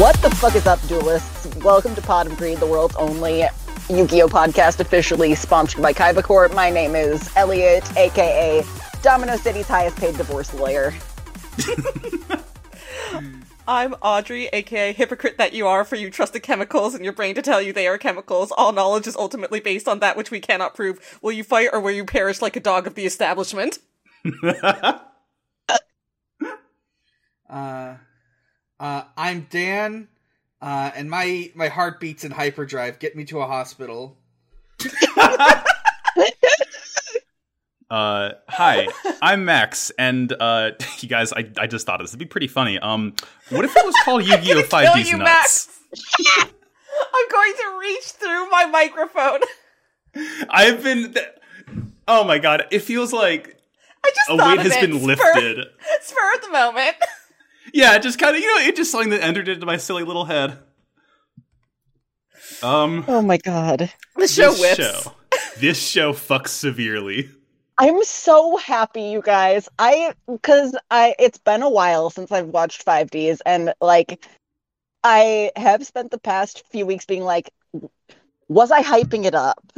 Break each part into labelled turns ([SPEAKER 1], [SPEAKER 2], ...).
[SPEAKER 1] What the fuck is up, duelists? Welcome to Pod and Breed, the world's only Yu-Gi-Oh podcast officially sponsored by Kaiba Corp. My name is Elliot, aka Domino City's highest paid divorce lawyer.
[SPEAKER 2] I'm Audrey, aka hypocrite that you are, for you trusted chemicals in your brain to tell you they are chemicals. All knowledge is ultimately based on that which we cannot prove. Will you fight or will you perish like a dog of the establishment?
[SPEAKER 3] Uh, uh, I'm Dan, uh, and my my heart beats in hyperdrive. Get me to a hospital.
[SPEAKER 4] Uh, hi, I'm Max, and uh, you guys, I, I just thought this would be pretty funny. Um, what if it was called Yu-Gi-Oh! Five
[SPEAKER 2] kill
[SPEAKER 4] D's
[SPEAKER 2] you,
[SPEAKER 4] Nuts?
[SPEAKER 2] I'm going to reach through my microphone.
[SPEAKER 4] I've been, th- oh my god, it feels like
[SPEAKER 2] I just
[SPEAKER 4] a
[SPEAKER 2] thought
[SPEAKER 4] weight
[SPEAKER 2] of
[SPEAKER 4] has
[SPEAKER 2] it.
[SPEAKER 4] been
[SPEAKER 2] Spur-
[SPEAKER 4] lifted.
[SPEAKER 2] Spur of the moment.
[SPEAKER 4] Yeah, it just kind of, you know, it just something that entered into my silly little head. Um,
[SPEAKER 1] Oh my god.
[SPEAKER 2] The show
[SPEAKER 4] this
[SPEAKER 2] whips.
[SPEAKER 4] show, this show fucks severely.
[SPEAKER 1] I'm so happy you guys. I cuz I it's been a while since I've watched 5Ds and like I have spent the past few weeks being like was I hyping it up?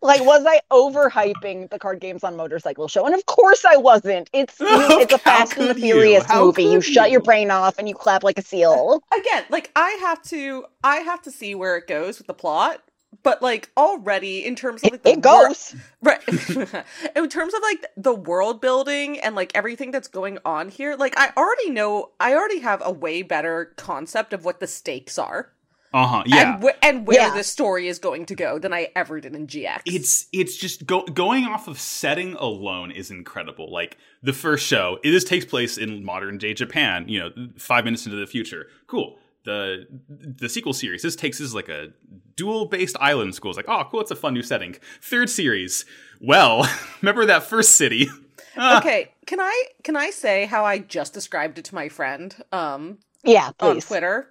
[SPEAKER 1] like was I overhyping the card games on motorcycle show? And of course I wasn't. It's
[SPEAKER 4] How
[SPEAKER 1] it's a Fast and the
[SPEAKER 4] could you?
[SPEAKER 1] Furious
[SPEAKER 4] How
[SPEAKER 1] movie. You
[SPEAKER 4] could
[SPEAKER 1] shut your
[SPEAKER 4] you?
[SPEAKER 1] brain off and you clap like a seal.
[SPEAKER 2] Again, like I have to, I have to see where it goes with the plot. But like already in terms of
[SPEAKER 1] It,
[SPEAKER 2] like, the
[SPEAKER 1] it
[SPEAKER 2] wor-
[SPEAKER 1] goes.
[SPEAKER 2] Right. In terms of like the world building and like everything that's going on here, like I already know, I already have a way better concept of what the stakes are
[SPEAKER 4] Uh huh. Yeah,
[SPEAKER 2] and, wh- and where
[SPEAKER 1] Yeah.
[SPEAKER 2] this story is going to go than I ever did in GX.
[SPEAKER 4] it's it's just go, going off of setting alone is incredible. Like the first show, it, this takes place in modern day Japan. You know, five minutes into the future. Cool. The the sequel series. This takes is like a dual based island school. It's like oh cool, it's a fun new setting. Third series. Well, remember that first city?
[SPEAKER 2] okay.
[SPEAKER 4] uh,
[SPEAKER 2] Can I can I say how I just described it to my friend um
[SPEAKER 1] Yeah,
[SPEAKER 4] Oh,
[SPEAKER 2] on
[SPEAKER 1] please.
[SPEAKER 2] Twitter.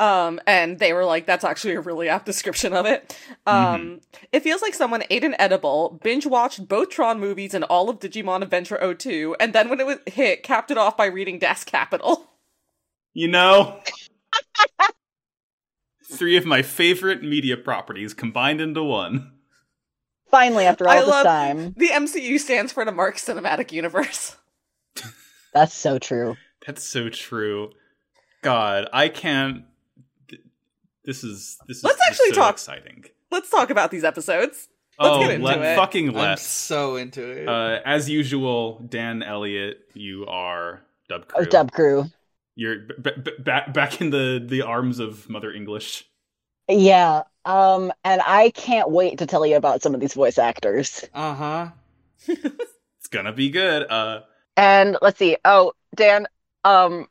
[SPEAKER 2] Um, and they were like, that's actually a really apt description of it. Um, it feels like someone ate an edible, binge watched both Tron movies and all of Digimon Adventure 02, and then when it was hit, capped it off by reading Das Capital.
[SPEAKER 4] You know. Three of my favorite media properties combined into one.
[SPEAKER 1] Finally after all
[SPEAKER 2] I
[SPEAKER 1] this
[SPEAKER 2] love
[SPEAKER 1] time.
[SPEAKER 2] the MCU stands for the Mark Cinematic Universe.
[SPEAKER 1] That's so true.
[SPEAKER 4] That's so true. God, I can't. th- This is this is
[SPEAKER 2] Let's
[SPEAKER 4] this is
[SPEAKER 2] actually
[SPEAKER 4] so
[SPEAKER 2] talk-
[SPEAKER 4] exciting.
[SPEAKER 2] Let's talk about these episodes. Let's
[SPEAKER 4] oh,
[SPEAKER 2] get into
[SPEAKER 4] let,
[SPEAKER 2] it.
[SPEAKER 4] fucking
[SPEAKER 3] I'm
[SPEAKER 4] let's.
[SPEAKER 3] so into it.
[SPEAKER 4] uh, as usual, Dan Elliott, you are dub
[SPEAKER 1] Oh,
[SPEAKER 4] crew.
[SPEAKER 1] Dub crew.
[SPEAKER 4] You're b- b- back back in the the arms of Mother English.
[SPEAKER 1] Yeah, um, and I can't wait to tell you about some of these voice actors.
[SPEAKER 3] Uh huh.
[SPEAKER 4] It's gonna be good. Uh,
[SPEAKER 1] And let's see. Oh, Dan, um,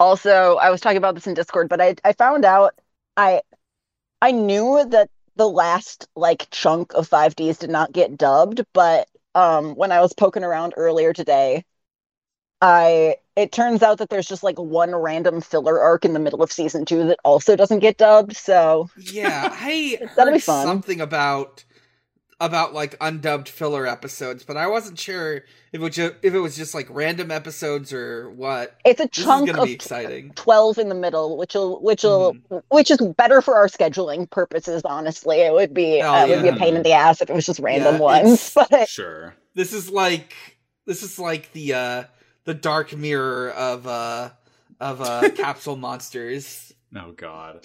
[SPEAKER 1] also, I was talking about this in Discord, but I I found out I I knew that the last like chunk of 5Ds did not get dubbed, but um when I was poking around earlier today, I it turns out that there's just like one random filler arc in the middle of season two that also doesn't get dubbed, so
[SPEAKER 3] Yeah, I
[SPEAKER 1] That'll be
[SPEAKER 3] heard
[SPEAKER 1] fun.
[SPEAKER 3] something about about like undubbed filler episodes, but I wasn't sure if it was just, if it was just like random episodes or what.
[SPEAKER 1] it's a
[SPEAKER 3] This is
[SPEAKER 1] chunk
[SPEAKER 3] gonna
[SPEAKER 1] of
[SPEAKER 3] be exciting.
[SPEAKER 1] 12 in the middle which will which will
[SPEAKER 4] Mm-hmm.
[SPEAKER 1] which is better for our scheduling purposes honestly it would be
[SPEAKER 3] Hell
[SPEAKER 1] uh, it would be a
[SPEAKER 4] Oh, yeah.
[SPEAKER 1] pain in the ass if it was just random
[SPEAKER 3] Yeah,
[SPEAKER 1] ones
[SPEAKER 3] it's-
[SPEAKER 1] but
[SPEAKER 4] sure.
[SPEAKER 3] This is like this is like the uh the dark mirror of uh of uh capsule monsters.
[SPEAKER 4] Oh God.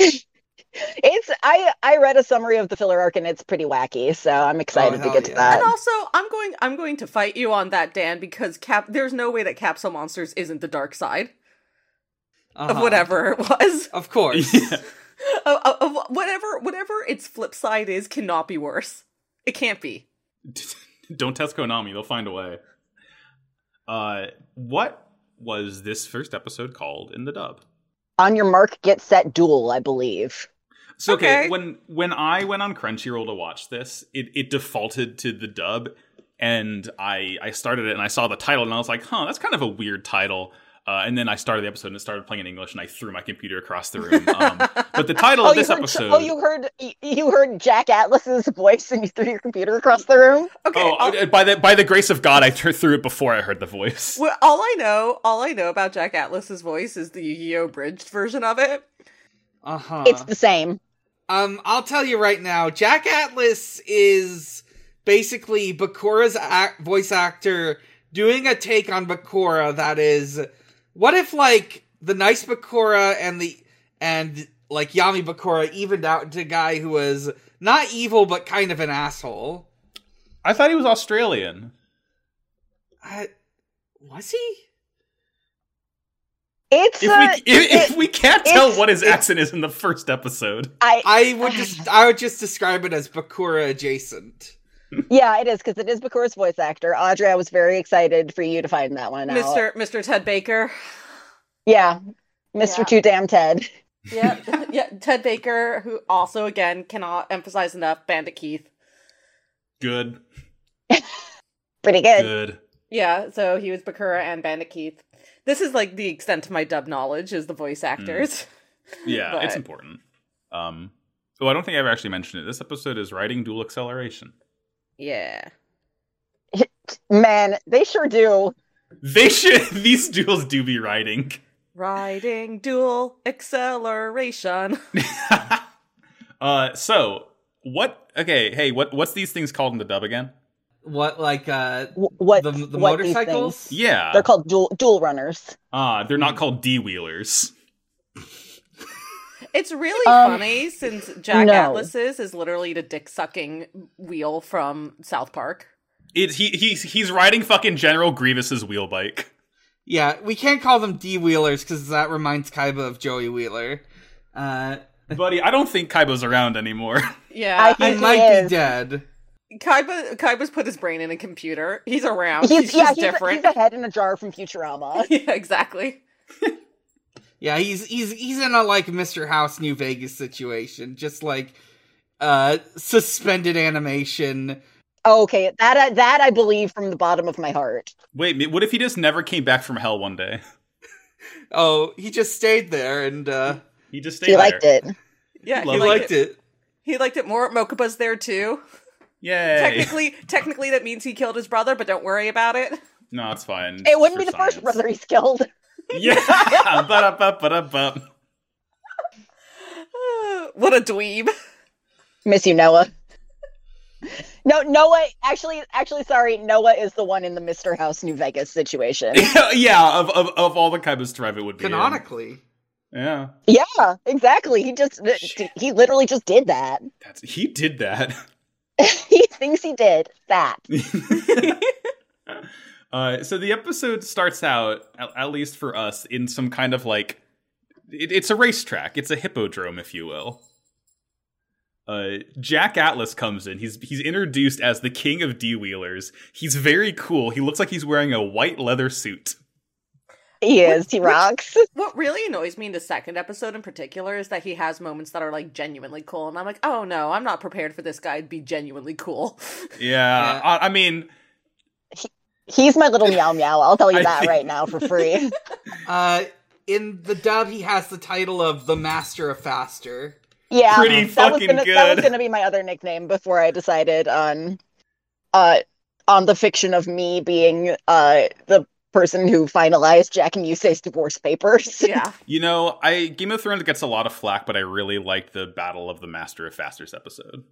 [SPEAKER 1] it's i i read a summary of the filler arc and it's pretty wacky so
[SPEAKER 4] Oh,
[SPEAKER 1] i'm excited to
[SPEAKER 3] hell
[SPEAKER 1] get to
[SPEAKER 3] yeah.
[SPEAKER 1] that
[SPEAKER 2] And also, I'm going I'm going to fight you on that, Dan, because Cap there's no way that Capsule Monsters isn't the dark side
[SPEAKER 3] Uh-huh.
[SPEAKER 2] of whatever it was.
[SPEAKER 3] Of course.
[SPEAKER 4] Yeah.
[SPEAKER 2] of, of- of oh, whatever whatever its flip side is cannot be worse. It can't be.
[SPEAKER 4] Don't test Konami; they'll find a way. Uh, what was this first episode called in the dub?
[SPEAKER 1] on your mark get set duel i believe
[SPEAKER 4] So okay.
[SPEAKER 2] Okay.
[SPEAKER 4] when when I went on Crunchyroll to watch this, it, it defaulted to the dub, and I I started it and I saw the title and I was like, huh, that's kind of a weird title. Uh, and then I started the episode and it started playing in English, and I threw my computer across the room. Um, but the title
[SPEAKER 1] oh,
[SPEAKER 4] of
[SPEAKER 1] you
[SPEAKER 4] this
[SPEAKER 1] heard,
[SPEAKER 4] episode.
[SPEAKER 1] oh, you heard you- you heard Jack Atlas's voice and you threw your computer across the room.
[SPEAKER 2] Okay.
[SPEAKER 4] Oh,
[SPEAKER 2] I'll-
[SPEAKER 4] uh, by the by the grace of God, I th- threw it before I heard the voice.
[SPEAKER 2] well, all I know, all I know about Jack Atlas's voice is the Yu-Gi-Oh! bridged version of it.
[SPEAKER 3] Uh huh.
[SPEAKER 1] It's the same.
[SPEAKER 3] Um, I'll tell you right now, Jack Atlas is basically Bakura's ac- voice actor doing a take on Bakura that is, what if like the nice Bakura and the and like Yami Bakura evened out into a guy who was not evil but kind of an asshole?
[SPEAKER 4] I thought he was Australian.
[SPEAKER 3] I, was he?
[SPEAKER 1] It's
[SPEAKER 4] If
[SPEAKER 1] uh,
[SPEAKER 4] we if, if
[SPEAKER 1] it-
[SPEAKER 4] we can't tell
[SPEAKER 1] it's-
[SPEAKER 4] what his
[SPEAKER 1] it's-
[SPEAKER 4] accent is in the first episode,
[SPEAKER 1] I
[SPEAKER 3] I would just I would just describe it as Bakura adjacent.
[SPEAKER 1] yeah, it is because it is Bakura's voice actor. Audrey, I was very excited for you to find that one out.
[SPEAKER 2] Mr. Mr. Ted Baker.
[SPEAKER 1] Yeah, Mr.
[SPEAKER 2] Yeah.
[SPEAKER 1] Too Damn Ted.
[SPEAKER 2] Yep. yeah. Ted Baker, who also again cannot emphasize enough, Bandit Keith.
[SPEAKER 4] good,
[SPEAKER 1] Pretty good.
[SPEAKER 4] good.
[SPEAKER 2] Yeah, so he was Bakura and Bandit Keith. This is like the extent of my dub knowledge is the voice actors.
[SPEAKER 4] Yeah, it's
[SPEAKER 2] But-
[SPEAKER 4] important. Um, oh, I don't think I've actually mentioned it. This episode is writing dual acceleration.
[SPEAKER 2] Yeah.
[SPEAKER 1] Man, they sure do.
[SPEAKER 4] They should. These duels do be riding.
[SPEAKER 2] Riding dual acceleration.
[SPEAKER 4] uh, so what? Okay, hey, what what's these things called in the dub again?
[SPEAKER 3] What like uh
[SPEAKER 1] Wh- What
[SPEAKER 3] the, the
[SPEAKER 1] what these
[SPEAKER 3] motorcycles?
[SPEAKER 1] things-
[SPEAKER 4] Yeah,
[SPEAKER 1] They're called dual dual runners.
[SPEAKER 4] Ah, they're not called D wheelers.
[SPEAKER 2] It's really
[SPEAKER 1] Um,
[SPEAKER 2] funny since Jack
[SPEAKER 1] no.
[SPEAKER 2] Atlas's is literally the dick sucking wheel from South Park.
[SPEAKER 4] It's he he's he's riding fucking General Grievous's wheel bike.
[SPEAKER 3] Yeah, we can't call them D wheelers because that reminds Kaiba of Joey Wheeler. Uh,
[SPEAKER 4] Buddy, I don't think Kaibo's around anymore.
[SPEAKER 2] Yeah.
[SPEAKER 1] I
[SPEAKER 3] he
[SPEAKER 1] He
[SPEAKER 3] might
[SPEAKER 1] is.
[SPEAKER 3] be dead.
[SPEAKER 2] Kaiba Kaiba's put his brain in a computer. He's around. Oh, He's,
[SPEAKER 1] He's, yeah,
[SPEAKER 2] just
[SPEAKER 1] he's a,
[SPEAKER 2] different.
[SPEAKER 1] he's a head in a jar from Futurama.
[SPEAKER 2] yeah, exactly.
[SPEAKER 3] Yeah, he's he's he's in a like Mr. House New Vegas situation, just like uh suspended animation.
[SPEAKER 1] Oh, Okay, that I, that I believe from the bottom of my heart.
[SPEAKER 4] Wait, what if he just never came back from hell one day?
[SPEAKER 3] Oh, he just stayed there and uh
[SPEAKER 4] He just stayed
[SPEAKER 1] He
[SPEAKER 4] there.
[SPEAKER 1] liked it.
[SPEAKER 2] Yeah,
[SPEAKER 4] Love
[SPEAKER 3] he liked it.
[SPEAKER 2] He liked it more. Mokuba's there too.
[SPEAKER 4] Yay.
[SPEAKER 2] Technically, technically that means he killed his brother, but don't worry about it.
[SPEAKER 4] No, it's fine.
[SPEAKER 1] It wouldn't
[SPEAKER 4] For
[SPEAKER 1] be the
[SPEAKER 4] science.
[SPEAKER 1] first brother he's killed.
[SPEAKER 4] Yeah. Ba-da-ba, ba-da-ba.
[SPEAKER 2] what a dweeb.
[SPEAKER 1] Miss you, Noah. No, Noah. Actually, actually, sorry. Noah is the one in the Mister House New Vegas situation.
[SPEAKER 4] yeah, of, of of all the Kaiba's tribe, it would be him.
[SPEAKER 3] Canonically.
[SPEAKER 4] Yeah,
[SPEAKER 1] yeah, exactly. He just he literally just did that.
[SPEAKER 4] that's he did that.
[SPEAKER 1] he thinks he did that.
[SPEAKER 4] uh, so the episode starts out, at, at least for us, in some kind of like it, it's a racetrack. It's a hippodrome, if you will. Uh, Jack Atlas comes in. He's he's introduced as the king of D wheelers. He's very cool. He looks like he's wearing a white leather suit.
[SPEAKER 1] He is. He rocks.
[SPEAKER 2] What really annoys me in the second episode in particular is that he has moments that are like genuinely cool, and I'm like, oh no, I'm not prepared for this guy to be genuinely cool.
[SPEAKER 4] Yeah,
[SPEAKER 3] Yeah.
[SPEAKER 4] I, I mean,
[SPEAKER 1] He's my little meow meow. I'll tell
[SPEAKER 4] I
[SPEAKER 1] you that
[SPEAKER 4] think-
[SPEAKER 1] right now for free.
[SPEAKER 3] Uh in the dub he has the title of the Master of Faster.
[SPEAKER 1] Yeah,
[SPEAKER 4] Pretty
[SPEAKER 1] that was
[SPEAKER 4] fucking
[SPEAKER 1] gonna, That
[SPEAKER 4] good.
[SPEAKER 1] was gonna be my other nickname before I decided on, uh, on the fiction of me being uh the person who finalized Jack and Yusei's divorce papers.
[SPEAKER 2] yeah.
[SPEAKER 4] You know, I Game of Thrones gets a lot of flack, but I really liked the Battle of the Master of Fasters episode.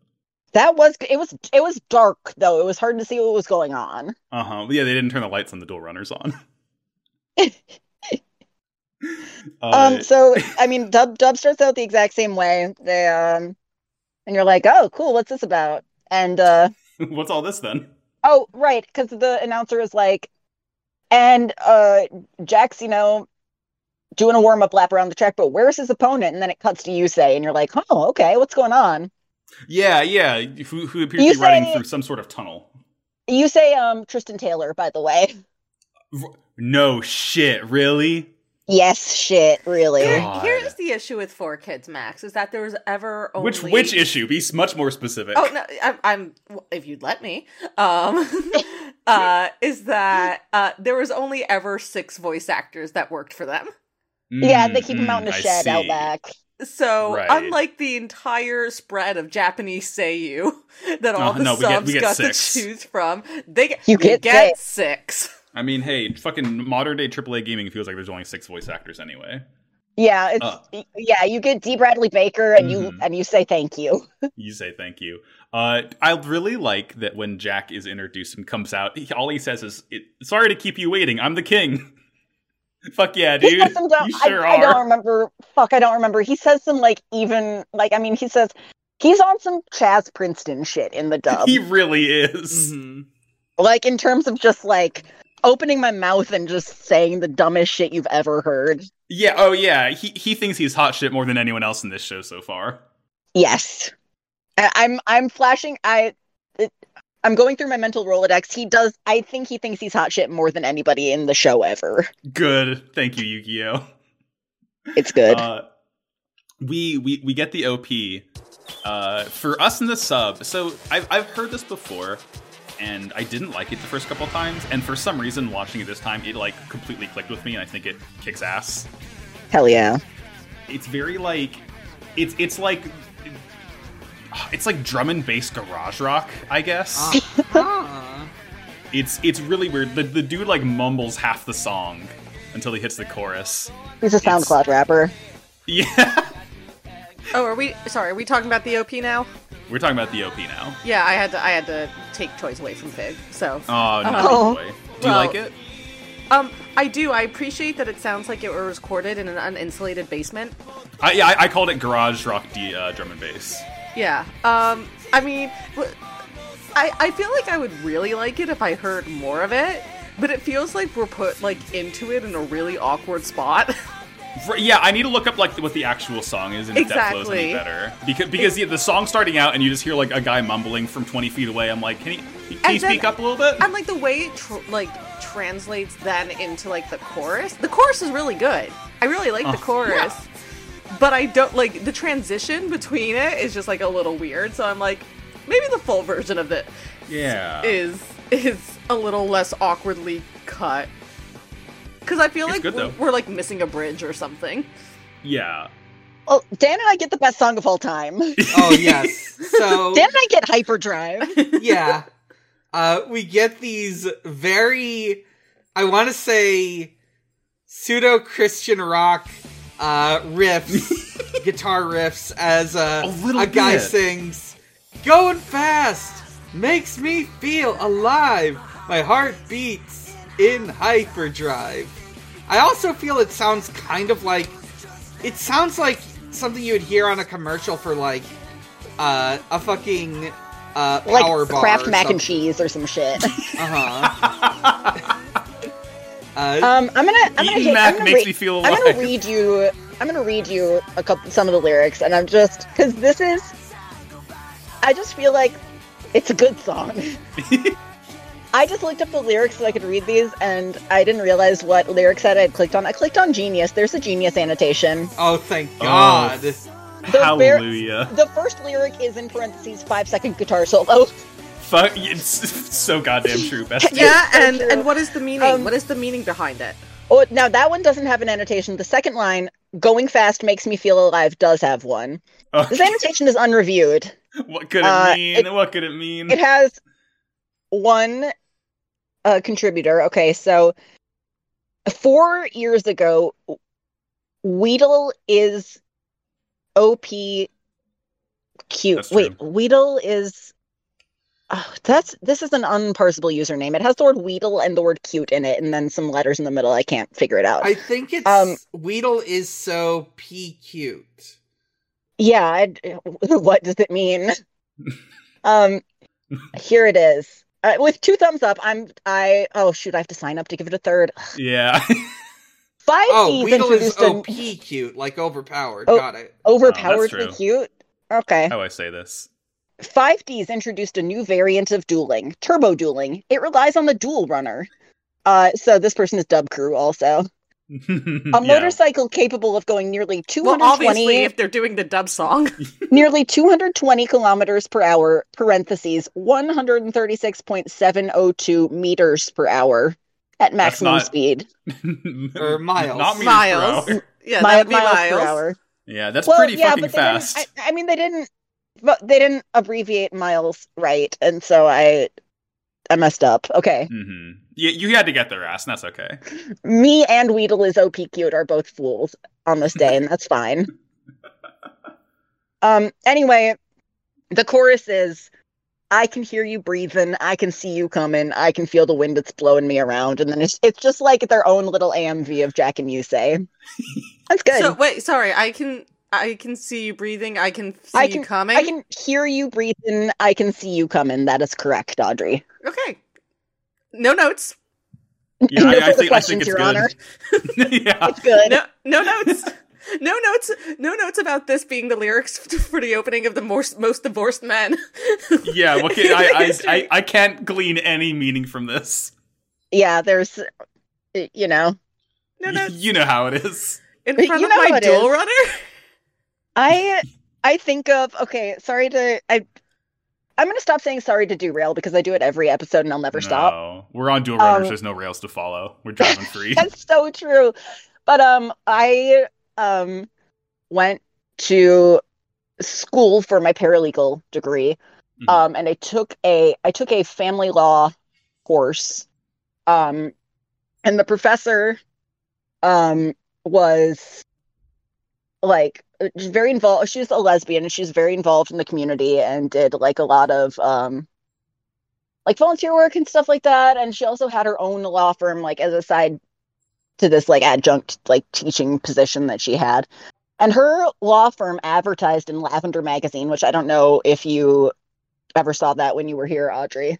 [SPEAKER 1] That was it was it was dark though. It was hard to see what was going on.
[SPEAKER 4] Uh huh. Yeah, they didn't turn the lights on the dual runners on. uh,
[SPEAKER 1] um so I mean dub dub starts out the exact same way. They um and you're like, "Oh, cool. What's this about?" And uh
[SPEAKER 4] what's all this then?
[SPEAKER 1] Oh, right, because the announcer is like, and uh Jack's, you know, doing a warm-up lap around the track, but where's his opponent? And then it cuts to Yusei, and you're like, oh, okay, what's going on?
[SPEAKER 4] Yeah, yeah. Who, who appears
[SPEAKER 1] You
[SPEAKER 4] to be riding
[SPEAKER 1] say-
[SPEAKER 4] through some sort of tunnel?
[SPEAKER 1] Yusei, um, Tristan Taylor, by the way.
[SPEAKER 4] No shit, really?
[SPEAKER 1] Yes, shit, really.
[SPEAKER 4] God.
[SPEAKER 2] Here's the issue with Four Kids Max is that there was ever only
[SPEAKER 4] Which which issue? Be s- much more specific.
[SPEAKER 2] Oh no, I'm, I'm if you'd let me. Um, uh, is that uh, there was only ever six voice actors that worked for them.
[SPEAKER 1] yeah, they keep them out in a
[SPEAKER 4] Mm, Hmm, I
[SPEAKER 1] shed out
[SPEAKER 4] see.
[SPEAKER 1] back.
[SPEAKER 2] So
[SPEAKER 4] Right.
[SPEAKER 2] unlike the entire spread of Japanese seiyuu that all
[SPEAKER 4] Oh,
[SPEAKER 2] the
[SPEAKER 4] no, we
[SPEAKER 2] subs
[SPEAKER 4] get- we get
[SPEAKER 2] got
[SPEAKER 4] six.
[SPEAKER 2] to choose from, they get,
[SPEAKER 1] You
[SPEAKER 2] you
[SPEAKER 1] get
[SPEAKER 2] get six.
[SPEAKER 4] I mean, hey, fucking modern day AAA gaming feels like there's only six voice actors anyway.
[SPEAKER 1] Yeah, it's
[SPEAKER 4] Uh.
[SPEAKER 1] yeah. You get D. Bradley Baker, and you
[SPEAKER 4] Mhm.
[SPEAKER 1] and you say thank you.
[SPEAKER 4] You say thank you. Uh, I really like that when Jack is introduced and comes out, he, all he says is, it, "Sorry to keep you waiting. I'm the king." Fuck yeah,
[SPEAKER 1] He
[SPEAKER 4] dude.
[SPEAKER 1] says some dumb.
[SPEAKER 4] you sure
[SPEAKER 1] I, I
[SPEAKER 4] are.
[SPEAKER 1] don't remember. Fuck, I don't remember. He says some like even like I mean he says he's on some Chaz Princeton shit in the dub.
[SPEAKER 4] he really is.
[SPEAKER 3] Mhm.
[SPEAKER 1] like in terms of just like opening my mouth and just saying the dumbest shit you've ever heard.
[SPEAKER 4] Yeah. Oh yeah. He he thinks he's hot shit more than anyone else in this show so far.
[SPEAKER 1] Yes, I, I'm. I'm flashing. I. It, I'm going through my mental Rolodex. He does. I think he thinks he's hot shit more than anybody in the show ever.
[SPEAKER 4] Good. Thank you, Yu-Gi-Oh.
[SPEAKER 1] It's good.
[SPEAKER 4] Uh, we we we get the OP uh, for us in the sub. So I've I've heard this before, and I didn't like it the first couple times. And for some reason, watching it this time, it like completely clicked with me, and I think it kicks ass.
[SPEAKER 1] Hell yeah.
[SPEAKER 4] It's very like it's it's like it's like drum and bass garage rock, I guess.
[SPEAKER 3] Ah.
[SPEAKER 4] It's it's really weird. The the dude like mumbles half the song until he hits the chorus.
[SPEAKER 1] He's a
[SPEAKER 4] It's-
[SPEAKER 1] SoundCloud rapper.
[SPEAKER 4] Yeah.
[SPEAKER 2] Oh, are we? Sorry, are we talking about the OP now?
[SPEAKER 4] We're talking about the OP now.
[SPEAKER 2] Yeah, I had to. I had to take toys away from Fig. So,
[SPEAKER 4] Oh no.
[SPEAKER 1] Oh.
[SPEAKER 4] boy. Do you
[SPEAKER 2] Well-
[SPEAKER 4] like it?
[SPEAKER 2] um, I do. I appreciate that it sounds like it was recorded in an uninsulated basement.
[SPEAKER 4] I, yeah, I, I called it garage rock D, uh, drum and bass.
[SPEAKER 2] Yeah. Um, I mean, w- I I feel like I would really like it if I heard more of it, but it feels like we're put like into it in a really awkward spot.
[SPEAKER 4] For- yeah, I need to look up like what the actual song is and if that flows
[SPEAKER 2] Exactly.
[SPEAKER 4] any better. Because because yeah, the song's starting out and you just hear like a guy mumbling from twenty feet away. I'm like, can you can you
[SPEAKER 2] And then-
[SPEAKER 4] speak up a little bit?
[SPEAKER 2] and like the way it tr- like translates then into like the chorus the chorus is really good i really like the
[SPEAKER 4] Oh,
[SPEAKER 2] chorus but i don't like the transition between it is just like a little weird so i'm like maybe the full version of it
[SPEAKER 4] yeah.
[SPEAKER 2] is is a little less awkwardly cut because i feel
[SPEAKER 4] It's
[SPEAKER 2] like
[SPEAKER 4] good,
[SPEAKER 2] we're,
[SPEAKER 4] though.
[SPEAKER 2] we're like missing a bridge or something
[SPEAKER 4] yeah.
[SPEAKER 1] Well, Dan and I get the best song of all time. Dan
[SPEAKER 3] Oh yes. So
[SPEAKER 1] and I get hyperdrive.
[SPEAKER 3] yeah. Uh, we get these very, I want to say, pseudo Christian rock uh, riffs, guitar riffs, as uh,
[SPEAKER 4] A little
[SPEAKER 3] a guy
[SPEAKER 4] bit.
[SPEAKER 3] sings, Going fast makes me feel alive. My heart beats in hyperdrive. I also feel it sounds kind of like, it sounds like something you would hear on a commercial for like uh, a fucking uh,
[SPEAKER 1] Like
[SPEAKER 3] power bar.
[SPEAKER 1] Kraft
[SPEAKER 3] or
[SPEAKER 1] mac and
[SPEAKER 3] something.
[SPEAKER 1] cheese or some shit.
[SPEAKER 3] Uh-huh. uh
[SPEAKER 1] Um, I'm gonna, I'm gonna,
[SPEAKER 4] Eating
[SPEAKER 1] hit,
[SPEAKER 4] Mac
[SPEAKER 1] I'm gonna
[SPEAKER 4] makes
[SPEAKER 1] re-
[SPEAKER 4] me feel
[SPEAKER 1] I'm gonna
[SPEAKER 4] alive.
[SPEAKER 1] read you. I'm gonna read you a couple some of the lyrics, and I'm just because this is. I just feel like it's a good song. I just looked up the lyrics so I could read these, and I didn't realize what lyrics that I had clicked on. I clicked on Genius. There's a Genius annotation.
[SPEAKER 3] Oh, thank God.
[SPEAKER 1] The ver-
[SPEAKER 4] Hallelujah.
[SPEAKER 1] the first lyric is in parentheses five second guitar solo.
[SPEAKER 4] Fuck. It's so goddamn true. Best.
[SPEAKER 2] yeah and
[SPEAKER 1] true.
[SPEAKER 2] and what is the meaning
[SPEAKER 1] Um,
[SPEAKER 2] what is the meaning behind it
[SPEAKER 1] Oh, now that one doesn't have an annotation. The second line, "Going fast makes me feel alive," does have one. This annotation is unreviewed.
[SPEAKER 4] Oh, what could it
[SPEAKER 1] uh,
[SPEAKER 4] mean?
[SPEAKER 1] it-
[SPEAKER 4] what could it mean?
[SPEAKER 1] It has one uh, contributor. Okay, so four years ago, Weedle is OP cute.
[SPEAKER 4] That's
[SPEAKER 1] Wait, Weedle is. Oh, that's this is an unparsable username. It has the word Weedle and the word cute in it, and then some letters in the middle. I can't figure it out.
[SPEAKER 3] I think it's
[SPEAKER 1] Um,
[SPEAKER 3] Weedle is so p cute.
[SPEAKER 1] Yeah, I, what does it mean? um, here it is. Uh, with two thumbs up, I'm I oh shoot, I have to sign up to give it a third.
[SPEAKER 4] yeah.
[SPEAKER 1] Five
[SPEAKER 3] Oh,
[SPEAKER 1] Ds
[SPEAKER 3] Weedle is
[SPEAKER 1] introduced an
[SPEAKER 3] OP cute, like overpowered.
[SPEAKER 1] Oh.
[SPEAKER 3] Got it.
[SPEAKER 1] overpoweredly
[SPEAKER 4] true.
[SPEAKER 1] cute. Okay.
[SPEAKER 3] Oh.
[SPEAKER 4] How do I say this?
[SPEAKER 1] Five Ds introduced a new variant of dueling, turbo dueling. It relies on the dual runner. Uh, so this person is Dub Crew also. A motorcycle capable of going nearly
[SPEAKER 2] Well,
[SPEAKER 1] 220
[SPEAKER 2] obviously, if they're doing the dub song,
[SPEAKER 1] nearly 220 kilometers per hour parentheses 136.702 meters per hour at maximum
[SPEAKER 4] not-
[SPEAKER 1] speed
[SPEAKER 4] Yeah.
[SPEAKER 3] Or miles.
[SPEAKER 4] Not meters per
[SPEAKER 2] miles.
[SPEAKER 4] hour.
[SPEAKER 2] Yeah,
[SPEAKER 1] Mi-
[SPEAKER 2] that would be
[SPEAKER 1] miles,
[SPEAKER 2] miles.
[SPEAKER 1] per hour
[SPEAKER 4] Yeah, that's
[SPEAKER 1] well
[SPEAKER 4] pretty
[SPEAKER 1] yeah
[SPEAKER 4] fucking
[SPEAKER 1] but they
[SPEAKER 4] fast.
[SPEAKER 1] didn't I, I mean they didn't but they didn't abbreviate miles right and so i i messed up okay
[SPEAKER 4] hmm Yeah, you had to get their ass, and that's okay.
[SPEAKER 1] me and Weedle is OP cute are both fools on this day, and that's fine. Um. Anyway, the chorus is, "I can hear you breathing. I can see you coming. I can feel the wind that's blowing me around." And then it's it's just like their own little AMV of Jack and Yusei. That's good.
[SPEAKER 2] So wait, sorry, I can I can see you breathing. I can see
[SPEAKER 1] I
[SPEAKER 2] you coming.
[SPEAKER 1] I can hear you breathing. I can see you coming. That is correct, Audrey.
[SPEAKER 2] Okay, no notes.
[SPEAKER 4] Yeah,
[SPEAKER 1] No
[SPEAKER 4] I, I
[SPEAKER 1] further
[SPEAKER 4] think I think
[SPEAKER 1] questions,
[SPEAKER 4] it's
[SPEAKER 1] Your
[SPEAKER 4] good.
[SPEAKER 1] Honor.
[SPEAKER 4] yeah,
[SPEAKER 1] It's good.
[SPEAKER 2] Ah, No no notes. No notes, no notes about this being the lyrics for the opening of the most, most divorced men.
[SPEAKER 4] yeah. What can, I, I, I, I can't glean any meaning from this.
[SPEAKER 1] Yeah, there's, you know,
[SPEAKER 2] No
[SPEAKER 4] Y-
[SPEAKER 2] notes
[SPEAKER 4] You know how it is.
[SPEAKER 2] in
[SPEAKER 1] You
[SPEAKER 2] front
[SPEAKER 1] know
[SPEAKER 2] of
[SPEAKER 1] how
[SPEAKER 2] my
[SPEAKER 1] it
[SPEAKER 2] dual
[SPEAKER 1] is.
[SPEAKER 2] runner.
[SPEAKER 1] I I think of okay, sorry to I I'm gonna stop saying sorry to derail because I do it every episode and I'll never stop.
[SPEAKER 4] No, we're on dual runners.
[SPEAKER 1] Um,
[SPEAKER 4] There's no rails to follow. We're driving free.
[SPEAKER 1] That's so true. But um I um went to school for my paralegal degree.
[SPEAKER 4] Mhm.
[SPEAKER 1] Um and I took a I took a family law course. Um and the professor um was like just very involved she was a lesbian and she was very involved in the community and did like a lot of um like volunteer work and stuff like that and she also had her own law firm like as a side to this like adjunct like teaching position that she had and her law firm advertised in Lavender magazine which I don't know if you ever saw that when you were here Audrey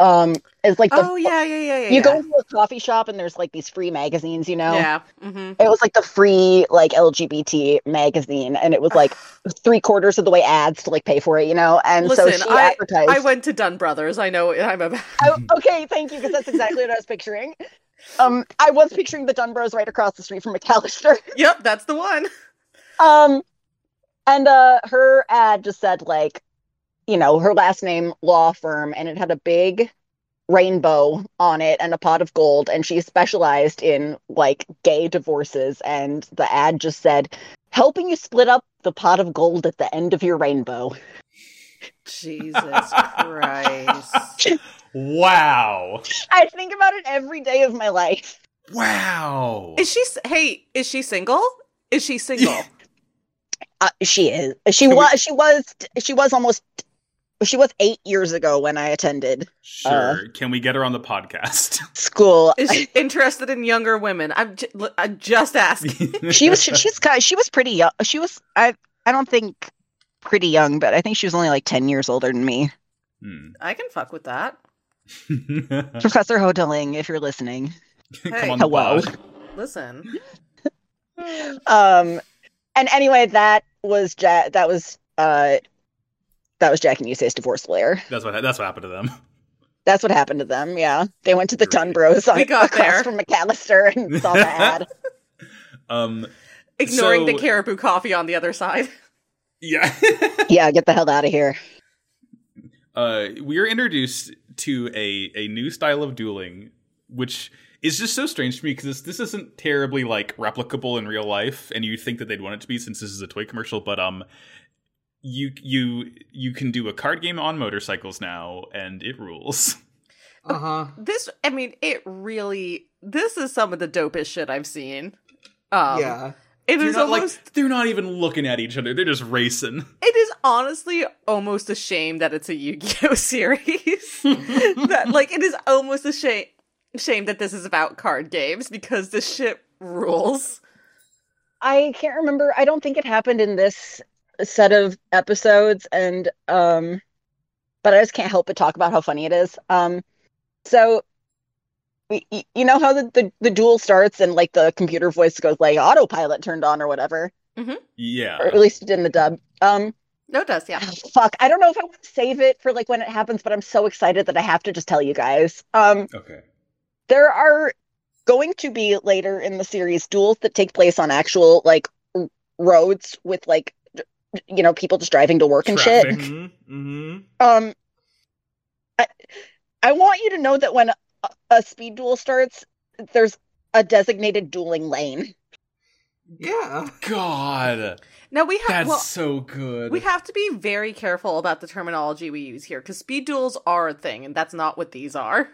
[SPEAKER 1] um it's like the
[SPEAKER 2] Oh yeah, yeah, yeah, yeah.
[SPEAKER 1] you
[SPEAKER 2] yeah.
[SPEAKER 1] go into a coffee shop and there's like these free magazines, you know?
[SPEAKER 2] Yeah. Mm-hmm.
[SPEAKER 1] It was like the free like LGBT magazine and it was like three quarters of the way ads to like pay for it, you know? And so
[SPEAKER 2] Listen,
[SPEAKER 1] she
[SPEAKER 2] I-
[SPEAKER 1] advertised
[SPEAKER 2] I went to Dunn Brothers. I know I'm a.
[SPEAKER 1] I- okay, thank you, because that's exactly what I was picturing. Um I was picturing the Dunbros right across the street from McAllister.
[SPEAKER 2] Yep, that's the one.
[SPEAKER 1] Um and uh her ad just said like, you know, her last name law firm and it had a big rainbow on it and a pot of gold and she specialized in like gay divorces and the ad just said helping you split up the pot of gold at the end of your rainbow.
[SPEAKER 2] Jesus Christ.
[SPEAKER 4] wow,
[SPEAKER 1] I think about it every day of my life.
[SPEAKER 4] wow.
[SPEAKER 2] Is she? s- Hey, is she single? Is she single?
[SPEAKER 1] Uh, she is she was she was she was almost she was 8 years ago when I attended uh,
[SPEAKER 4] Sure. Can we get her on the podcast?
[SPEAKER 1] school.
[SPEAKER 2] Is she interested in younger women? I'm, j- l- I'm just asking.
[SPEAKER 1] she was she- she's kind she was pretty young she was i i don't think pretty young but i think she was only like 10 years older than me
[SPEAKER 4] Hmm.
[SPEAKER 2] I can fuck with that.
[SPEAKER 1] professor hodeling if you're listening
[SPEAKER 4] Come on the
[SPEAKER 1] Hello.
[SPEAKER 4] pod.
[SPEAKER 2] Listen,
[SPEAKER 1] um and anyway that was jack that was uh that was jack and Yusei's divorce lawyer
[SPEAKER 4] That's what that's what happened to them.
[SPEAKER 1] that's what happened to them yeah they went to the
[SPEAKER 4] Great.
[SPEAKER 1] Dunn Bros on,
[SPEAKER 2] We got
[SPEAKER 1] across
[SPEAKER 2] there.
[SPEAKER 1] from mcallister and saw the ad
[SPEAKER 4] Um.
[SPEAKER 2] ignoring the
[SPEAKER 4] So-
[SPEAKER 2] caribou coffee on the other side.
[SPEAKER 4] Yeah.
[SPEAKER 1] yeah get the hell out of here
[SPEAKER 4] uh, we are introduced to a a new style of dueling, which is just so strange to me because this, this isn't terribly like replicable in real life, and you would think that they'd want it to be since this is a toy commercial, but um, you you you can do a card game on motorcycles now, and it rules.
[SPEAKER 3] Uh huh.
[SPEAKER 2] This, I mean, it really. This is some of the dopest shit I've seen. Um,
[SPEAKER 3] yeah.
[SPEAKER 2] it
[SPEAKER 4] They're
[SPEAKER 2] was
[SPEAKER 4] not,
[SPEAKER 2] almost.
[SPEAKER 4] like they're not even looking at each other; they're just racing.
[SPEAKER 2] It is honestly almost a shame that it's a Yu-Gi-Oh series. that like it is almost a shame shame that this is about card games because this shit rules.
[SPEAKER 1] I can't remember. I don't think it happened in this set of episodes and um but I just can't help but talk about how funny it is. Um so y- y- you know how the, the the duel starts and like the computer voice goes like autopilot turned on or whatever, or
[SPEAKER 4] Yeah,
[SPEAKER 1] at least it did in the dub. Um
[SPEAKER 2] No, it does yeah.
[SPEAKER 1] fuck, I don't know if I want to save it for like when it happens, but I'm so excited that I have to just tell you guys. Um
[SPEAKER 4] okay.
[SPEAKER 1] there are going to be later in the series duels that take place on actual like r- roads with like d- you know people just driving to work and shit.
[SPEAKER 4] Traffic.
[SPEAKER 3] Mhm, mhm.
[SPEAKER 1] Um, I I want you to know that when a, a speed duel starts, there's a designated dueling lane.
[SPEAKER 3] Yeah.
[SPEAKER 4] God,
[SPEAKER 2] Now we have
[SPEAKER 4] that's
[SPEAKER 2] well,
[SPEAKER 4] so good.
[SPEAKER 2] we have to be very careful about the terminology we use here because speed duels are a thing, and that's not what these are.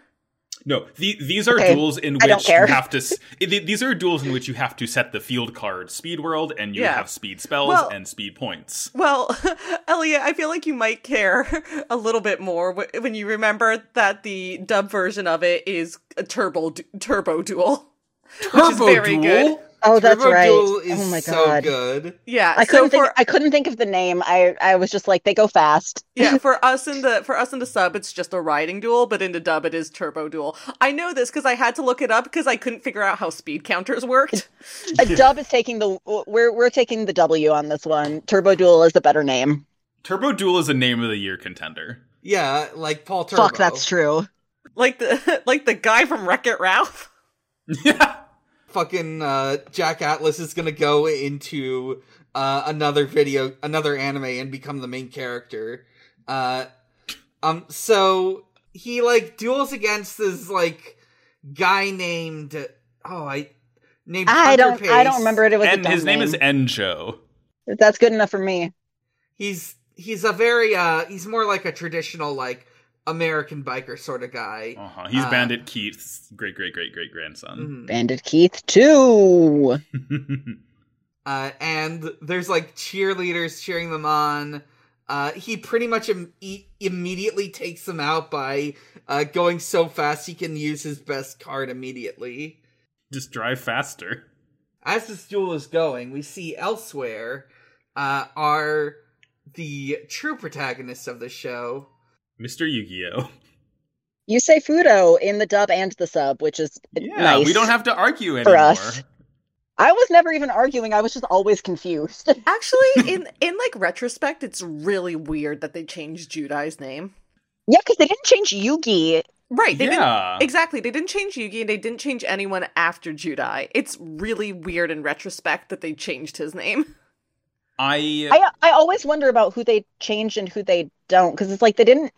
[SPEAKER 4] no, the, these are
[SPEAKER 1] Okay,
[SPEAKER 4] duels in
[SPEAKER 1] I don't
[SPEAKER 4] which you
[SPEAKER 1] care.
[SPEAKER 4] have to. s- th- these are duels in which you have to set the field card speed world, and you
[SPEAKER 2] Yeah.
[SPEAKER 4] have speed spells
[SPEAKER 2] Well-
[SPEAKER 4] and speed points.
[SPEAKER 2] Well, Elliot, I feel like you might care a little bit more wh- when you remember that the dub version of it is a turbo du- turbo duel. Which is very good.
[SPEAKER 1] Oh, that's
[SPEAKER 3] Turbo
[SPEAKER 1] right.
[SPEAKER 3] Duel is
[SPEAKER 1] oh my
[SPEAKER 3] so
[SPEAKER 1] god.
[SPEAKER 3] good.
[SPEAKER 2] Yeah,
[SPEAKER 1] I
[SPEAKER 2] so
[SPEAKER 1] couldn't think
[SPEAKER 2] for
[SPEAKER 1] I couldn't think of the name. I I was just like they go fast.
[SPEAKER 2] yeah for us in the for us in the sub it's just a riding duel, but in the dub it is turbo duel. I know this because I had to look it up because I couldn't figure out how speed counters worked.
[SPEAKER 1] A dub is taking the we're we're taking the W on this one. Turbo Duel is a better name.
[SPEAKER 4] Turbo Duel is a name of the year contender.
[SPEAKER 3] Yeah, like Paul Turbo.
[SPEAKER 1] Fuck, that's true.
[SPEAKER 2] Like the like the guy from Wreck It Ralph.
[SPEAKER 4] Yeah.
[SPEAKER 3] Fucking uh, Jack Atlas is gonna go into uh, another video, another anime, and become the main character. Uh, um, so he like duels against this like guy named oh I named
[SPEAKER 1] I
[SPEAKER 3] Hunter
[SPEAKER 1] don't I don't
[SPEAKER 3] Pace.
[SPEAKER 1] remember it. It was a
[SPEAKER 4] and
[SPEAKER 1] dumb
[SPEAKER 4] his name is Enjo.
[SPEAKER 1] That's good enough for me.
[SPEAKER 3] he's he's a very uh he's more like a traditional like American biker sort of guy.
[SPEAKER 4] Uh-huh. He's
[SPEAKER 3] Uh,
[SPEAKER 4] Bandit Keith's great great great great grandson.
[SPEAKER 3] Mhm.
[SPEAKER 1] Bandit Keith too. Mm-hmm.
[SPEAKER 3] Uh, and there's like cheerleaders cheering them on. Uh, he pretty much Im- e- immediately takes them out by uh, going so fast he can use his best card immediately.
[SPEAKER 4] Just drive faster.
[SPEAKER 3] As this duel is going, we see elsewhere uh, are the true protagonists of the show.
[SPEAKER 4] Mr. Yu-Gi-Oh.
[SPEAKER 1] You say Fudo in the dub and the sub, which is
[SPEAKER 4] Yeah,
[SPEAKER 1] nice.
[SPEAKER 4] we don't have to argue anymore.
[SPEAKER 1] For us. I was never even arguing. I was just always confused.
[SPEAKER 2] Actually, in in like retrospect, it's really weird that they changed Judai's name.
[SPEAKER 1] yeah, because they didn't change Yugi.
[SPEAKER 2] Right. They didn't
[SPEAKER 4] yeah.
[SPEAKER 2] Exactly. They didn't change Yugi and they didn't change anyone after Judai. It's really weird in retrospect that they changed his name.
[SPEAKER 4] I
[SPEAKER 1] I I always wonder about who they changed and who they don't, because it's like they didn't.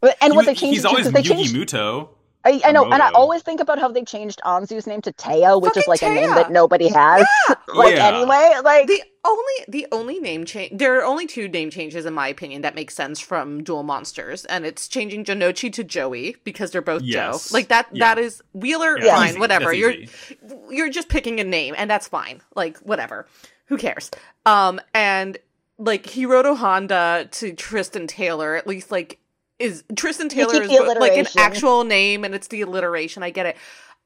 [SPEAKER 1] But- And what
[SPEAKER 4] he-
[SPEAKER 1] they changed
[SPEAKER 4] He's
[SPEAKER 1] to,
[SPEAKER 4] always
[SPEAKER 1] 'cause they
[SPEAKER 4] Yugi
[SPEAKER 1] changed.
[SPEAKER 4] Muto.
[SPEAKER 1] I, I know, and I
[SPEAKER 4] Moto.
[SPEAKER 1] always think about how they changed Anzu's name to Teo, which is
[SPEAKER 2] Fucking
[SPEAKER 1] like a name
[SPEAKER 2] Taya.
[SPEAKER 1] that nobody has. Like
[SPEAKER 4] Yeah.
[SPEAKER 1] anyway, like
[SPEAKER 2] The only the only name change there are only two name changes in my opinion that make sense from Dual Monsters, and it's changing Janochi to Joey because they're both
[SPEAKER 4] Yes.
[SPEAKER 2] Joe. Like that
[SPEAKER 4] Yeah.
[SPEAKER 2] that is Wheeler,
[SPEAKER 4] Yeah,
[SPEAKER 2] fine,
[SPEAKER 4] easy.
[SPEAKER 2] whatever.
[SPEAKER 4] That's
[SPEAKER 2] You're
[SPEAKER 4] easy.
[SPEAKER 2] you're just picking a name and that's fine like whatever who cares um and like hiroto honda to tristan taylor at least like is tristan taylor
[SPEAKER 1] keep
[SPEAKER 2] is
[SPEAKER 1] the
[SPEAKER 2] bo- like an
[SPEAKER 1] alliteration.
[SPEAKER 2] actual name and it's the alliteration i get it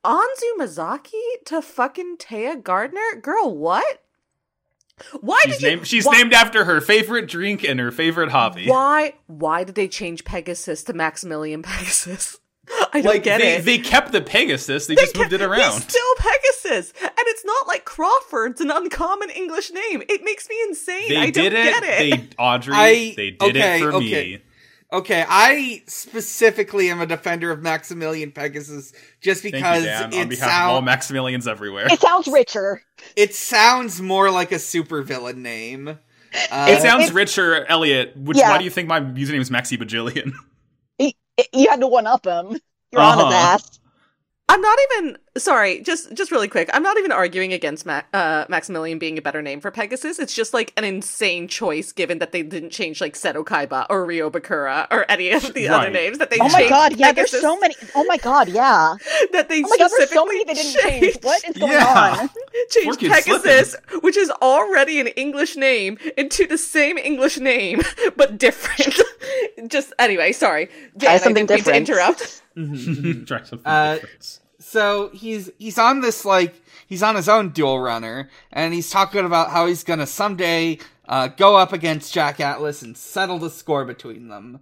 [SPEAKER 2] anzu mizaki to fucking taya gardner girl what why
[SPEAKER 4] She's,
[SPEAKER 2] did you
[SPEAKER 4] named, she's
[SPEAKER 2] why,
[SPEAKER 4] named after her favorite drink and her favorite hobby.
[SPEAKER 2] why why did they change pegasus to maximilian pegasus i don't
[SPEAKER 4] Like
[SPEAKER 2] get
[SPEAKER 4] they,
[SPEAKER 2] it
[SPEAKER 4] they kept the Pegasus, they, just moved it around.
[SPEAKER 2] He's still Pegasus, and it's not like Crawford's an uncommon English name. It makes me insane.
[SPEAKER 4] they
[SPEAKER 2] I
[SPEAKER 4] did
[SPEAKER 2] don't
[SPEAKER 4] it,
[SPEAKER 2] get it.
[SPEAKER 4] They Audrey,
[SPEAKER 3] I-
[SPEAKER 4] they did
[SPEAKER 3] okay,
[SPEAKER 4] it for
[SPEAKER 3] okay.
[SPEAKER 4] me.
[SPEAKER 3] Okay, I specifically am a defender of Maximilian Pegasus just
[SPEAKER 4] Thank
[SPEAKER 3] because
[SPEAKER 4] you, Dan, on
[SPEAKER 3] it,
[SPEAKER 4] behalf of all
[SPEAKER 3] sound,
[SPEAKER 4] Maximilians everywhere.
[SPEAKER 1] it sounds richer.
[SPEAKER 3] it sounds more like a supervillain name. Uh,
[SPEAKER 4] It sounds
[SPEAKER 1] It's-
[SPEAKER 4] richer, Elliot. Which
[SPEAKER 1] Yeah.
[SPEAKER 4] why do you think my username is Maxi Bajillion?
[SPEAKER 1] He- he- you had to one up him. You're on his
[SPEAKER 4] Uh-huh.
[SPEAKER 1] ass.
[SPEAKER 2] I'm not even sorry. Just just really quick. I'm not even arguing against Ma- uh, Maximilian being a better name for Pegasus. It's just like an insane choice, given that they didn't change like Seto Kaiba or Ryo Bakura or any of the other
[SPEAKER 4] Right.
[SPEAKER 2] names that they.
[SPEAKER 1] Oh my
[SPEAKER 2] changed
[SPEAKER 1] god, yeah, there's
[SPEAKER 2] Pegasus-
[SPEAKER 1] so many. Oh my god, yeah.
[SPEAKER 2] that they
[SPEAKER 1] Oh my god, there's so
[SPEAKER 2] specifically
[SPEAKER 1] many they didn't change.
[SPEAKER 2] changed.
[SPEAKER 1] What is going
[SPEAKER 4] Yeah.
[SPEAKER 1] on?
[SPEAKER 2] change
[SPEAKER 4] Orchid
[SPEAKER 2] Pegasus, which is already an English name, into the same English name but different. Just anyway, sorry, Dan, I
[SPEAKER 1] something
[SPEAKER 2] didn't mean
[SPEAKER 1] different.
[SPEAKER 2] to interrupt.
[SPEAKER 4] Try something
[SPEAKER 3] Uh,
[SPEAKER 4] different.
[SPEAKER 3] so he's he's on this like he's on his own dual runner, and he's talking about how he's gonna someday uh, go up against Jack Atlas and settle the score between them.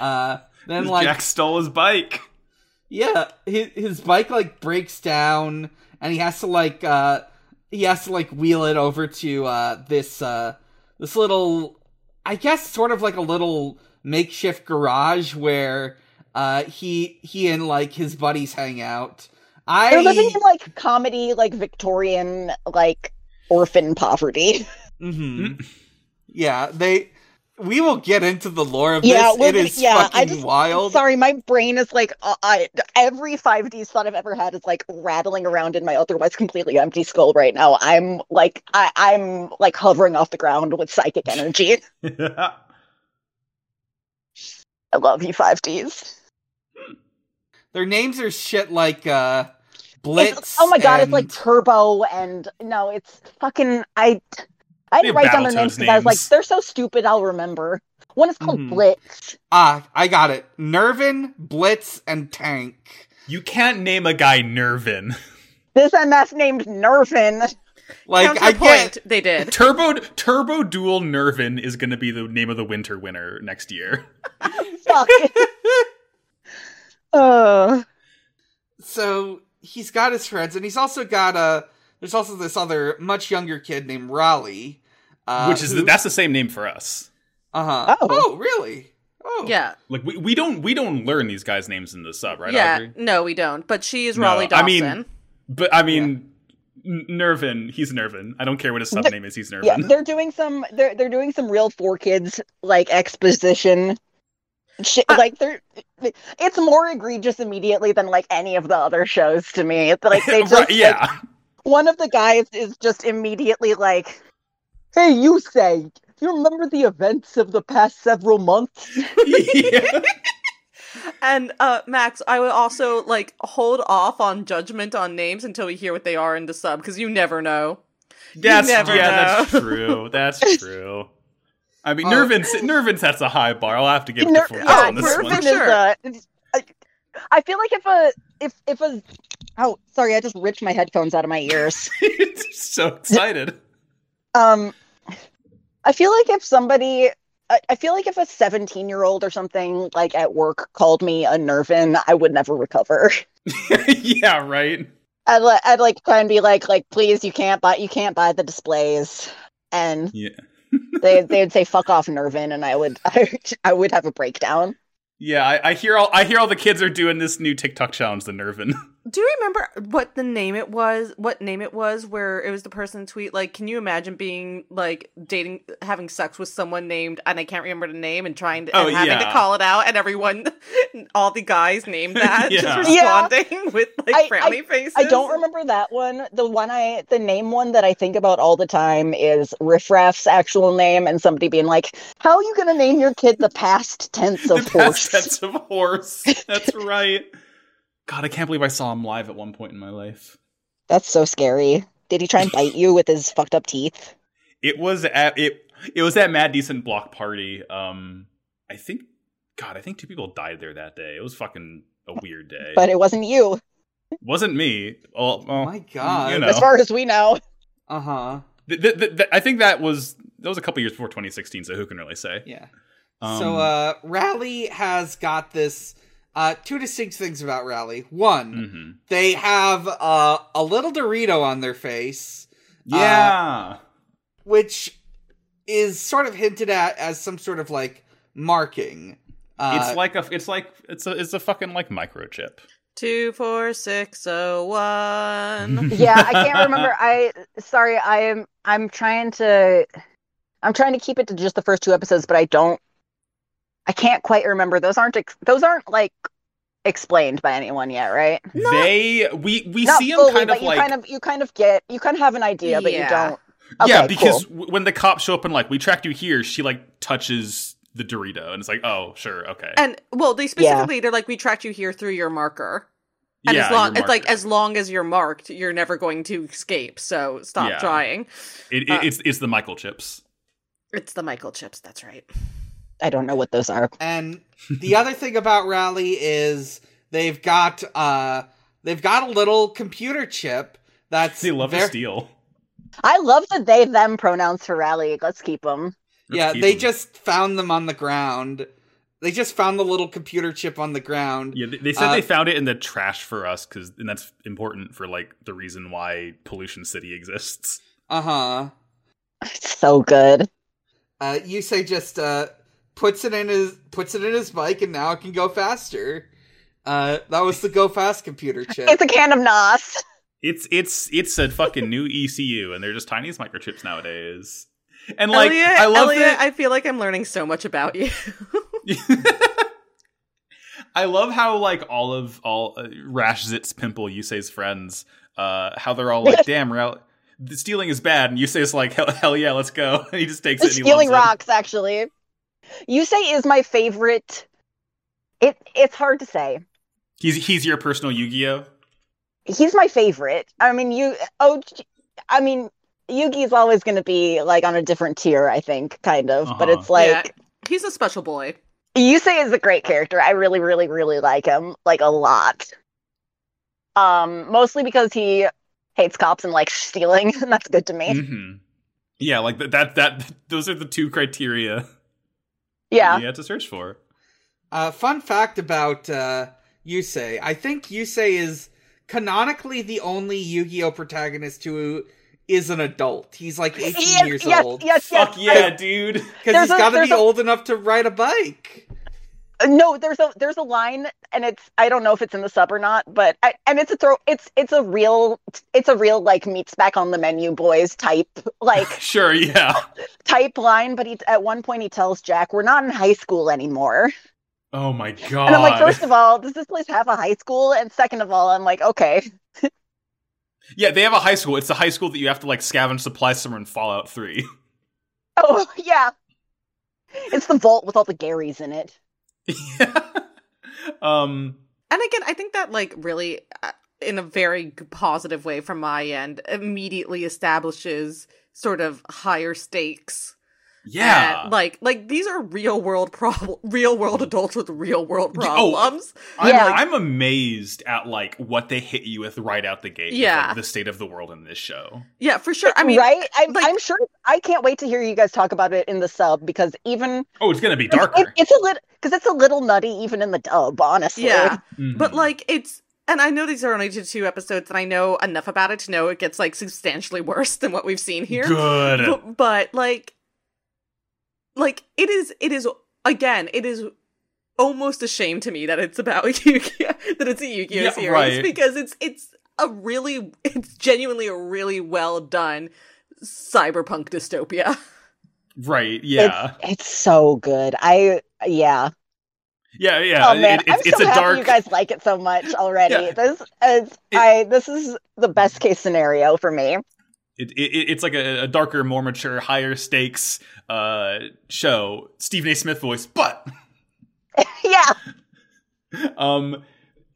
[SPEAKER 3] Uh, then like
[SPEAKER 4] Jack stole his bike.
[SPEAKER 3] Yeah, his, his bike like breaks down and he has to like uh he has to like wheel it over to uh this uh this little I guess sort of like a little makeshift garage where uh he he and like his buddies hang out. I
[SPEAKER 1] They're living in like comedy, like Victorian, like orphan poverty.
[SPEAKER 4] Mm-hmm.
[SPEAKER 3] Mhm. Yeah, they. We will get into the lore of
[SPEAKER 1] Yeah,
[SPEAKER 3] this.
[SPEAKER 1] we'll
[SPEAKER 3] it
[SPEAKER 1] get-
[SPEAKER 3] is
[SPEAKER 1] yeah, I
[SPEAKER 3] fucking
[SPEAKER 1] just-
[SPEAKER 3] wild.
[SPEAKER 1] Sorry, my brain is like uh, I, every five D's thought I've ever had is like rattling around in my otherwise completely empty skull right now. I'm like I, I'm like hovering off the ground with psychic energy. I love you, five D's.
[SPEAKER 3] Their names are shit like uh,
[SPEAKER 1] It's-
[SPEAKER 3] Blitz.
[SPEAKER 1] oh my god, it's like
[SPEAKER 3] and-
[SPEAKER 1] Turbo and no, it's fucking I. I
[SPEAKER 4] They
[SPEAKER 1] didn't
[SPEAKER 4] have
[SPEAKER 1] write down their
[SPEAKER 4] Battletoads
[SPEAKER 1] names because I was like,
[SPEAKER 4] names. Mm-hmm.
[SPEAKER 1] they're so stupid. I'll remember. One is called
[SPEAKER 3] Mhm.
[SPEAKER 1] Blitz.
[SPEAKER 3] ah, I got it. Nervin, Blitz, and Tank.
[SPEAKER 4] you can't name a guy Nervin.
[SPEAKER 1] This MF named Nerfin.
[SPEAKER 3] Like I
[SPEAKER 2] Counterpoint,
[SPEAKER 3] get
[SPEAKER 2] they did.
[SPEAKER 4] Turbo Turbo Duel Nervin is going to be the name of the winter winner next year.
[SPEAKER 1] Fuck. uh,
[SPEAKER 3] so he's got his friends, and he's also got Uh, there's also this other much younger kid named Raleigh, uh,
[SPEAKER 4] which is the, that's the same name for us.
[SPEAKER 3] Uh huh.
[SPEAKER 1] Oh.
[SPEAKER 3] Oh. really? Oh
[SPEAKER 2] Yeah,
[SPEAKER 4] Like we, we don't we don't learn these guys' names in the sub, right?
[SPEAKER 2] yeah.
[SPEAKER 4] Audrey?
[SPEAKER 2] No, we don't. But she is
[SPEAKER 4] No,
[SPEAKER 2] Raleigh
[SPEAKER 4] I
[SPEAKER 2] Dawson.
[SPEAKER 4] mean- But I mean, N- Nervin, he's Nervin. I don't care what his sub name is. He's Nervin.
[SPEAKER 1] yeah, they're doing some. They're they're doing some real four kids like exposition. Shit,
[SPEAKER 4] Ah.
[SPEAKER 2] Uh,
[SPEAKER 1] like they're. It's more egregious immediately than like any of the other shows to me. It's like they
[SPEAKER 4] Right,
[SPEAKER 1] just like,
[SPEAKER 4] yeah.
[SPEAKER 1] one of the guys is just immediately like, "Hey, you say." You remember the events of the past several months?
[SPEAKER 4] Yeah.
[SPEAKER 2] And uh Max, I would also like hold off on judgment on names until we hear what they are in the sub because you never know.
[SPEAKER 4] That's
[SPEAKER 2] never
[SPEAKER 4] yeah, that's
[SPEAKER 2] know.
[SPEAKER 4] true. That's true. I mean,
[SPEAKER 3] Oh.
[SPEAKER 4] Nervin Nervin sets a high bar. I'll have to give it to
[SPEAKER 1] Ner-
[SPEAKER 4] Fortune
[SPEAKER 2] yeah,
[SPEAKER 4] on oh, this
[SPEAKER 2] Nervin
[SPEAKER 4] one.
[SPEAKER 1] Nerfin is uh, it's- I I feel like if a if if a oh sorry, I just ripped my headphones out of my ears.
[SPEAKER 4] so excited.
[SPEAKER 1] Um, I feel like if somebody, I, I feel like if a 17 year old or something like at work called me a nervin, I would never recover.
[SPEAKER 4] yeah, right.
[SPEAKER 1] I'd, li- I'd like try and be like, like, please, you can't buy, you can't buy the displays. And
[SPEAKER 4] Yeah.
[SPEAKER 1] they, they'd say, fuck off, nervin. And I would, I, would- I would have a breakdown.
[SPEAKER 4] Yeah, I, I hear all I hear all the kids are doing this new TikTok challenge, the Nervin.
[SPEAKER 2] Do you remember what the name it was? What name it was? Where it was the person tweet like, "Can you imagine being like dating, having sex with someone named and I can't remember the name and trying to and
[SPEAKER 4] Oh,
[SPEAKER 2] having to
[SPEAKER 4] yeah.
[SPEAKER 2] call it out and everyone, all the guys named that
[SPEAKER 4] Yeah.
[SPEAKER 2] just
[SPEAKER 1] Yeah.
[SPEAKER 2] responding with like
[SPEAKER 1] I-
[SPEAKER 2] frowny faces."
[SPEAKER 1] I don't remember that one. The one I, the name one that I think about all the time is Riff Raff's actual name and somebody being like, how are you going to name your kid the past tense of
[SPEAKER 4] the
[SPEAKER 1] horse?
[SPEAKER 4] past tense of horse. That's right. God, I can't believe I saw him live at one point in my life.
[SPEAKER 1] That's so scary. Did he try and bite you with his fucked up teeth?
[SPEAKER 4] It was at it it was that Mad Decent block party. Um I think God, I think two people died there that day. It was fucking a weird day.
[SPEAKER 1] But it wasn't you,
[SPEAKER 4] Wasn't me. Oh,
[SPEAKER 3] Oh
[SPEAKER 4] well,
[SPEAKER 3] my god.
[SPEAKER 4] You know.
[SPEAKER 1] as far as we know.
[SPEAKER 3] Uh huh.
[SPEAKER 4] th- th- th- th- I think that was that was a couple years before 2016, so who can really say?
[SPEAKER 3] Yeah.
[SPEAKER 4] Um,
[SPEAKER 3] so uh Rally has got this uh two distinct things about Rally. One,
[SPEAKER 4] mhm.
[SPEAKER 3] they have uh a little Dorito on their face,
[SPEAKER 4] yeah,
[SPEAKER 3] which is sort of hinted at as some sort of like marking. Uh,
[SPEAKER 4] it's like a it's like it's a it's a fucking like microchip.
[SPEAKER 2] Two, four, six, oh,
[SPEAKER 4] Mm-hmm.
[SPEAKER 2] one.
[SPEAKER 1] Yeah, I can't remember. I sorry, I am I'm trying to I'm trying to keep it to just the first two episodes, but I don't I can't quite remember. Those aren't ex- those aren't like explained by anyone yet, right?
[SPEAKER 4] they we we
[SPEAKER 1] Not
[SPEAKER 4] see them
[SPEAKER 1] fully,
[SPEAKER 4] kind
[SPEAKER 1] but
[SPEAKER 4] of
[SPEAKER 1] you
[SPEAKER 4] like
[SPEAKER 1] kind of you kind of get you kind of have an idea, but you
[SPEAKER 2] Yeah.
[SPEAKER 1] don't.
[SPEAKER 4] yeah
[SPEAKER 1] Okay,
[SPEAKER 4] because w- when the cops show up and like we tracked you here, she like touches the Dorito and it's like oh sure okay
[SPEAKER 2] And well, they specifically they're like, "We tracked you here through your marker." And
[SPEAKER 4] yeah
[SPEAKER 2] as long
[SPEAKER 4] your
[SPEAKER 2] it's like
[SPEAKER 4] marker.
[SPEAKER 2] as long as you're marked, you're never going to escape. So stop
[SPEAKER 4] Yeah.
[SPEAKER 2] trying.
[SPEAKER 4] It- it-
[SPEAKER 2] uh,
[SPEAKER 4] it's it's the Michael chips.
[SPEAKER 2] It's the Michael chips, that's right.
[SPEAKER 1] I don't know what those are.
[SPEAKER 3] and the other thing about Rally is they've got uh they've got a little computer chip that's
[SPEAKER 4] They love
[SPEAKER 3] ver-
[SPEAKER 4] to steal.
[SPEAKER 1] I love the they them pronouns for rally. Let's keep them.
[SPEAKER 4] Let's
[SPEAKER 3] yeah,
[SPEAKER 4] keep
[SPEAKER 3] they
[SPEAKER 4] them.
[SPEAKER 3] just found them on the ground. They just found the little computer chip on the ground.
[SPEAKER 4] Yeah, they, they said
[SPEAKER 3] Uh,
[SPEAKER 4] they found it in the trash for us because, and that's important for like the reason why Pollution City exists.
[SPEAKER 3] Uh huh.
[SPEAKER 1] So good.
[SPEAKER 3] Uh, Yusei just uh puts it in his puts it in his bike, and now it can go faster. Uh, that was the go fast computer chip.
[SPEAKER 1] It's a can of Nos.
[SPEAKER 4] It's it's it's a fucking new ECU, and they're just tiny as microchips nowadays. And like,
[SPEAKER 2] Elliot,
[SPEAKER 4] I love
[SPEAKER 2] Elliot,
[SPEAKER 4] that.
[SPEAKER 2] I feel like I'm learning so much about you.
[SPEAKER 4] I love how like all of all uh, Rash Zit's pimple Yusei's friends, uh, how they're all like, "Damn, Rel- the stealing is bad," and Yusei's like, "Hell, hell yeah, let's go!" And he just takes it. And he
[SPEAKER 1] Stealing
[SPEAKER 4] loves it.
[SPEAKER 1] rocks, actually. You say is my favorite. It it's hard to say.
[SPEAKER 4] He's he's your personal Yu-Gi-Oh.
[SPEAKER 1] He's my favorite. I mean, you. Oh, I mean, Yugi's always going to be like on a different tier. I think, kind of. But
[SPEAKER 4] Uh-huh.
[SPEAKER 1] it's like.
[SPEAKER 2] Yeah. He's a special boy.
[SPEAKER 1] Yusei is a great character. I really, really, really like him, like a lot. Um, mostly because he hates cops and likes stealing, and that's good to me.
[SPEAKER 4] hmm Yeah, like th- that that those are the two criteria.
[SPEAKER 1] Yeah.
[SPEAKER 4] you had to search for.
[SPEAKER 3] Uh, fun fact about uh, Yusei. I think Yusei is canonically the only Yu-Gi-Oh protagonist who is an adult. He's like 18
[SPEAKER 1] Yes,
[SPEAKER 3] years
[SPEAKER 1] yes,
[SPEAKER 3] old.
[SPEAKER 1] yes, yes.
[SPEAKER 4] Fuck yeah, dude.
[SPEAKER 3] Because
[SPEAKER 1] There's
[SPEAKER 3] he's
[SPEAKER 1] a-
[SPEAKER 3] got to
[SPEAKER 1] there's
[SPEAKER 3] be
[SPEAKER 1] a-
[SPEAKER 3] old enough to ride a bike.
[SPEAKER 1] I- Uh, no, there's a there's a line, and it's I don't know if it's in the sub or not, but I, and it's a throw. It's it's a real it's a real like meats back on the menu boys type like
[SPEAKER 4] Sure, yeah.
[SPEAKER 1] type line. But he at one point he tells Jack, "We're not in high school anymore."
[SPEAKER 4] Oh my god.
[SPEAKER 1] And I'm like, first of all, does this place have a high school? And second of all, I'm like, okay,
[SPEAKER 4] yeah, they have a high school. It's the high school that you have to like scavenge supplies somewhere in Fallout 3.
[SPEAKER 1] Oh, yeah. It's the vault with all the Garys in it.
[SPEAKER 4] yeah. Um
[SPEAKER 2] And again, I think that like really, uh, in a very g- positive way from my end, immediately establishes sort of higher stakes.
[SPEAKER 4] yeah.
[SPEAKER 1] Uh,
[SPEAKER 2] And, like like these are real world problem, real world adults with real world
[SPEAKER 4] Y- oh.
[SPEAKER 2] problems.
[SPEAKER 4] I'm,
[SPEAKER 1] Yeah.
[SPEAKER 4] I'm amazed at like what they hit you with right out the gate. with,
[SPEAKER 2] Yeah.
[SPEAKER 4] like, the state of the world in this show.
[SPEAKER 2] Yeah, for sure. I mean,
[SPEAKER 1] right? I'm,
[SPEAKER 2] like-
[SPEAKER 1] I'm sure. I can't wait to hear you guys talk about it in the sub because even
[SPEAKER 4] Oh, it's gonna be
[SPEAKER 1] it,
[SPEAKER 4] darker.
[SPEAKER 1] it's a little because it's a little nutty even in the dub, honestly.
[SPEAKER 2] yeah. But
[SPEAKER 4] Mhm.
[SPEAKER 2] like it's and I know these are only two episodes and I know enough about it to know it gets like substantially worse than what we've seen here.
[SPEAKER 4] good.
[SPEAKER 2] But, but like like it is it is again, it is almost a shame to me that it's about Yu-Gi-Oh! that it's a Yu-Gi-Oh!
[SPEAKER 4] Yeah,
[SPEAKER 2] series
[SPEAKER 4] right.
[SPEAKER 2] because it's it's a really it's genuinely a really well done cyberpunk dystopia.
[SPEAKER 4] right, yeah.
[SPEAKER 1] It's so good. I, yeah.
[SPEAKER 4] yeah, yeah.
[SPEAKER 1] oh, man.
[SPEAKER 4] It- it's
[SPEAKER 1] I'm
[SPEAKER 4] it's
[SPEAKER 1] so
[SPEAKER 4] a
[SPEAKER 1] happy
[SPEAKER 4] dark
[SPEAKER 1] you guys like it so much already.
[SPEAKER 4] Yeah.
[SPEAKER 1] This, is, I, this is the best case scenario for me.
[SPEAKER 4] it, it, it's like a, a darker, more mature, higher stakes uh, show. Stephen A. Smith voice, but
[SPEAKER 1] yeah.
[SPEAKER 4] um,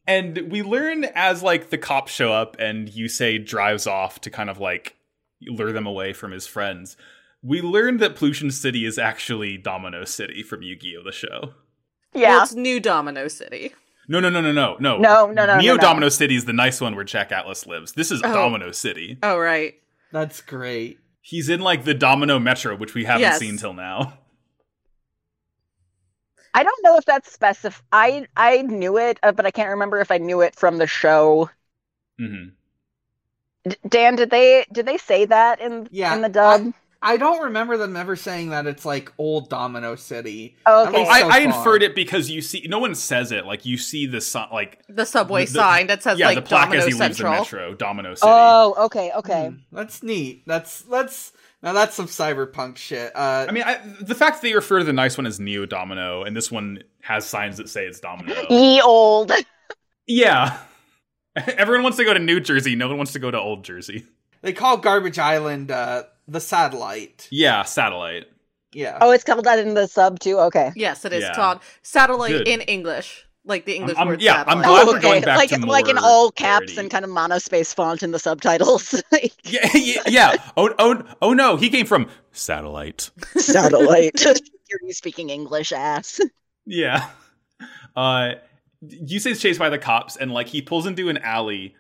[SPEAKER 4] and we learn as like the cops show up and Yusei drives off to kind of like lure them away from his friends. We learn that Pollution City is actually Domino City from Yu-Gi-Oh the show.
[SPEAKER 1] Yeah.
[SPEAKER 2] Well, it's new Domino City.
[SPEAKER 4] No, no, no, no, no, no,
[SPEAKER 1] No, no, no, no,
[SPEAKER 4] Neo
[SPEAKER 1] no.
[SPEAKER 4] Domino City is the nice one where Jack Atlas lives. This is
[SPEAKER 2] Oh.
[SPEAKER 4] Domino City.
[SPEAKER 2] Oh right.
[SPEAKER 3] That's great.
[SPEAKER 4] He's in like the Domino Metro, which we haven't
[SPEAKER 2] Yes.
[SPEAKER 4] seen till now.
[SPEAKER 1] I don't know if that's specific. I I knew it, uh, but I can't remember if I knew it from the show.
[SPEAKER 4] hmm
[SPEAKER 1] D- Dan, did they did they say that in
[SPEAKER 3] Yeah,
[SPEAKER 1] in the dub?
[SPEAKER 3] I don't remember them ever saying that it's like old Domino City.
[SPEAKER 1] Oh,
[SPEAKER 3] mean,
[SPEAKER 1] okay.
[SPEAKER 4] Oh, I,
[SPEAKER 3] so
[SPEAKER 4] I
[SPEAKER 3] far.
[SPEAKER 4] inferred it because you see, no one says it. Like you see the sign, like
[SPEAKER 2] The subway
[SPEAKER 4] The- the-
[SPEAKER 2] sign that says
[SPEAKER 4] yeah,
[SPEAKER 2] like
[SPEAKER 4] the plaque
[SPEAKER 2] Domino
[SPEAKER 4] as he leaves the
[SPEAKER 2] Central.
[SPEAKER 4] metro, Domino City.
[SPEAKER 1] oh, okay, okay.
[SPEAKER 3] Hmm, that's neat. That's that's now that's some cyberpunk shit. Uh,
[SPEAKER 4] I mean, I, the fact that they refer to the nice one as Neo Domino, and this one has signs that say it's Domino.
[SPEAKER 1] Ye old.
[SPEAKER 4] yeah, everyone wants to go to New Jersey. No one wants to go to Old Jersey.
[SPEAKER 3] they call Garbage Island uh, the satellite.
[SPEAKER 4] Yeah, satellite.
[SPEAKER 3] Yeah.
[SPEAKER 1] Oh, it's called that in the sub too. Okay.
[SPEAKER 2] Yes, it is
[SPEAKER 4] Yeah.
[SPEAKER 2] called satellite
[SPEAKER 4] Good.
[SPEAKER 2] in English, like the English
[SPEAKER 4] I'm-
[SPEAKER 2] word.
[SPEAKER 4] yeah, I'm
[SPEAKER 2] satellite.
[SPEAKER 4] glad
[SPEAKER 1] oh,
[SPEAKER 4] we're going back
[SPEAKER 1] like
[SPEAKER 4] to
[SPEAKER 1] like in
[SPEAKER 4] more
[SPEAKER 1] all caps
[SPEAKER 4] parody.
[SPEAKER 1] and kind of monospace font in the subtitles. Like,
[SPEAKER 4] Yeah, yeah. yeah. Oh, oh, oh no, he came from satellite.
[SPEAKER 1] Satellite. Hear you speaking English, ass.
[SPEAKER 4] Yeah. Uh Yusei's chased by the cops and like he pulls into an alley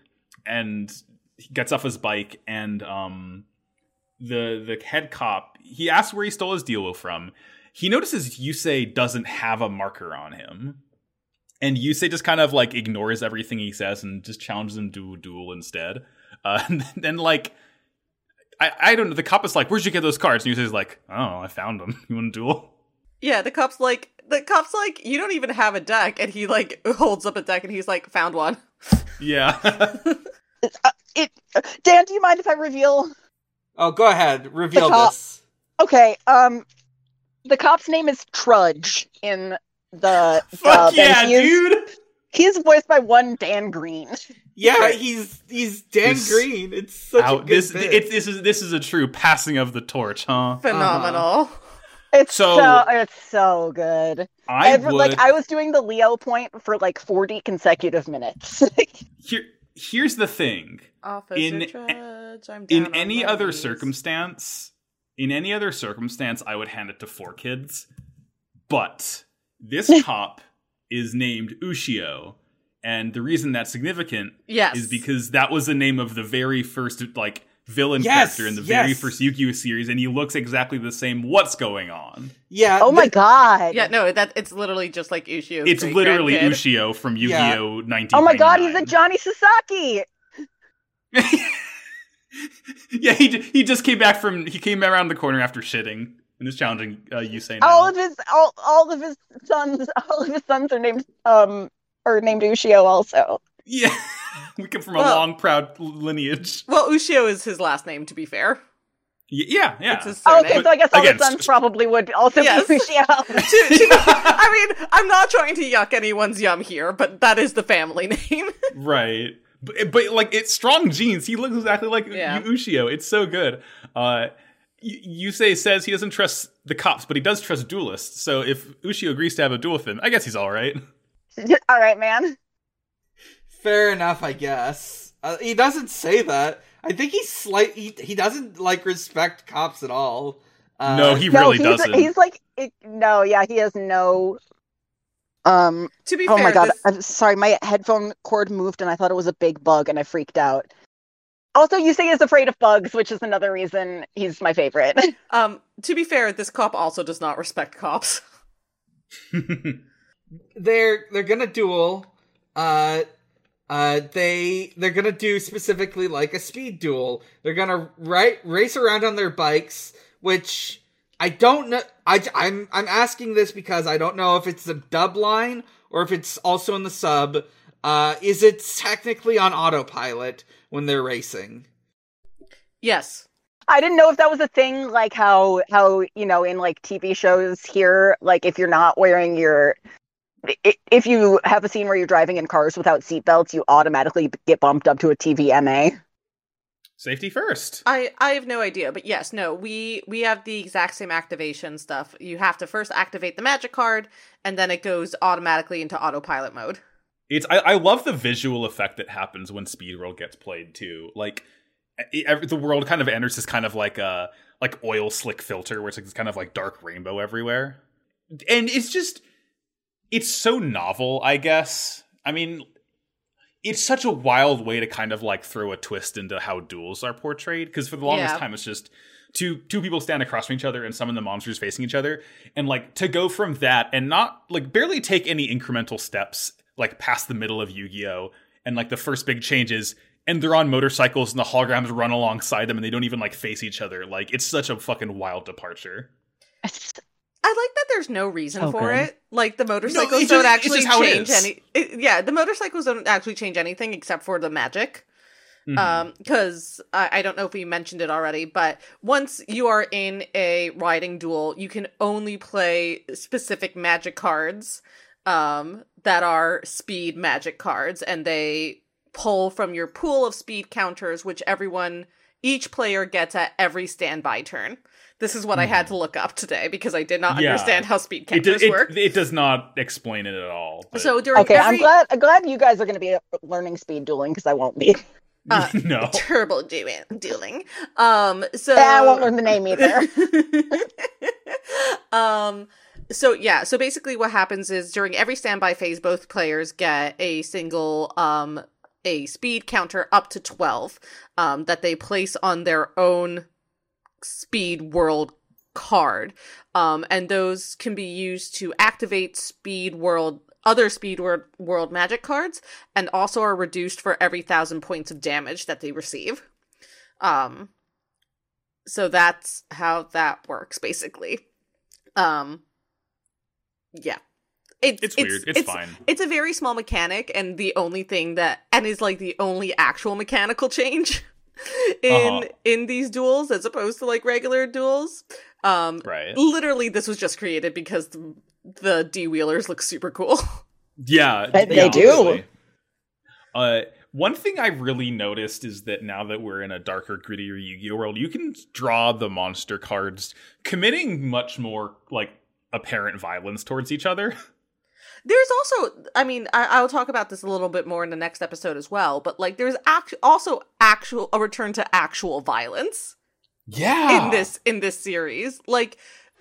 [SPEAKER 4] and he gets off his bike and um the the head cop he asks where he stole his dealer from. He notices Yusei doesn't have a marker on him. And Yusei just kind of like ignores everything he says and just challenges him to a duel instead. Uh, and then like I, I don't know. The cop is like, "Where'd you get those cards?" And Yusei's like, "Oh, I found them. You want to duel?"
[SPEAKER 2] Yeah, the cop's like, the cop's like, you don't even have a deck, and he like holds up a deck, and he's like, found one.
[SPEAKER 4] Yeah.
[SPEAKER 1] It's, uh, it, Dan, do you mind if I reveal?
[SPEAKER 3] Oh, go ahead. Reveal
[SPEAKER 1] The cop-
[SPEAKER 3] this.
[SPEAKER 1] Okay. Um, the cop's name is Trudge in the. dub,
[SPEAKER 4] Fuck
[SPEAKER 1] and
[SPEAKER 4] yeah,
[SPEAKER 1] he is-
[SPEAKER 4] dude.
[SPEAKER 1] He is voiced by one Dan Green.
[SPEAKER 3] Yeah,
[SPEAKER 4] Right.
[SPEAKER 3] he's he's Dan
[SPEAKER 4] He's
[SPEAKER 3] Green. It's such a
[SPEAKER 4] Out.
[SPEAKER 3] good
[SPEAKER 4] This
[SPEAKER 3] bit.
[SPEAKER 4] it, this is this is a true passing of the torch, huh?
[SPEAKER 2] Phenomenal.
[SPEAKER 1] It's
[SPEAKER 4] So-
[SPEAKER 1] so, it's so good.
[SPEAKER 4] I
[SPEAKER 1] Every-
[SPEAKER 4] would
[SPEAKER 1] like I was doing the Leo point for like 40 consecutive minutes.
[SPEAKER 4] here. Here's the thing.
[SPEAKER 2] Officer
[SPEAKER 4] In-
[SPEAKER 2] Trudge, I'm down
[SPEAKER 4] In
[SPEAKER 2] on
[SPEAKER 4] any
[SPEAKER 2] my
[SPEAKER 4] other
[SPEAKER 2] knees.
[SPEAKER 4] circumstance, in any other circumstance, I would hand it to four kids. But this cop is named Ushio, and the reason that's significant
[SPEAKER 2] yes,
[SPEAKER 4] is because that was the name of the very first like villain
[SPEAKER 3] Yes,
[SPEAKER 4] character in the very
[SPEAKER 3] yes.
[SPEAKER 4] first Yu-Gi-Oh series, and he looks exactly the same. What's going on?
[SPEAKER 3] yeah.
[SPEAKER 1] oh my
[SPEAKER 3] th-
[SPEAKER 1] god.
[SPEAKER 2] yeah, no, that it's literally just like Ushio's.
[SPEAKER 4] it's literally
[SPEAKER 2] great-grandkid.
[SPEAKER 4] Ushio from
[SPEAKER 3] Yeah.
[SPEAKER 4] Yu-Gi-Oh! 1999.
[SPEAKER 1] Oh my god, he's a Johnny Sasaki.
[SPEAKER 4] yeah, he ju- he just came back from he came around the corner after shitting and is challenging uh, Usain.
[SPEAKER 1] All
[SPEAKER 4] now.
[SPEAKER 1] of his all all of his sons all of his sons are named um are named Ushio also.
[SPEAKER 4] yeah, we come from a
[SPEAKER 2] Well-
[SPEAKER 4] long proud lineage.
[SPEAKER 2] Well, Ushio is his last name, to be fair.
[SPEAKER 4] Y- yeah, yeah.
[SPEAKER 2] It's his
[SPEAKER 1] Oh,
[SPEAKER 2] surname.
[SPEAKER 1] okay, so I guess all
[SPEAKER 4] Again,
[SPEAKER 1] the sons
[SPEAKER 4] s-
[SPEAKER 1] probably would also
[SPEAKER 2] Yes.
[SPEAKER 1] be Ushio.
[SPEAKER 2] I mean, I'm not trying to yuck anyone's yum here, but that is the family name.
[SPEAKER 4] right but, but like it's strong genes he looks exactly like U-
[SPEAKER 2] Yeah.
[SPEAKER 4] ushio it's so good uh Y- Yusei says he doesn't trust the cops, but he does trust duelists. So if Ushio agrees to have a duel with him, I guess he's all right.
[SPEAKER 1] all right, man.
[SPEAKER 3] Fair enough, I guess. Uh, he doesn't say that. I think he's slight. He, he doesn't like respect cops at all. Uh,
[SPEAKER 4] no, he
[SPEAKER 1] no,
[SPEAKER 4] really
[SPEAKER 1] he's,
[SPEAKER 4] doesn't.
[SPEAKER 1] He's like it, no, yeah, he has no um
[SPEAKER 2] to be
[SPEAKER 1] Oh
[SPEAKER 2] fair,
[SPEAKER 1] my god,
[SPEAKER 2] this-
[SPEAKER 1] I'm sorry, my headphone cord moved and I thought it was a big bug and I freaked out. Also, you say he's afraid of bugs, which is another reason he's my favorite.
[SPEAKER 2] um, to be fair, this cop also does not respect cops.
[SPEAKER 3] they're they're gonna duel. Uh, uh, they they're gonna do specifically like a speed duel. They're gonna right race around on their bikes, which I don't know. I j- I'm I'm asking this because I don't know if it's the dub line or if it's also in the sub. Uh, is it technically on autopilot when they're racing?
[SPEAKER 2] Yes.
[SPEAKER 1] I didn't know if that was a thing, like how how you know in like TV shows here, like if you're not wearing your i- if you have a scene where you're driving in cars without seatbelts, you automatically get bumped up to a TVMA.
[SPEAKER 4] Safety first.
[SPEAKER 2] I I have no idea, but yes, no, we we have the exact same activation stuff. You have to first activate the magic card, and then it goes automatically into autopilot mode.
[SPEAKER 4] It's I, I love the visual effect that happens when Speed World gets played too. Like e- every, the world kind of enters this kind of like a like oil slick filter where it's like this kind of like dark rainbow everywhere, and it's just it's so novel. I guess I mean it's such a wild way to kind of like throw a twist into how duels are portrayed because for the longest
[SPEAKER 2] Yeah.
[SPEAKER 4] time it's just two two people stand across from each other and summon the monsters facing each other and like to go from that and not like barely take any incremental steps like past the middle of Yu-Gi-Oh and like the first big changes and they're on motorcycles and the holograms run alongside them and they don't even like face each other like it's such a fucking wild departure
[SPEAKER 2] I like that there's no reason
[SPEAKER 1] So
[SPEAKER 2] for
[SPEAKER 1] good.
[SPEAKER 2] it. Like the motorcycles
[SPEAKER 4] it's
[SPEAKER 2] don't
[SPEAKER 4] just- it's
[SPEAKER 2] actually
[SPEAKER 4] just how it
[SPEAKER 2] change
[SPEAKER 4] is.
[SPEAKER 2] any. it- yeah, the motorcycles don't actually change anything except for the magic.
[SPEAKER 4] Mhm.
[SPEAKER 2] Um, because I, I don't know if we mentioned it already, but once you are in a riding duel, you can only play specific magic cards, um, that are speed magic cards, and they pull from your pool of speed counters, which everyone, each player gets at every standby turn. This is what I had to look up today because I did not
[SPEAKER 4] Mm-hmm. Yeah.
[SPEAKER 2] understand how speed
[SPEAKER 4] it,
[SPEAKER 2] counters
[SPEAKER 4] do-
[SPEAKER 2] work.
[SPEAKER 4] it, it does not explain it at all but-
[SPEAKER 2] so during
[SPEAKER 1] Okay, I'm
[SPEAKER 2] every
[SPEAKER 1] glad I'm glad you guys are going to be uh, learning speed dueling because I won't be.
[SPEAKER 2] uh,
[SPEAKER 4] no
[SPEAKER 2] turbo dueling, dueling, um, so
[SPEAKER 1] Yeah, I won't learn the name either.
[SPEAKER 2] um so yeah, so basically what happens is during every standby phase both players get a single um a speed counter up to 12 um that they place on their own speed world card. Um and those can be used to activate speed world other speed world, world magic cards and also are reduced for every 1000 points of damage that they receive. Um so that's how that works basically um yeah. It,
[SPEAKER 4] It's weird. It's fine.
[SPEAKER 2] It's a very small mechanic, and the only thing that and is like the only actual mechanical change in
[SPEAKER 4] Uh-huh.
[SPEAKER 2] in these duels as opposed to like regular duels. Um,
[SPEAKER 4] Right.
[SPEAKER 2] literally, this was just created because the, the D wheelers look super cool.
[SPEAKER 4] Yeah,
[SPEAKER 1] But
[SPEAKER 4] yeah,
[SPEAKER 1] they do.
[SPEAKER 4] obviously. Uh, one thing I really noticed is that now that we're in a darker, grittier Yu-Gi-Oh world, you can draw the monster cards, committing much more like apparent violence towards each other.
[SPEAKER 2] There's also, I mean, I, I'll talk about this a little bit more in the next episode as well, but like there's act- also actual a return to actual violence
[SPEAKER 4] Yeah,
[SPEAKER 1] Ah.
[SPEAKER 2] in this in this series. Like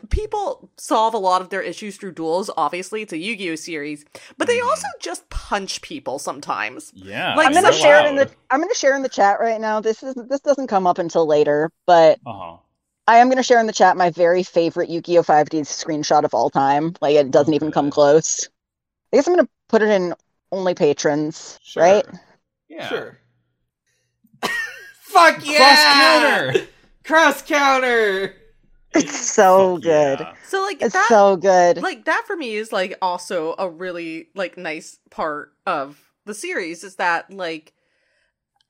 [SPEAKER 2] people solve a lot of their issues through duels. Obviously, it's a Yu-Gi-Oh series, but they
[SPEAKER 1] Mm-hmm.
[SPEAKER 4] Mhm.
[SPEAKER 2] also just punch people sometimes.
[SPEAKER 4] Yeah,
[SPEAKER 2] Like,
[SPEAKER 1] I'm
[SPEAKER 2] so
[SPEAKER 1] gonna share it in
[SPEAKER 4] loud.
[SPEAKER 1] the I'm gonna share in the chat right now. This is this doesn't come up until later, but
[SPEAKER 4] Uh-huh.
[SPEAKER 1] I am gonna share in the chat my very favorite Yu-Gi-Oh 5D screenshot of all time. Like it doesn't even come
[SPEAKER 4] Okay.
[SPEAKER 1] close. I guess I'm gonna put it in only patrons,
[SPEAKER 4] Sure.
[SPEAKER 1] right?
[SPEAKER 4] Yeah.
[SPEAKER 3] Sure. Fuck yeah!
[SPEAKER 4] Cross counter.
[SPEAKER 3] Cross counter.
[SPEAKER 1] It's so
[SPEAKER 4] Fuck
[SPEAKER 1] good.
[SPEAKER 4] yeah.
[SPEAKER 2] So like
[SPEAKER 1] It's
[SPEAKER 2] that
[SPEAKER 1] so good.
[SPEAKER 2] like that for me is like also a really like nice part of the series is that like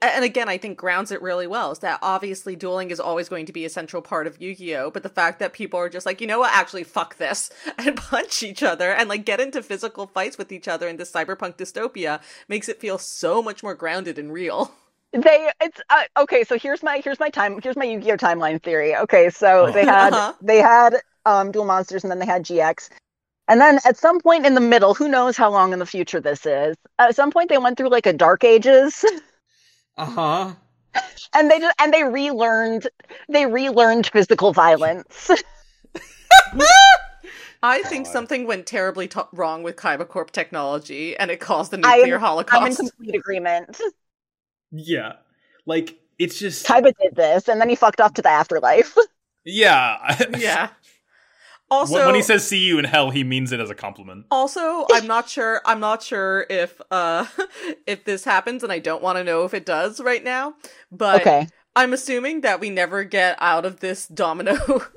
[SPEAKER 2] a- and again i think grounds it really well is that obviously dueling is always going to be a central part of yu-gi-oh but the fact that people are just like you know what actually fuck this and punch each other and like get into physical fights with each other in this cyberpunk dystopia makes it feel so much more grounded and real
[SPEAKER 1] they it's uh, okay so here's my here's my time here's my yu-gi-oh timeline theory okay so
[SPEAKER 4] Oh.
[SPEAKER 1] they had
[SPEAKER 2] Uh-huh.
[SPEAKER 1] they had um dual monsters and then they had gx and then at some point in the middle who knows how long in the future this is at some point they went through like a dark ages
[SPEAKER 3] Uh huh.
[SPEAKER 1] and they just and they relearned they relearned physical violence
[SPEAKER 2] i think
[SPEAKER 4] God.
[SPEAKER 2] something went terribly to wrong with kaibacorp technology and it caused the
[SPEAKER 1] I am-
[SPEAKER 2] nuclear
[SPEAKER 1] i'm in
[SPEAKER 2] holocaust
[SPEAKER 1] complete agreement
[SPEAKER 4] Yeah. Like it's just
[SPEAKER 1] kaiba did this and then he fucked off to the afterlife
[SPEAKER 4] yeah.
[SPEAKER 2] yeah
[SPEAKER 4] When-
[SPEAKER 2] also
[SPEAKER 4] when he says "see you in hell," he means it as a compliment.
[SPEAKER 2] Also, I'm not sure. I'm not sure if uh if this happens, and I don't want to know if it does right now. But
[SPEAKER 1] okay
[SPEAKER 2] I'm assuming that we never get out of this Domino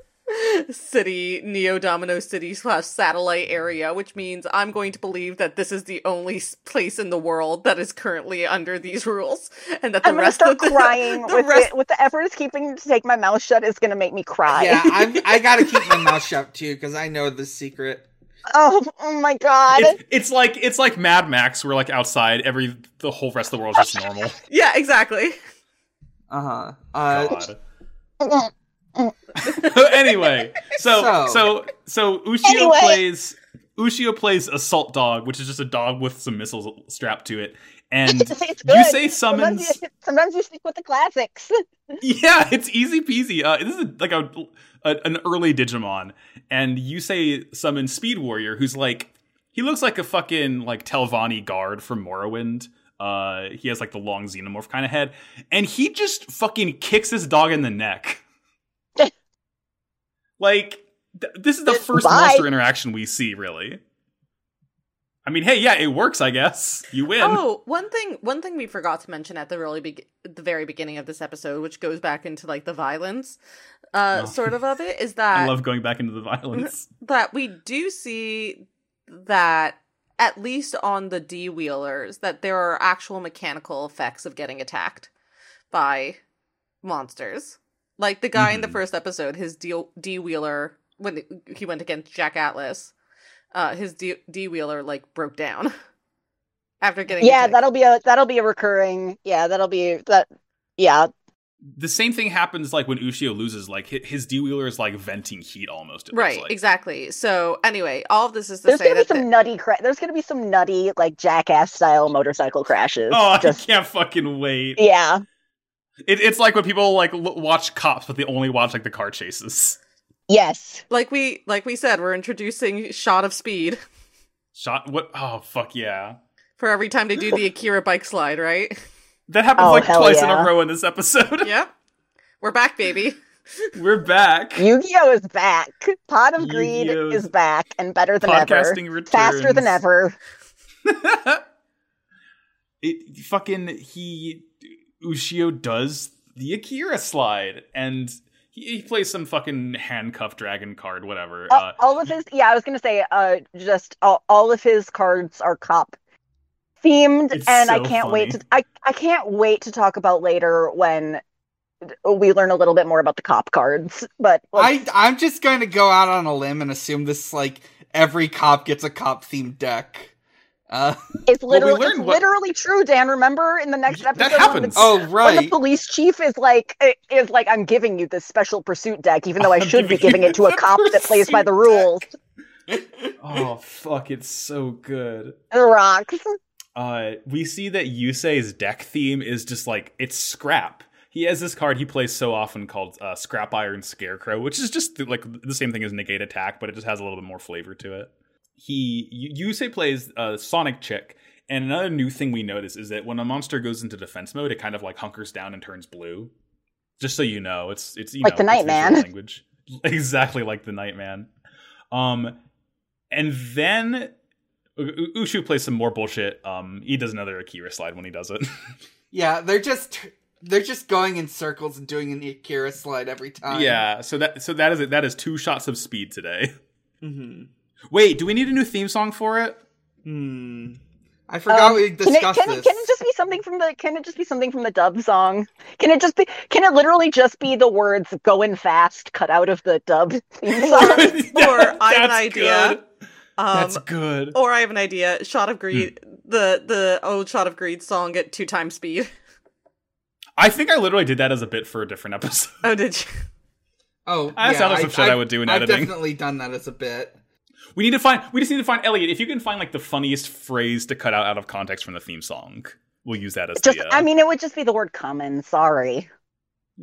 [SPEAKER 2] City, Neo Domino City slash satellite area, which means I'm going to believe that this is the only s- place in the world that is currently under these rules, and that the
[SPEAKER 1] i'm gonna
[SPEAKER 2] rest
[SPEAKER 1] start
[SPEAKER 2] of the,
[SPEAKER 1] crying
[SPEAKER 2] the
[SPEAKER 1] with,
[SPEAKER 2] rest
[SPEAKER 1] the, with the effort it's keeping to take my mouth shut is gonna make me cry
[SPEAKER 3] Yeah, I'm. I gotta keep my mouth shut too because I know the secret.
[SPEAKER 1] Oh, oh my god.
[SPEAKER 4] It's, it's like it's like Mad Max. We're like outside. Every the whole rest of the world is just normal.
[SPEAKER 2] yeah, exactly.
[SPEAKER 3] Uh-huh. Uh
[SPEAKER 4] God.
[SPEAKER 1] Mm.
[SPEAKER 4] anyway,
[SPEAKER 3] So-
[SPEAKER 4] so so so Ushio
[SPEAKER 1] Anyway.
[SPEAKER 4] plays Ushio plays assault dog, which is just a dog with some missiles strapped to it, and
[SPEAKER 1] It's
[SPEAKER 4] you
[SPEAKER 1] good.
[SPEAKER 4] say
[SPEAKER 1] Sometimes
[SPEAKER 4] summons.
[SPEAKER 1] you, sometimes you stick with the classics.
[SPEAKER 4] Yeah, it's easy peasy. Uh, this is like a, a an early Digimon, and you say summon Speed Warrior, who's like he looks like a fucking like Telvanni guard from Morrowind. Uh, he has like the long xenomorph kind of head, and he just fucking kicks his dog in the neck. like th- this is the first
[SPEAKER 1] Bye.
[SPEAKER 4] monster interaction we see, really. I mean, hey, yeah, it works. I guess you win.
[SPEAKER 2] Oh, one thing one thing we forgot to mention at the really be- the very beginning of this episode, which goes back into like the violence uh
[SPEAKER 4] Oh.
[SPEAKER 2] sort of of it is
[SPEAKER 4] I
[SPEAKER 2] that
[SPEAKER 4] love going back into the violence.
[SPEAKER 2] that we do see that at least on the D wheelers that there are actual mechanical effects of getting attacked by monsters. Like the guy in the
[SPEAKER 4] Mhm.
[SPEAKER 2] first episode, his D wheeler when he went against Jack Atlas, uh his D wheeler like broke down after getting
[SPEAKER 1] Yeah,
[SPEAKER 2] attacked.
[SPEAKER 1] that'll be a that'll be a recurring. Yeah, that'll be that. Yeah,
[SPEAKER 4] the same thing happens like when Ushio loses, like hi- his D wheeler is like venting heat almost. it looks
[SPEAKER 2] Right,
[SPEAKER 4] like.
[SPEAKER 2] exactly. So anyway, all of this is to
[SPEAKER 1] there's
[SPEAKER 2] say
[SPEAKER 1] gonna be
[SPEAKER 2] that
[SPEAKER 1] some
[SPEAKER 2] the-
[SPEAKER 1] nutty. Cra- there's gonna be some nutty like jackass style motorcycle crashes.
[SPEAKER 4] Oh, I
[SPEAKER 1] Just
[SPEAKER 4] can't fucking wait.
[SPEAKER 1] yeah,
[SPEAKER 4] It, it's like when people like l- watch cops, but they only watch like the car chases.
[SPEAKER 1] yes.
[SPEAKER 2] like we like we said, we're introducing shot of speed
[SPEAKER 4] Shot. What? Oh, fuck yeah.
[SPEAKER 2] for every time they do the Akira bike slide, right?
[SPEAKER 4] That happens
[SPEAKER 1] Oh,
[SPEAKER 4] like
[SPEAKER 1] hell
[SPEAKER 4] twice in
[SPEAKER 1] yeah.
[SPEAKER 4] a row in this episode.
[SPEAKER 2] yep. We're back, baby.
[SPEAKER 4] We're back.
[SPEAKER 1] Yu-Gi-Oh is back. Pot of Greed
[SPEAKER 4] Yu-Gi-Oh's
[SPEAKER 1] is back and better than ever.
[SPEAKER 4] Podcasting returns
[SPEAKER 1] Faster than ever.
[SPEAKER 4] it fucking he Ushio does the Akira slide and he, he plays some fucking handcuff dragon card, whatever.
[SPEAKER 1] All-
[SPEAKER 4] uh,
[SPEAKER 1] all of his yeah, I was gonna say uh just all, all of his cards are cop themed
[SPEAKER 4] It's
[SPEAKER 1] and I
[SPEAKER 4] so
[SPEAKER 1] can't wait
[SPEAKER 4] funny.
[SPEAKER 1] to I, I can't wait to talk about later when we learn a little bit more about the cop cards. But like,
[SPEAKER 3] I I'm just going to go out on a limb and assume this like every cop gets a cop themed deck. Uh,
[SPEAKER 1] it's
[SPEAKER 4] well, we
[SPEAKER 1] literally it's
[SPEAKER 4] learned what-
[SPEAKER 1] literally true, Dan. Remember in the next
[SPEAKER 4] That
[SPEAKER 1] episode when the
[SPEAKER 4] happens.
[SPEAKER 3] oh
[SPEAKER 1] when the
[SPEAKER 3] right,
[SPEAKER 1] police chief is like eh, is like i'm giving you this special pursuit deck even though i
[SPEAKER 4] I'm
[SPEAKER 1] should be
[SPEAKER 4] giving
[SPEAKER 1] giving
[SPEAKER 4] you
[SPEAKER 1] it to a
[SPEAKER 4] the
[SPEAKER 1] cop that plays by the rules
[SPEAKER 4] oh fuck, it's so good.
[SPEAKER 1] It rocks
[SPEAKER 4] Uh, we see that Yusei's deck theme is just like it's scrap. He has this card he plays so often called uh, Scrap Iron Scarecrow, which is just like the same thing as Negate Attack, but it just has a little bit more flavor to it. He Y- Yusei plays uh, Sonic Chick, and another new thing we notice is that when a monster goes into defense mode, it kind of like hunkers down and turns blue. Just so you know, it's it's you
[SPEAKER 1] Like
[SPEAKER 4] know,
[SPEAKER 1] the
[SPEAKER 4] it's
[SPEAKER 1] Nightman.
[SPEAKER 4] visual language, exactly like the Nightman. Um, and then U- U- Ushu plays some more bullshit. Um, he does another Akira slide when he does it.
[SPEAKER 3] yeah, they're just they're just going in circles and doing an Akira slide every
[SPEAKER 1] Uh,
[SPEAKER 3] time.
[SPEAKER 4] yeah, so that so that is it. That is two shots of speed today.
[SPEAKER 3] hmm
[SPEAKER 4] Wait, do we need a new theme song for it?
[SPEAKER 3] Hmm. I forgot
[SPEAKER 1] Um,
[SPEAKER 3] we
[SPEAKER 1] can it,
[SPEAKER 3] discussed
[SPEAKER 1] can,
[SPEAKER 3] this.
[SPEAKER 1] it, can it just be something from the can it just be something from the dub song can it just be can it literally just be the words going fast cut out of the dub theme song?
[SPEAKER 4] That-
[SPEAKER 2] I have an
[SPEAKER 4] that's
[SPEAKER 2] idea.
[SPEAKER 4] good.
[SPEAKER 2] Um,
[SPEAKER 4] That's Hmm. good.
[SPEAKER 2] or I have an idea. Shot of greed. The the old shot of greed song at two times speed.
[SPEAKER 4] I think I literally did that as a bit for a different episode.
[SPEAKER 2] Oh, did you?
[SPEAKER 3] oh,
[SPEAKER 4] That
[SPEAKER 3] yeah,
[SPEAKER 4] sounds like some shit I would do in
[SPEAKER 3] I've
[SPEAKER 4] editing.
[SPEAKER 3] definitely done that as a bit.
[SPEAKER 4] We need to find. We just need to find Elliot. If you can find like the funniest phrase to cut out out of context from the theme song, we'll use that as
[SPEAKER 1] just
[SPEAKER 4] the. Uh,
[SPEAKER 1] i mean it would just be the word common sorry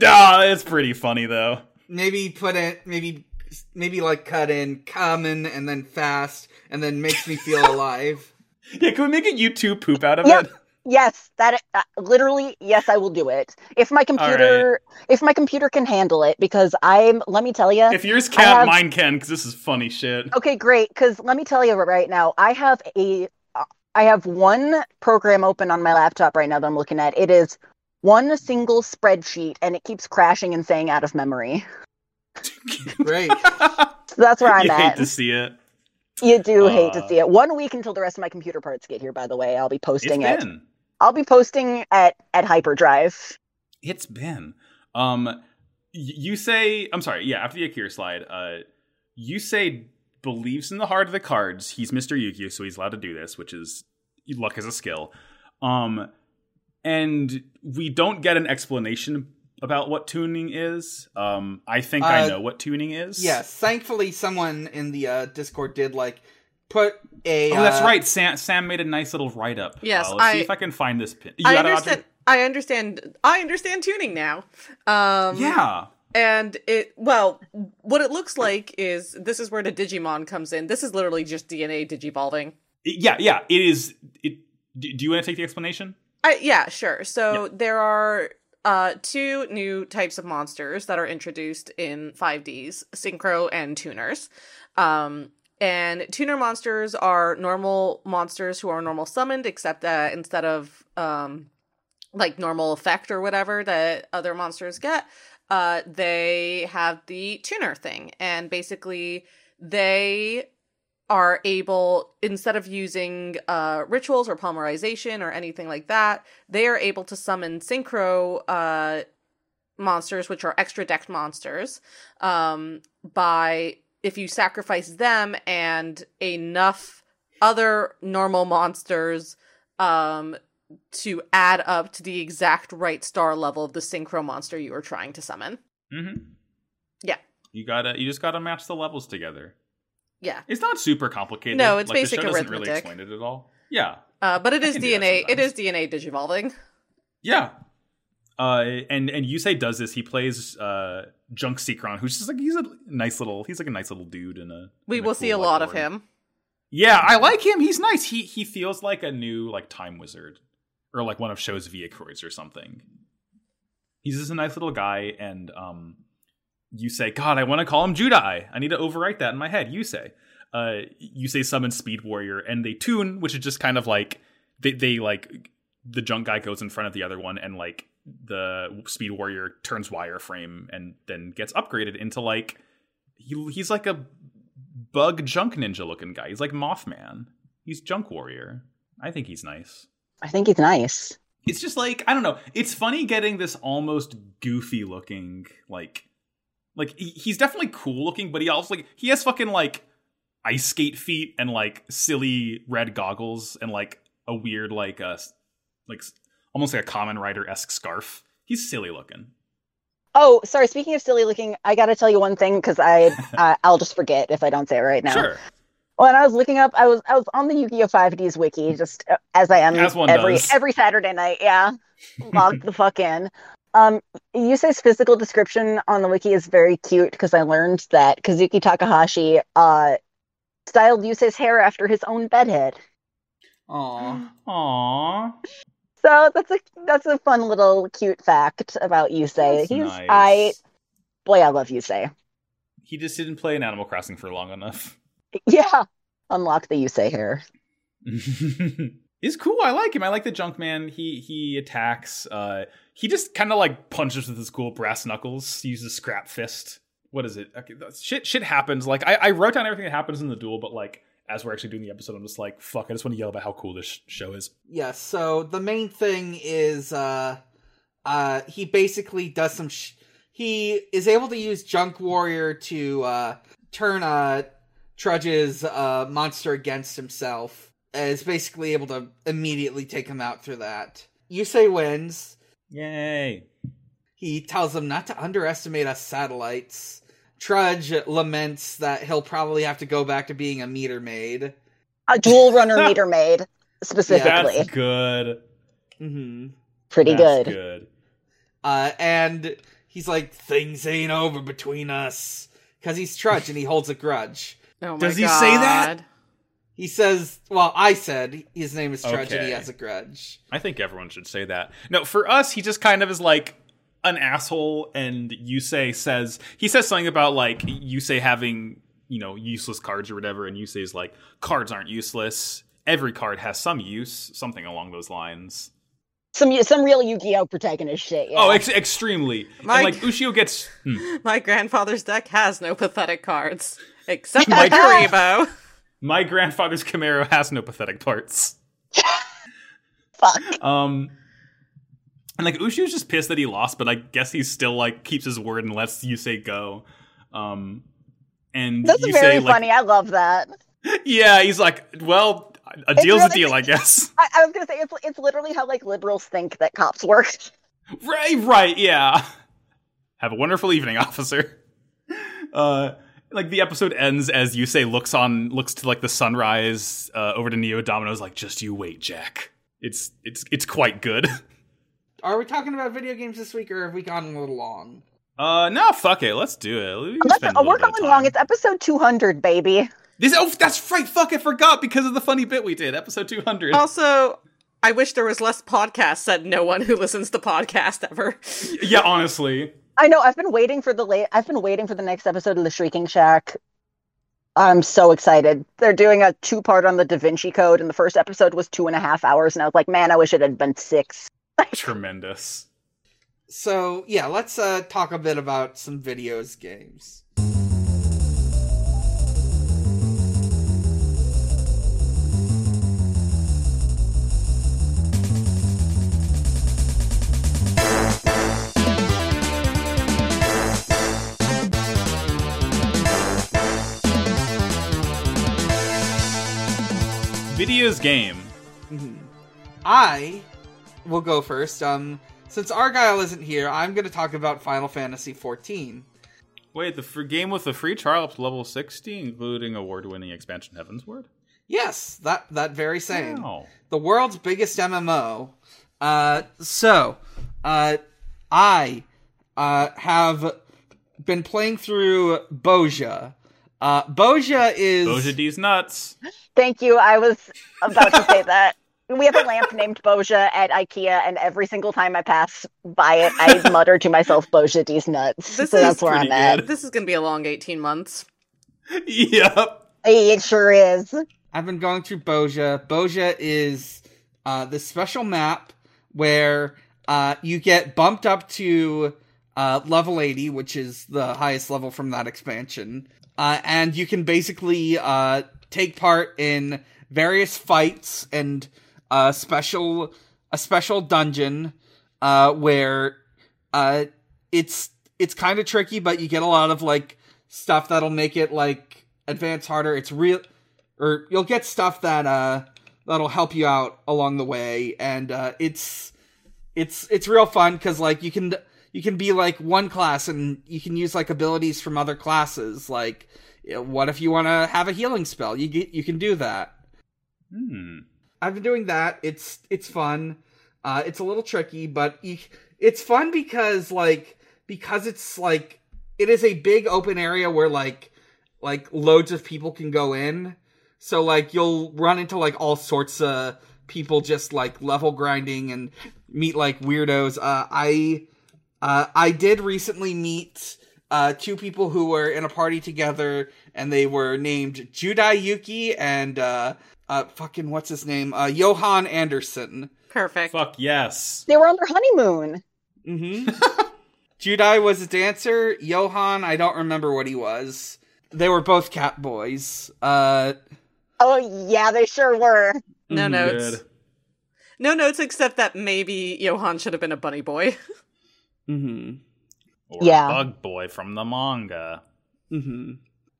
[SPEAKER 4] ah, it's pretty funny though.
[SPEAKER 3] Maybe put it. Maybe maybe like cut in common and then fast and then makes me feel alive.
[SPEAKER 4] Yeah, can we make it? You two poop out of
[SPEAKER 1] Yeah.
[SPEAKER 4] it.
[SPEAKER 1] yes that uh, literally yes i will do it if my computer if my computer can handle it because i'm let me tell you
[SPEAKER 4] If yours can't,
[SPEAKER 1] have-
[SPEAKER 4] mine can. Because this is funny shit.
[SPEAKER 1] Okay, great. Because let me tell you right now, I have a, uh, I have one program open on my laptop right now that I'm looking at. It is one single spreadsheet, and it keeps crashing and saying out of memory.
[SPEAKER 3] Great.
[SPEAKER 1] So that's where I'm
[SPEAKER 4] you hate
[SPEAKER 1] at.
[SPEAKER 4] to see it.
[SPEAKER 1] You do hate to
[SPEAKER 4] Uh,
[SPEAKER 1] see it. One week until the rest of my computer parts get here. By the way, I'll be
[SPEAKER 4] It's
[SPEAKER 1] posting it.
[SPEAKER 4] been.
[SPEAKER 1] I'll be posting at at Hyperdrive.
[SPEAKER 4] It's been. Um, y- you say. I'm sorry. Yeah, after the Akira slide, uh, you say believes in the heart of the cards. He's Mr. Yukio, so he's allowed to do this, which is luck is a skill. Um, and we don't get an explanation about what tuning is. Um, I think I
[SPEAKER 3] Uh,
[SPEAKER 4] know what tuning is.
[SPEAKER 3] yes. Thankfully, someone in the uh, Discord did like put a.
[SPEAKER 4] Oh, that's
[SPEAKER 3] uh,
[SPEAKER 4] right. Sam, Sam made a nice little write up.
[SPEAKER 2] Yes,
[SPEAKER 4] let's see
[SPEAKER 2] I-
[SPEAKER 4] if I can find this pin. You
[SPEAKER 2] I
[SPEAKER 4] got it, Audrey?
[SPEAKER 2] understand. I understand. I understand tuning now. Um,
[SPEAKER 4] Yeah.
[SPEAKER 2] And it well, what it looks like is this is where the Digimon comes in. This is literally just DNA digivolving.
[SPEAKER 4] Yeah, yeah. It is. It. Do do you want to take the explanation?
[SPEAKER 2] I, yeah, sure. So there are uh, two new types of monsters that are introduced in 5Ds Synchro and Tuners. Um, and tuner monsters are normal monsters who are normal summoned, except that instead of um, like normal effect or whatever that other monsters get, uh, they have the tuner thing. And basically, they are able instead of using uh, rituals or polymerization or anything like that they are able to summon synchro uh, monsters which are extra decked monsters um, by if you sacrifice them and enough other normal monsters um, to add up to the exact right star level of the synchro monster you are trying to summon
[SPEAKER 4] Mm-hmm.
[SPEAKER 2] Yeah.
[SPEAKER 4] You gotta. You just gotta match the levels together.
[SPEAKER 2] yeah
[SPEAKER 4] It's not super complicated.
[SPEAKER 2] No, it's
[SPEAKER 4] like,
[SPEAKER 2] basic
[SPEAKER 4] the show doesn't really
[SPEAKER 2] arithmetic.
[SPEAKER 4] explain it at all. Yeah.
[SPEAKER 2] uh, but it
[SPEAKER 4] I
[SPEAKER 2] is
[SPEAKER 4] can do that
[SPEAKER 2] dna it is
[SPEAKER 4] sometimes.
[SPEAKER 2] dna digivolving
[SPEAKER 4] Yeah. Uh, and and Yusei does this. He plays uh Junk Secron, who's just like he's a nice little. He's like a nice little dude. And a
[SPEAKER 2] we
[SPEAKER 4] in
[SPEAKER 2] will see a
[SPEAKER 4] cool, like,
[SPEAKER 2] lot of
[SPEAKER 4] orb.
[SPEAKER 2] him
[SPEAKER 4] Yeah, I like him. He's nice. He he feels like a new like time wizard, or like one of Show's Viacroids or something. He's just a nice little guy, and um, you say, God, I want to call him Judai. I need to overwrite that in my head. You say, uh, you say summon Speed Warrior, and they tune, which is just kind of like they they like the junk guy goes in front of the other one and like the Speed Warrior turns wireframe and then gets upgraded into like he, he's like a bug junk ninja looking guy. He's like Mothman. He's Junk Warrior. I think he's nice.
[SPEAKER 1] I think he's nice.
[SPEAKER 4] It's just like I don't know. It's funny getting this almost goofy looking like like he- he's definitely cool looking, but he also like he has fucking like ice skate feet and like silly red goggles and like a weird like uh s- like s- almost like a common rider esque scarf. He's silly looking.
[SPEAKER 1] Oh, sorry. Speaking of silly looking, I gotta tell you one thing because I uh, I'll just forget if I don't say it right now.
[SPEAKER 4] Sure.
[SPEAKER 1] When I was looking up, I was I was on the Yu-Gi-Oh! 5Ds wiki, just uh, as I am
[SPEAKER 4] As one
[SPEAKER 1] every
[SPEAKER 4] does.
[SPEAKER 1] every Saturday night. Yeah, logged the fuck in. Um, Yusei's physical description on the wiki is very cute because I learned that Kazuki Takahashi uh styled Yusei's hair after his own bedhead.
[SPEAKER 3] Aw.
[SPEAKER 4] Aww.
[SPEAKER 1] So that's a that's a fun little cute fact about Yusei. He's I boy, I love Yusei.
[SPEAKER 4] He just didn't play an Animal Crossing for long enough.
[SPEAKER 1] Yeah, unlock the Yusei hair.
[SPEAKER 4] He's cool. I like him. I like the junk man. He he attacks. Uh, he just kind of like punches with his cool brass knuckles. He uses scrap fist. What is it? Okay, that- shit. Shit happens. Like I, I wrote down everything that happens in the duel, but like as we're actually doing the episode, I'm just like, fuck. I just want to yell about how cool this sh- show is.
[SPEAKER 3] Yeah, so the main thing is uh uh he basically does some sh- he is able to use Junk Warrior to uh turn uh Trudge's uh monster against himself. And is basically able to immediately take him out through that. Yusei wins.
[SPEAKER 4] Yay!
[SPEAKER 3] He tells them not to underestimate us satellites. Trudge laments that he'll probably have to go back to being a meter maid.
[SPEAKER 1] A dual runner meter maid specifically.
[SPEAKER 4] That's good.
[SPEAKER 3] hmm
[SPEAKER 1] Pretty good.
[SPEAKER 4] That's good.
[SPEAKER 3] Uh, and he's like, things ain't over between us. Because he's Trudge and he holds a grudge.
[SPEAKER 2] Oh my
[SPEAKER 4] Does he say that?
[SPEAKER 2] God.
[SPEAKER 3] He says, well, I said his name is Trudge and
[SPEAKER 4] Okay.
[SPEAKER 3] he has a grudge.
[SPEAKER 4] I think everyone should say that. No, for us, he just kind of is like an asshole, and Yusei says he says something about like Yusei having you know useless cards or whatever, and Yusei's like cards aren't useless. Every card has some use, something along those lines.
[SPEAKER 1] Some some real Yu-Gi-Oh protagonist shit. Yeah.
[SPEAKER 4] Oh, ex- extremely.
[SPEAKER 2] Mike-
[SPEAKER 4] And like Ushio gets hmm.
[SPEAKER 2] My grandfather's deck has no pathetic cards except my
[SPEAKER 4] My
[SPEAKER 2] Kuribo.
[SPEAKER 4] my grandfather's Camaro has no pathetic parts.
[SPEAKER 1] fuck.
[SPEAKER 4] Um, and like Ushu's just pissed that he lost, but I guess he still like keeps his word and lets Yusei go. Um, and
[SPEAKER 1] That's
[SPEAKER 4] Yusei,
[SPEAKER 1] very
[SPEAKER 4] like,
[SPEAKER 1] funny. I love that.
[SPEAKER 4] Yeah, he's like, well, a
[SPEAKER 1] It's
[SPEAKER 4] deal's a
[SPEAKER 1] really-
[SPEAKER 4] deal, I guess.
[SPEAKER 1] I, I was gonna say it's it's literally how like liberals think that cops work.
[SPEAKER 4] right, right, yeah. Have a wonderful evening, officer. Uh, like the episode ends as Yusei looks on, looks to like the sunrise uh, over to Neo Domino's, like, just you wait, Jack. It's it's it's quite good.
[SPEAKER 3] Are we talking about video games this week or have we gone a little long?
[SPEAKER 4] Uh, no, fuck it, let's do it. We can
[SPEAKER 1] Let's,
[SPEAKER 4] spend a
[SPEAKER 1] oh,
[SPEAKER 4] little
[SPEAKER 1] we're
[SPEAKER 4] bit of
[SPEAKER 1] going
[SPEAKER 4] time.
[SPEAKER 1] long. It's episode two hundred, baby.
[SPEAKER 4] This oh that's right, fuck I forgot because of the funny bit we did, episode two hundred.
[SPEAKER 2] Also, I wish there was less podcasts, said no one who listens to podcasts ever.
[SPEAKER 4] Yeah, honestly.
[SPEAKER 1] I know. I've been waiting for the late. I've been waiting for the next episode of the Shrieking Shack. I'm so excited. They're doing a two part on the Da Vinci Code, and the first episode was two and a half hours, and I was like, man, I wish it had been six.
[SPEAKER 4] Tremendous.
[SPEAKER 3] So, yeah, let's uh, talk a bit about some videos games.
[SPEAKER 4] Videos game.
[SPEAKER 3] Mhm. I will go first. Um, since Argyle isn't here, I'm going to talk about Final Fantasy XIV.
[SPEAKER 4] Wait, the free game with a free trial up to level sixty, including award winning expansion Heaven's Word?
[SPEAKER 3] Yes, that that very same.
[SPEAKER 4] Wow.
[SPEAKER 3] The world's biggest MMO. Uh, so, uh, I uh, have been playing through Boja. Uh, Boja is
[SPEAKER 4] Boja D's nuts.
[SPEAKER 1] Thank you. I was about to say that. We have a lamp named Boja at IKEA, and every single time I pass by it, I mutter to myself, Boja, these nuts.
[SPEAKER 2] This
[SPEAKER 1] so
[SPEAKER 2] is
[SPEAKER 1] that's where I'm
[SPEAKER 4] pretty
[SPEAKER 1] at.
[SPEAKER 4] good.
[SPEAKER 2] this is going to be a long 18 months.
[SPEAKER 4] yep.
[SPEAKER 1] It sure is.
[SPEAKER 3] I've been going through Boja. Boja is uh, this special map where Uh, you get bumped up to uh, level 80, which is the highest level from that expansion. Uh, and you can basically uh, take part in various fights and a special a special dungeon uh, where uh, it's it's kind of tricky, but you get a lot of like stuff that'll make it like advance harder. It's real, or you'll get stuff that uh that'll help you out along the way, and uh, it's it's it's real fun because like you can you can be like one class and you can use like abilities from other classes. Like, you know, what if you want to have a healing spell? You get you can do that.
[SPEAKER 4] Hmm.
[SPEAKER 3] I've been doing that. It's it's fun. Uh, it's a little tricky, but you, it's fun because like because it's like it is a big open area where like like loads of people can go in. So like you'll run into like all sorts of people just like level grinding and meet like weirdos. Uh, I uh, I did recently meet uh, two people who were in a party together, and they were named Judai Yuki and uh, uh, fucking what's his name, uh, Johan Anderson.
[SPEAKER 2] Perfect.
[SPEAKER 4] Fuck yes.
[SPEAKER 1] They were on their honeymoon.
[SPEAKER 3] Mm-hmm. Judai was a dancer. Johan, I don't remember what he was. They were both cat boys. Uh,
[SPEAKER 1] Oh yeah, they sure were.
[SPEAKER 2] No
[SPEAKER 3] mhm.
[SPEAKER 2] notes.
[SPEAKER 4] Good.
[SPEAKER 2] No notes except that maybe Johan should have been a bunny boy.
[SPEAKER 3] Mhm.
[SPEAKER 4] Or
[SPEAKER 1] Yeah.
[SPEAKER 4] Bug Boy from the manga.
[SPEAKER 3] Mm-hmm.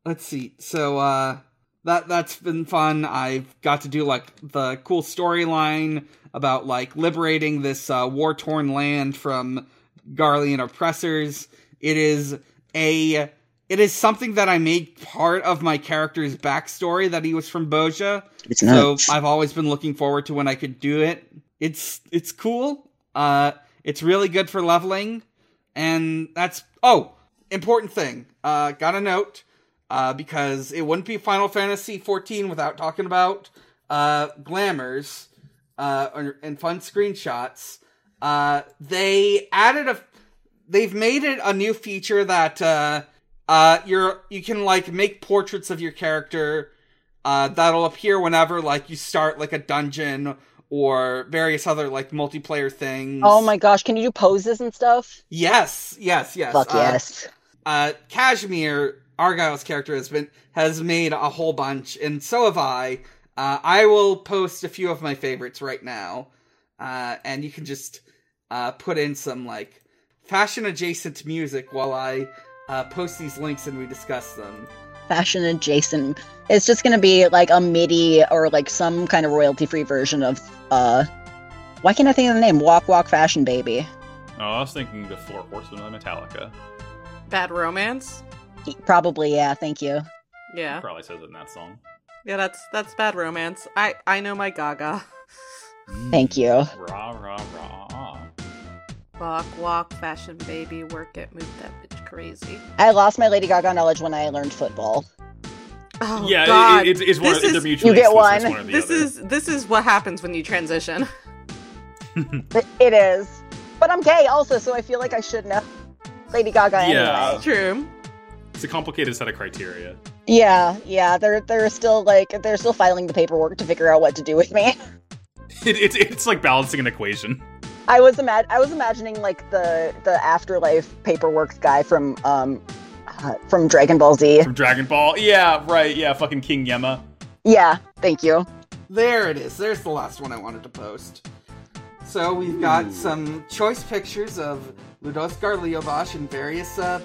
[SPEAKER 3] Let's see. So uh that that's been fun. I've got to do like the cool storyline about like liberating this uh, war torn land from Garlean oppressors. It is a it is something that I made part of my character's backstory that he was from Boja.
[SPEAKER 1] It's
[SPEAKER 3] So I've always been looking forward to when I could do it. It's it's cool. Uh, it's really good for leveling, and that's oh important thing. Uh, got a note uh, because it wouldn't be Final Fantasy 14 without talking about uh, glamours uh, or- and fun screenshots. Uh, they added a they've made it a new feature that uh, uh, you're you can like make portraits of your character uh, that'll appear whenever like you start like a dungeon or various other like multiplayer things.
[SPEAKER 1] Oh my gosh, can you do poses and stuff?
[SPEAKER 3] Yes, yes, yes.
[SPEAKER 1] Fuck
[SPEAKER 3] Uh,
[SPEAKER 1] yes.
[SPEAKER 3] uh, Kashmir, Argyle's character has been has made a whole bunch, and so have I. Uh, I will post a few of my favorites right now, uh, and you can just uh, put in some like fashion adjacent music while I uh, post these links and we discuss them.
[SPEAKER 1] Fashion adjacent. It's just gonna be like a MIDI or like some kind of royalty free version of uh why can't I think of the name? Walk Walk Fashion Baby.
[SPEAKER 4] Oh, I was thinking the Four Horsemen of Metallica.
[SPEAKER 2] Bad romance.
[SPEAKER 1] Probably, yeah, thank you.
[SPEAKER 4] It
[SPEAKER 2] Yeah.
[SPEAKER 4] Probably says it in that song.
[SPEAKER 2] Yeah, that's that's bad romance. I I know my Gaga.
[SPEAKER 1] Thank you.
[SPEAKER 4] Hmm. Rah rah rah.
[SPEAKER 2] Walk, walk, fashion baby, work it, move that bitch crazy.
[SPEAKER 1] I lost my Lady Gaga knowledge when I learned football.
[SPEAKER 2] Oh
[SPEAKER 4] yeah, it-
[SPEAKER 2] God.
[SPEAKER 4] It, it's, it's one.
[SPEAKER 2] This
[SPEAKER 4] of, they're
[SPEAKER 2] is-
[SPEAKER 1] You
[SPEAKER 4] mutually
[SPEAKER 1] get
[SPEAKER 4] exclusive. It's
[SPEAKER 1] one.
[SPEAKER 4] one or the
[SPEAKER 2] this
[SPEAKER 4] other.
[SPEAKER 2] is this is what happens when you transition.
[SPEAKER 1] It- It is. But I'm gay also, so I feel like I should know Lady Gaga
[SPEAKER 4] Yeah.
[SPEAKER 1] anyway.
[SPEAKER 2] True.
[SPEAKER 4] It's a complicated set of criteria.
[SPEAKER 1] Yeah, yeah. They're they're still like they're still filing the paperwork to figure out what to do with me.
[SPEAKER 4] It, it's it's like balancing an equation.
[SPEAKER 1] I was imag- I was imagining like the the afterlife paperwork guy from um uh, from Dragon Ball Z.
[SPEAKER 4] From Dragon Ball. Yeah, right. Yeah, fucking King Yemma.
[SPEAKER 1] Yeah, thank you.
[SPEAKER 3] There it is. There's the last one I wanted to post. So we've got
[SPEAKER 4] Ooh.
[SPEAKER 3] some choice pictures of Ludoskar Leovash in various uh,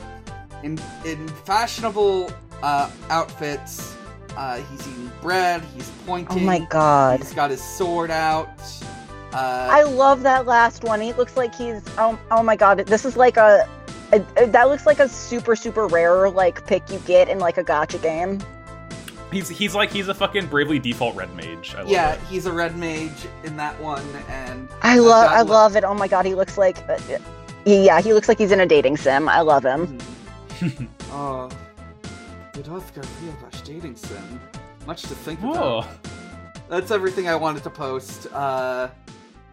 [SPEAKER 3] in, in fashionable uh, outfits. Uh, he's eating bread. He's
[SPEAKER 1] Oh
[SPEAKER 3] pointing.
[SPEAKER 1] my god.
[SPEAKER 3] He's got his sword out. Uh,
[SPEAKER 1] I love that last one. He looks like he's oh, oh my god. This is like a, a, a- that looks like a super super rare like pick you get in like a gotcha game.
[SPEAKER 4] He's he's like he's a fucking bravely default red mage. I love
[SPEAKER 3] yeah,
[SPEAKER 4] it.
[SPEAKER 3] he's a red mage in that one, and
[SPEAKER 1] I
[SPEAKER 3] Uh,
[SPEAKER 1] love
[SPEAKER 3] that
[SPEAKER 1] I
[SPEAKER 3] look-
[SPEAKER 1] love it. Oh my god, he looks like uh, uh, yeah, he looks like he's in a dating sim. I love him.
[SPEAKER 3] oh, Ludoskar Leovash dating sim. Much to think about.
[SPEAKER 4] Whoa.
[SPEAKER 3] that's everything I wanted to post. Uh,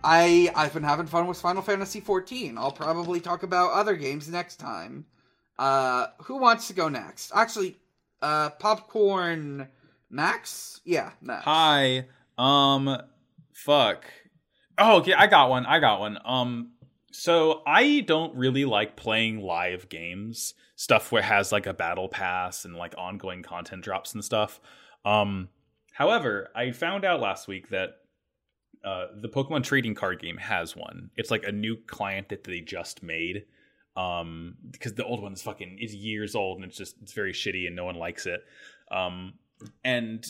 [SPEAKER 3] I I've been having fun with Final Fantasy XIV. I'll probably talk about other games next time. Uh, who wants to go next? Actually, uh, popcorn Max. Yeah, Max.
[SPEAKER 4] Hi. Um. Fuck. Oh, okay. I got one. I got one. Um. So I don't really like playing live games, stuff where it has like a battle pass and like ongoing content drops and stuff. Um, however, I found out last week that uh, the Pokemon trading card game has one. It's like a new client that they just made um, because the old one is fucking is years old and it's just it's very shitty and no one likes it. Um, and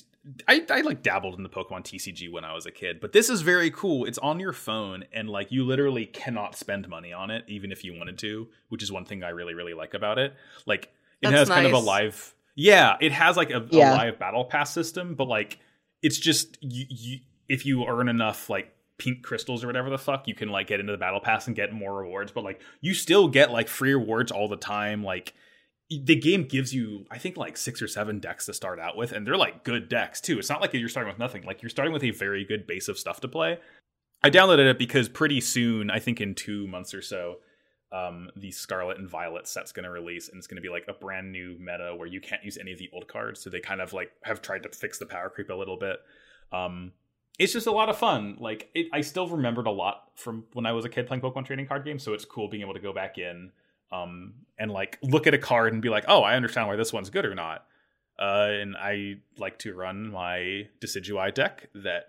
[SPEAKER 4] I, I like dabbled in the Pokemon TCG when I was a kid, but this is very cool. It's on your phone, and like you literally cannot spend money on it, even if you wanted to, which is one thing I really really like about it. Like it
[SPEAKER 2] That's
[SPEAKER 4] has kind of a
[SPEAKER 2] nice.
[SPEAKER 4] live, yeah, it has like a,
[SPEAKER 1] Yeah.
[SPEAKER 4] a live battle pass system, but like it's just you, you if you earn enough like pink crystals or whatever the fuck, you can like get into the battle pass and get more rewards, but like you still get like free rewards all the time, like the game gives you i think like six or seven decks to start out with and they're like good decks too it's not like you're starting with nothing like you're starting with a very good base of stuff to play i downloaded it because pretty soon i think in two months or so um, the scarlet and violet set's going to release and it's going to be like a brand new meta where you can't use any of the old cards so they kind of like have tried to fix the power creep a little bit um, it's just a lot of fun like it, i still remembered a lot from when i was a kid playing pokemon trading card games so it's cool being able to go back in um, and like look at a card and be like, oh, I understand why this one's good or not. Uh, and I like to run my Decidueye deck that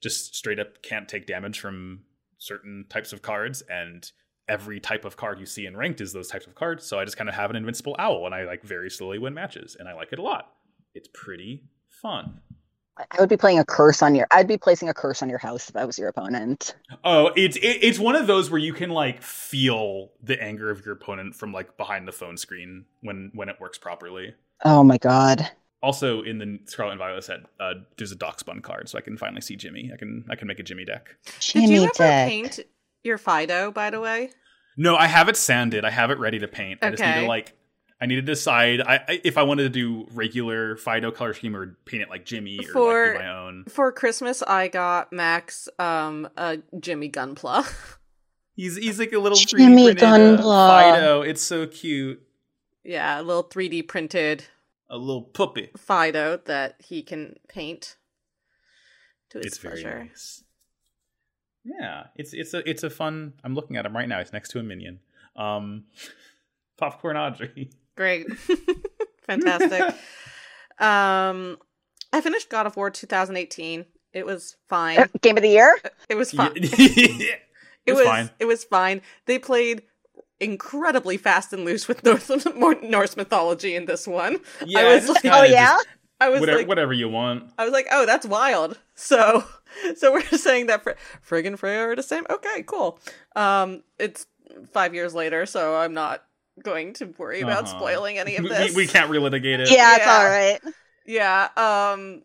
[SPEAKER 4] just straight up can't take damage from certain types of cards, and every type of card you see in ranked is those types of cards. So I just kind of have an invincible owl, and I like very slowly win matches, and I like it a lot. It's pretty fun.
[SPEAKER 1] I I would be playing a curse on your. I'd be placing a curse on your house if I was your opponent.
[SPEAKER 4] Oh, it's it, it's one of those where you can like feel the anger of your opponent from like behind the phone screen when when it works properly.
[SPEAKER 1] Oh my god.
[SPEAKER 4] also in the Scarlet and Violet set, uh, there's a Doxbun card, so I can finally see Jimmy. I can I can make a Jimmy deck.
[SPEAKER 2] Did
[SPEAKER 1] Jimmy
[SPEAKER 2] you ever
[SPEAKER 1] Dick.
[SPEAKER 2] paint your Fido, by the way?
[SPEAKER 4] No, I have it sanded. I have it ready to paint. I just need
[SPEAKER 2] Okay.
[SPEAKER 4] to like I need to decide I, I if I wanted to do regular Fido color scheme or paint it like Jimmy or
[SPEAKER 2] For-
[SPEAKER 4] like, do my own.
[SPEAKER 2] For Christmas, I got Max um, a Jimmy Gunpla.
[SPEAKER 4] He's he's like a little
[SPEAKER 1] Jimmy
[SPEAKER 4] 3D printed, uh,
[SPEAKER 1] Gunpla.
[SPEAKER 4] Fido. It's so cute.
[SPEAKER 2] yeah, a little 3D printed
[SPEAKER 4] A little puppy.
[SPEAKER 2] Fido that he can paint to his
[SPEAKER 4] It's very
[SPEAKER 2] pleasure.
[SPEAKER 4] nice. Yeah, it's it's a it's a fun. I'm looking at him right now. He's next to a minion. Um, popcorn Audrey.
[SPEAKER 2] Great. Fantastic. um I finished God of War 2018. It was
[SPEAKER 1] Uh,
[SPEAKER 2] fine.
[SPEAKER 1] Game of the year?
[SPEAKER 2] It was fine.
[SPEAKER 4] Yeah.
[SPEAKER 2] it
[SPEAKER 4] was
[SPEAKER 2] was
[SPEAKER 4] fine.
[SPEAKER 2] it was fine. They played incredibly fast and loose with Norse, more Norse mythology in this one.
[SPEAKER 4] Yeah,
[SPEAKER 2] was
[SPEAKER 4] it's
[SPEAKER 2] like-
[SPEAKER 4] kinda
[SPEAKER 1] Oh yeah.
[SPEAKER 4] just
[SPEAKER 2] I was
[SPEAKER 4] whatever,
[SPEAKER 2] like
[SPEAKER 4] whatever you want.
[SPEAKER 2] I was like, "Oh, that's wild." So so we're saying that Fr- Frigg and Freya are the same. Okay, cool. Um it's 5 years later, so I'm not going to worry about
[SPEAKER 4] Uh-huh.
[SPEAKER 2] spoiling any of
[SPEAKER 4] We-
[SPEAKER 2] this.
[SPEAKER 4] We, we can't relitigate it.
[SPEAKER 1] yeah, it's
[SPEAKER 2] Yeah.
[SPEAKER 1] all right.
[SPEAKER 2] Yeah, um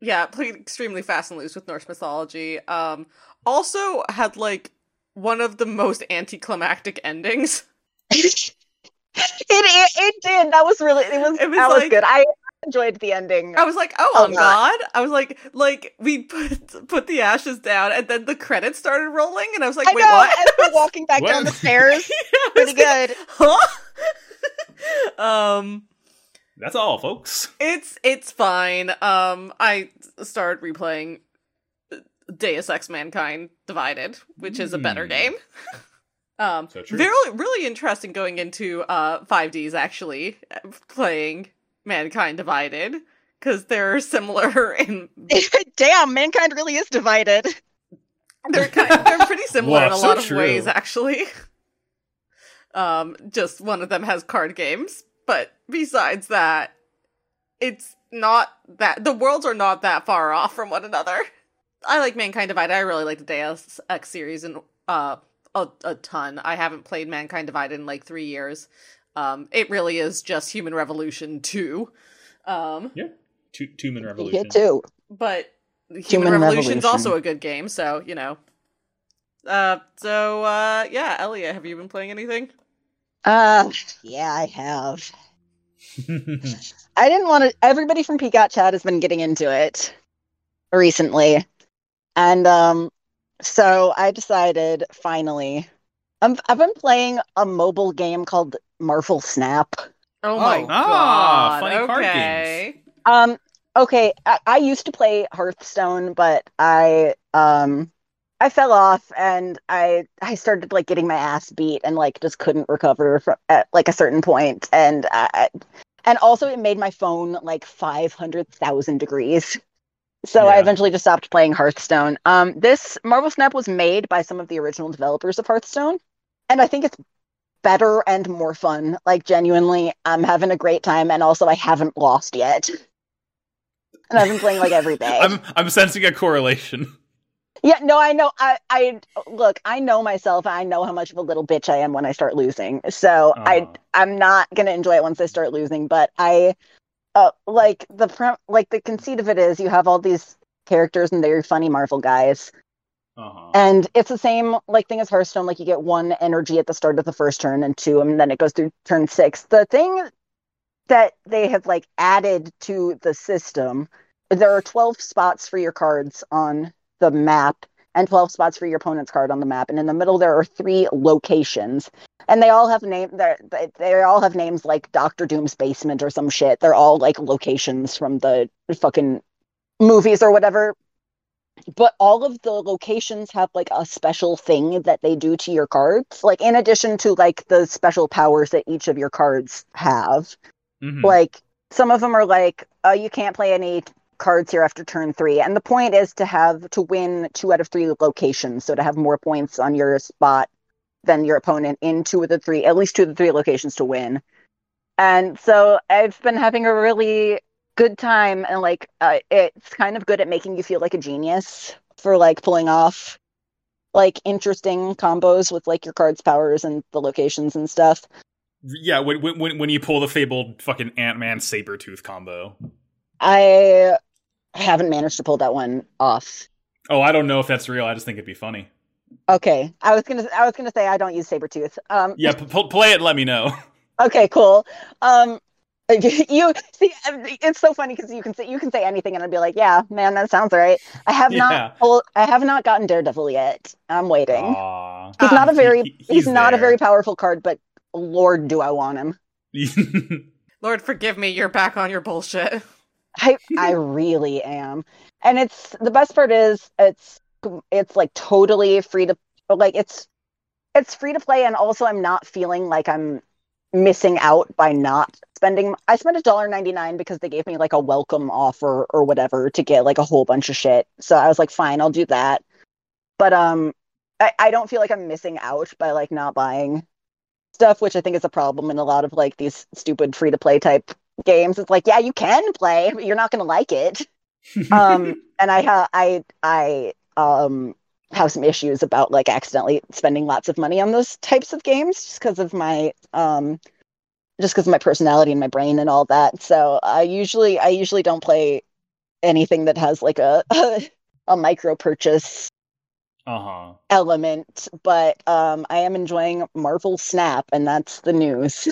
[SPEAKER 2] yeah, played extremely fast and loose with Norse mythology. Um also had like one of the most anticlimactic endings.
[SPEAKER 1] it, it it did. That was really it was,
[SPEAKER 2] It was
[SPEAKER 1] that was
[SPEAKER 2] like-
[SPEAKER 1] good. I enjoyed the ending.
[SPEAKER 2] I was like, "Oh,
[SPEAKER 1] Oh,
[SPEAKER 2] on
[SPEAKER 1] my.
[SPEAKER 2] God!" I was like, "Like we put put the ashes down, and then the credits started rolling, and I was like,
[SPEAKER 1] I
[SPEAKER 2] wait,
[SPEAKER 1] know
[SPEAKER 2] what?"
[SPEAKER 1] as we're walking back down
[SPEAKER 4] What?
[SPEAKER 1] the stairs.
[SPEAKER 2] I was
[SPEAKER 1] Pretty
[SPEAKER 2] like,
[SPEAKER 1] good.
[SPEAKER 2] Huh? um,
[SPEAKER 4] That's all, folks.
[SPEAKER 2] it's it's fine. Um, I started replaying Deus Ex: Mankind Divided, which is a better
[SPEAKER 4] Hmm.
[SPEAKER 2] game. um,
[SPEAKER 4] So true.
[SPEAKER 2] really really interesting going into uh 5ds actually uh, playing mankind divided because they're similar in
[SPEAKER 1] Damn, mankind really is divided.
[SPEAKER 2] they're kind, they're pretty similar in
[SPEAKER 4] Wow,
[SPEAKER 2] a
[SPEAKER 4] so
[SPEAKER 2] lot of
[SPEAKER 4] true.
[SPEAKER 2] ways actually um just one of them has card games but besides that it's not that the worlds are not that far off from one another i like mankind divided i really like the deus ex series and uh a, a ton i haven't played mankind divided in like three years um it really is just human revolution 2 um
[SPEAKER 4] Two, two man
[SPEAKER 1] You
[SPEAKER 4] revolution.
[SPEAKER 1] too.
[SPEAKER 2] but Human,
[SPEAKER 1] Human
[SPEAKER 2] Revolution's
[SPEAKER 1] Revolution.
[SPEAKER 2] also a good game, so you know. Uh, so uh, yeah, Elia, have you been playing anything?
[SPEAKER 1] Uh, yeah, I have. I didn't want to. Everybody from Peacock Chat has been getting into it recently, and um, so I decided finally. I'm, I've been playing a mobile game called Marvel Snap.
[SPEAKER 2] Oh,
[SPEAKER 3] my Oh.
[SPEAKER 4] Ah, God, funny card okay.
[SPEAKER 1] Um, okay, I, I used to play Hearthstone, but I um, I fell off and I I started like getting my ass beat and like just couldn't recover from at like a certain point and I and also it made my phone like 500,000 degrees. So I
[SPEAKER 4] Yeah.
[SPEAKER 1] eventually just stopped playing Hearthstone. Um this Marvel Snap was made by some of the original developers of Hearthstone and I think it's better and more fun. Like genuinely, I'm having a great time and also I haven't lost yet. And I've been playing like every day.
[SPEAKER 4] I'm I'm sensing a correlation.
[SPEAKER 1] Yeah, no, I know. I, I look, I know myself. I know how much of a little bitch I am when I start losing. So I,
[SPEAKER 4] Aw.
[SPEAKER 1] I'm not gonna enjoy it once I start losing. But I, uh, like the pre- like the conceit of it is you have all these characters and they're funny Marvel guys,
[SPEAKER 4] Uh-huh.
[SPEAKER 1] and it's the same like thing as Hearthstone. Like you get one energy at the start of the first turn and two, and then it goes through turn six. The thing that they have like added to the system, there are twelve spots for your cards on the map and twelve spots for your opponent's card on the map, and in the middle there are three locations, and they all have name. they're- They they all have names like Doctor Doom's basement or some shit. They're all like locations from the fucking movies or whatever but all of the locations have like a special thing that they do to your cards like in addition to like the special powers that each of your cards have
[SPEAKER 4] Mhm.
[SPEAKER 1] like some of them are like oh you can't play any cards here after turn three and the point is to have to win two out of three locations so to have more points on your spot than your opponent in two of the three at least two of the three locations to win and so i've been having a really good time and like uh, it's kind of good at making you feel like a genius for like pulling off like interesting combos with like your cards powers and the locations and stuff
[SPEAKER 4] yeah, when when- when when you pull the fabled fucking Ant Man saber tooth combo.
[SPEAKER 1] I haven't managed to pull that one off.
[SPEAKER 4] Oh, I don't know if that's real. I just think it'd be funny.
[SPEAKER 1] Okay, I was gonna I was gonna say I don't use saber tooth. Um,
[SPEAKER 4] Yeah, p- p- play it. Let me know.
[SPEAKER 1] Okay, cool. Um, you see, it's so funny because you can say you can say anything, and I'd be like, "Yeah, man, that sounds right." I have
[SPEAKER 4] Yeah.
[SPEAKER 1] not pulled, I have not gotten Daredevil yet. I'm waiting.
[SPEAKER 4] Aw.
[SPEAKER 1] he's not a very
[SPEAKER 4] He- he-
[SPEAKER 1] he's, not a
[SPEAKER 4] there.
[SPEAKER 1] very powerful card, but Lord, do I want him?
[SPEAKER 2] Lord, forgive me, you're back on your bullshit.
[SPEAKER 1] I I really am. And it's the best part is it's it's like totally free to like it's it's free to play and also I'm not feeling like I'm missing out by not spending I spent a dollar 99 because they gave me like a welcome offer or whatever to get like a whole bunch of shit. So I was like fine, I'll do that. But um I I don't feel like I'm missing out by like not buying stuff, which I think is a problem in a lot of like these stupid free to play type games it's like yeah you can play but you're not going to like it um and i ha- i i um have some issues about like accidentally spending lots of money on those types of games just because of my um just because of my personality and my brain and all that so i usually i usually don't play anything that has like a a micro purchase
[SPEAKER 4] uh-huh.
[SPEAKER 1] element but um i am enjoying marvel snap and that's the news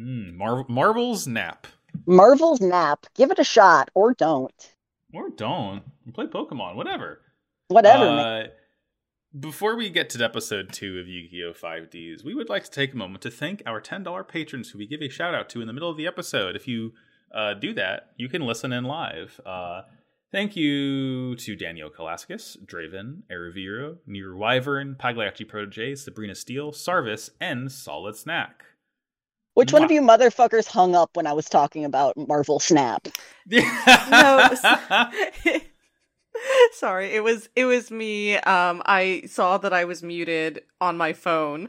[SPEAKER 4] Mm, Mar- Marvel's nap.
[SPEAKER 1] marvel's nap give it a shot or don't
[SPEAKER 4] Or don't. Play Pokemon, whatever.
[SPEAKER 1] whatever man.
[SPEAKER 4] Uh, before we get to episode two of Yu Gi Oh! 5Ds, we would like to take a moment to thank our $10 patrons who we give a shout out to in the middle of the episode. If you uh, do that, you can listen in live. Uh, thank you to Daniel Kalaskis, Draven, Eriviro, Near Wyvern, Pagliacci Protege, Sabrina Steele, Sarvis, and Solid Snack.
[SPEAKER 1] Which one of
[SPEAKER 4] Mwah.
[SPEAKER 1] you motherfuckers hung up when I was talking about Marvel Snap?
[SPEAKER 2] No. Sorry, it was it was me. Um, I saw that I was muted on my phone.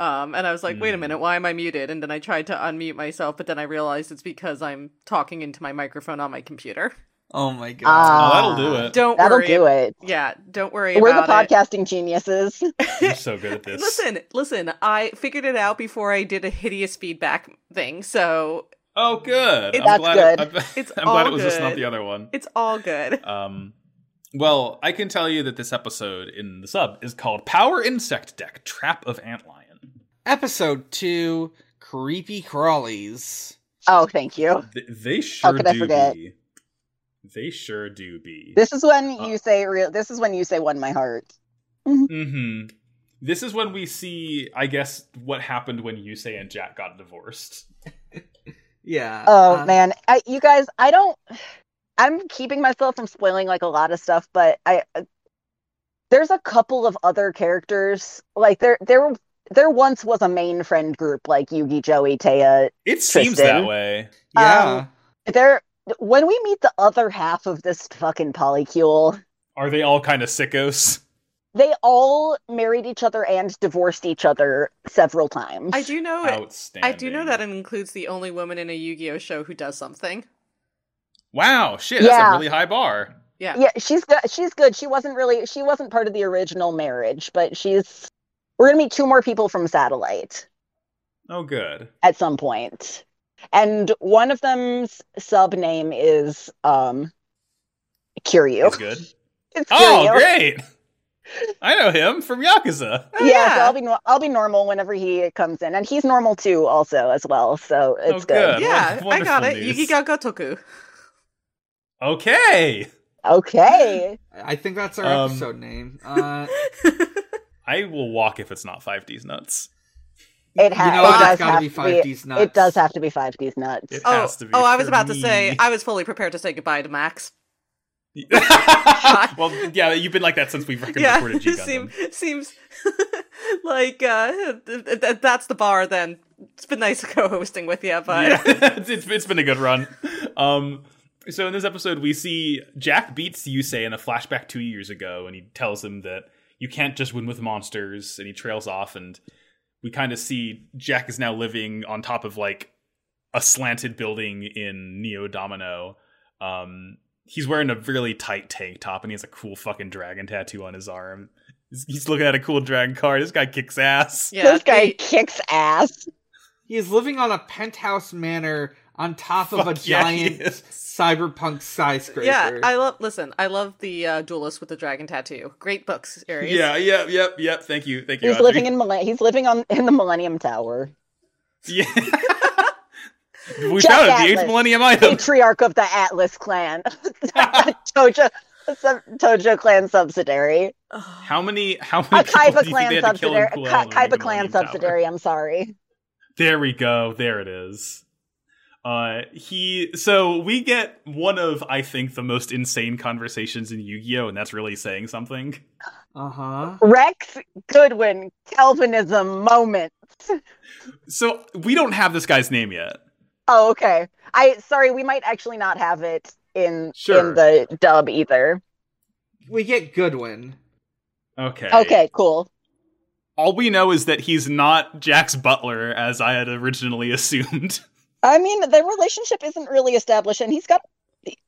[SPEAKER 2] Um, and I was like, wait a
[SPEAKER 4] Mm.
[SPEAKER 1] Hmm.
[SPEAKER 2] minute, why am I muted? And then I tried to unmute myself, but then I realized it's because I'm talking into my microphone on my computer.
[SPEAKER 3] Oh my god.
[SPEAKER 1] Ah.
[SPEAKER 4] Oh, that'll do it.
[SPEAKER 2] Don't
[SPEAKER 1] That'll
[SPEAKER 2] worry.
[SPEAKER 1] do it.
[SPEAKER 2] Yeah, don't worry
[SPEAKER 1] We're the
[SPEAKER 2] about it.
[SPEAKER 1] podcasting geniuses.
[SPEAKER 4] You're so good at this.
[SPEAKER 2] Listen, listen, I figured it out before I did a hideous feedback thing, so
[SPEAKER 4] Oh, good.
[SPEAKER 2] It-
[SPEAKER 4] I'm
[SPEAKER 1] That's
[SPEAKER 4] glad
[SPEAKER 1] good.
[SPEAKER 4] I'm,
[SPEAKER 2] It's
[SPEAKER 4] I'm
[SPEAKER 2] all
[SPEAKER 4] glad it was just not
[SPEAKER 2] good.
[SPEAKER 4] the other one.
[SPEAKER 2] it's all good.
[SPEAKER 4] Um, well, I can tell you that this episode in the sub is called Power Insect Deck Trap of Antlion.
[SPEAKER 3] Episode 2 Creepy Crawlies.
[SPEAKER 1] Oh, thank you.
[SPEAKER 4] Th- they sure
[SPEAKER 1] could I
[SPEAKER 4] do
[SPEAKER 1] forget?
[SPEAKER 4] be. They sure do be.
[SPEAKER 1] This is when
[SPEAKER 2] Oh.
[SPEAKER 4] Uh.
[SPEAKER 1] you say real. This is when you say "won my heart."
[SPEAKER 4] hmm This is when we see, I guess, what happened when Yusei and Jack got divorced.
[SPEAKER 3] Yeah.
[SPEAKER 1] Oh
[SPEAKER 3] Uh,
[SPEAKER 1] man, I, you guys, I don't. I'm keeping myself from spoiling like a lot of stuff, but I uh, there's a couple of other characters like there there there once was a main friend group like Yugi, Joey, Taya.
[SPEAKER 4] It seems
[SPEAKER 1] Tristan.
[SPEAKER 4] that way.
[SPEAKER 3] Yeah.
[SPEAKER 1] Um, There when we meet the other half of this fucking polycule,
[SPEAKER 4] Are they all kind of sickos?
[SPEAKER 1] they all married each other and divorced each other several times.
[SPEAKER 2] I do know it. Oh, I
[SPEAKER 4] Outstanding.
[SPEAKER 2] do know that it includes the only woman in a Yu-Gi-Oh show who does something.
[SPEAKER 4] Wow, shit, that's
[SPEAKER 1] Yeah.
[SPEAKER 4] a really high bar.
[SPEAKER 2] Yeah.
[SPEAKER 1] Yeah, she's good. She's good. She wasn't really. She wasn't part of the original marriage, but she's. We're gonna meet two more people from Satellite
[SPEAKER 4] Oh, good.
[SPEAKER 1] at some point, and one of them's sub name is um, Kiryu.
[SPEAKER 4] It's good.
[SPEAKER 1] It's
[SPEAKER 4] Oh,
[SPEAKER 1] Kiryu.
[SPEAKER 4] great. I know him from Yakuza.
[SPEAKER 2] Oh,
[SPEAKER 1] yeah,
[SPEAKER 2] yeah.
[SPEAKER 1] so I'll be nor- I'll be normal whenever he comes in, and he's normal too, also as well. So it's
[SPEAKER 4] oh,
[SPEAKER 1] good.
[SPEAKER 4] good.
[SPEAKER 2] Yeah,
[SPEAKER 4] Wonderful
[SPEAKER 2] I got it.
[SPEAKER 4] news.
[SPEAKER 2] Yugi ga Gotoku.
[SPEAKER 4] Okay.
[SPEAKER 1] Okay,
[SPEAKER 3] I think that's our
[SPEAKER 4] Um,
[SPEAKER 3] episode name. Uh,
[SPEAKER 4] I will walk if it's not 5D's nuts.
[SPEAKER 1] it
[SPEAKER 3] you
[SPEAKER 1] has.
[SPEAKER 3] know
[SPEAKER 1] it
[SPEAKER 3] what?
[SPEAKER 1] does
[SPEAKER 3] It's got
[SPEAKER 1] have
[SPEAKER 3] to be
[SPEAKER 1] to
[SPEAKER 3] five D's nuts.
[SPEAKER 1] It does have to be five D's nuts.
[SPEAKER 4] It
[SPEAKER 2] oh,
[SPEAKER 4] has to be
[SPEAKER 2] oh, I
[SPEAKER 4] for
[SPEAKER 2] was about to
[SPEAKER 4] me.
[SPEAKER 2] say I was fully prepared to say goodbye to Max.
[SPEAKER 4] well, yeah, you've been like that since we freaking
[SPEAKER 2] yeah,
[SPEAKER 4] recorded G Gundam.
[SPEAKER 2] seem- seems like uh, th- th- that's the bar. Then it's been nice co-hosting with you, but
[SPEAKER 4] Yeah, it's, it's- it's been a good run. Um, so in this episode, we see Jack beats Yusei in a flashback two years ago, and he tells him that you can't just win with monsters, and he trails off, and we kind of see Jack is now living on top of like a slanted building in Neo Domino. Um, he's wearing a really tight tank top, and he has a cool fucking dragon tattoo on his arm. He's- He's looking at a cool dragon card. This guy kicks ass.
[SPEAKER 2] yeah,
[SPEAKER 1] this guy
[SPEAKER 2] the-
[SPEAKER 1] kicks ass.
[SPEAKER 3] He is living on a penthouse manor on top of a
[SPEAKER 4] Fuck yeah, he
[SPEAKER 3] giant
[SPEAKER 4] is.
[SPEAKER 3] cyberpunk skyscraper.
[SPEAKER 2] yeah, I love. Listen, I love the uh, duelist with the dragon tattoo. Great book series.
[SPEAKER 4] Yeah, yep, yep, yep. Thank you, thank you.
[SPEAKER 1] He's
[SPEAKER 4] Audrey.
[SPEAKER 1] living in Millen- he's living on in the Millennium Tower.
[SPEAKER 4] Yeah. we
[SPEAKER 1] Jack
[SPEAKER 4] found it, the
[SPEAKER 1] Atlas.
[SPEAKER 4] eighth millennium item.
[SPEAKER 1] Patriarch of the Atlas clan. Tojo sub- Tojo clan subsidiary.
[SPEAKER 4] How many? How many?
[SPEAKER 1] A
[SPEAKER 4] people
[SPEAKER 1] Kaiba
[SPEAKER 4] do you think they
[SPEAKER 1] clan
[SPEAKER 4] had to kill in
[SPEAKER 1] subsidiary.
[SPEAKER 4] Kuala
[SPEAKER 1] Ka-
[SPEAKER 4] to make a
[SPEAKER 1] Kaiba clan
[SPEAKER 4] Millennium Tower?
[SPEAKER 1] subsidiary, I'm sorry.
[SPEAKER 4] There we go. There it is. Uh, he. So we get one of I think the most insane conversations in Yu-Gi-Oh, and that's really saying something.
[SPEAKER 3] Uh huh.
[SPEAKER 1] Rex Goodwin Calvinism moment.
[SPEAKER 4] So we don't have this guy's name yet.
[SPEAKER 1] Oh, okay. I sorry, we might actually not have it in
[SPEAKER 4] Sure.
[SPEAKER 1] in the dub either.
[SPEAKER 3] We get Goodwin.
[SPEAKER 4] Okay.
[SPEAKER 1] Okay, cool.
[SPEAKER 4] All we know is that he's not Jack's butler, as I had originally assumed.
[SPEAKER 1] I mean, their relationship isn't really established, and he's got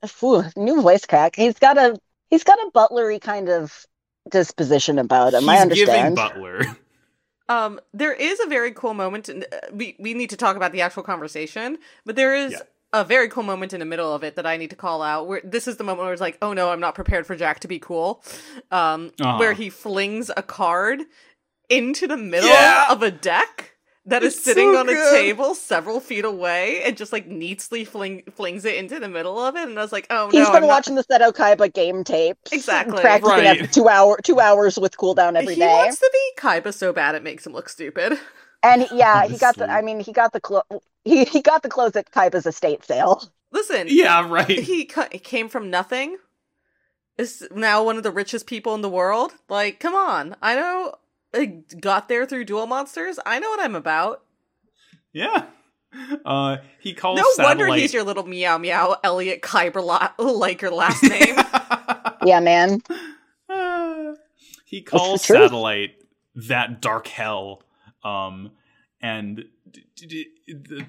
[SPEAKER 1] phew, new voice crack. He's got a he's got a butlery kind of disposition about him. um, I
[SPEAKER 4] he's giving
[SPEAKER 1] understand.
[SPEAKER 4] butler.
[SPEAKER 2] Um, there is a very cool moment. In, uh, we we need to talk about the actual conversation, but there is
[SPEAKER 4] Yeah.
[SPEAKER 2] a very cool moment in the middle of it that I need to call out. Where this is the moment where it's like, oh no, I'm not prepared for Jack to be cool. Um,
[SPEAKER 4] Aw.
[SPEAKER 2] where he flings a card into the middle
[SPEAKER 4] Yeah.
[SPEAKER 2] of a deck that is
[SPEAKER 4] It's
[SPEAKER 2] sitting
[SPEAKER 4] so
[SPEAKER 2] on a
[SPEAKER 4] good.
[SPEAKER 2] table several feet away, and just like neatly fling flings it into the middle of it. And I was like, oh no,
[SPEAKER 1] He's
[SPEAKER 2] I'm
[SPEAKER 1] been
[SPEAKER 2] not-
[SPEAKER 1] watching the Seto Kaiba game tapes.
[SPEAKER 2] Exactly.
[SPEAKER 1] Practicing
[SPEAKER 4] Right.
[SPEAKER 1] after two hour two hours with cooldown every
[SPEAKER 2] he
[SPEAKER 1] day.
[SPEAKER 2] wants to be Kaiba so bad it makes him look stupid.
[SPEAKER 1] And yeah, he got the
[SPEAKER 4] Honestly.
[SPEAKER 1] I mean he got the clo- he, he got the clothes at Kaiba's estate sale.
[SPEAKER 2] Listen,
[SPEAKER 4] yeah. Right.
[SPEAKER 2] he cu- came from nothing is now one of the richest people in the world like come on i know i got there through dual monsters i know what i'm about
[SPEAKER 4] Yeah. Uh, he calls.
[SPEAKER 2] no wonder
[SPEAKER 4] satellite-
[SPEAKER 2] he's your little meow meow elliot kyber li- like your last name Uh,
[SPEAKER 1] Yeah, man.
[SPEAKER 4] Ah. he
[SPEAKER 1] the
[SPEAKER 4] calls
[SPEAKER 1] truth.
[SPEAKER 4] satellite that dark hell, um, and d- d- d- the-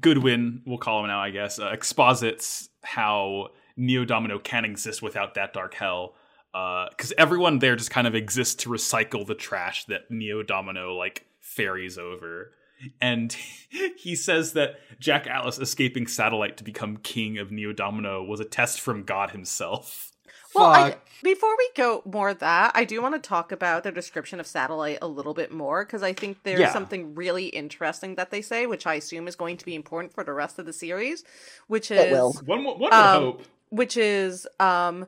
[SPEAKER 4] Goodwin, we'll call him now, I guess, uh, exposits how Neo Domino can exist without that dark hell. Because everyone there just kind of exists to recycle the trash that Neo Domino like ferries over, and he says that Jack Atlas escaping satellite to become king of Neo Domino was a test from God himself.
[SPEAKER 2] well I,
[SPEAKER 3] Fuck.
[SPEAKER 2] before we go more of that i do want to talk about their description of satellite a little bit more because i think there's
[SPEAKER 4] Yeah.
[SPEAKER 2] something really interesting that they say which i assume is going to be important for the rest of the series which is
[SPEAKER 1] It will.
[SPEAKER 4] One, wo- one would
[SPEAKER 2] Um,
[SPEAKER 4] hope.
[SPEAKER 2] which is um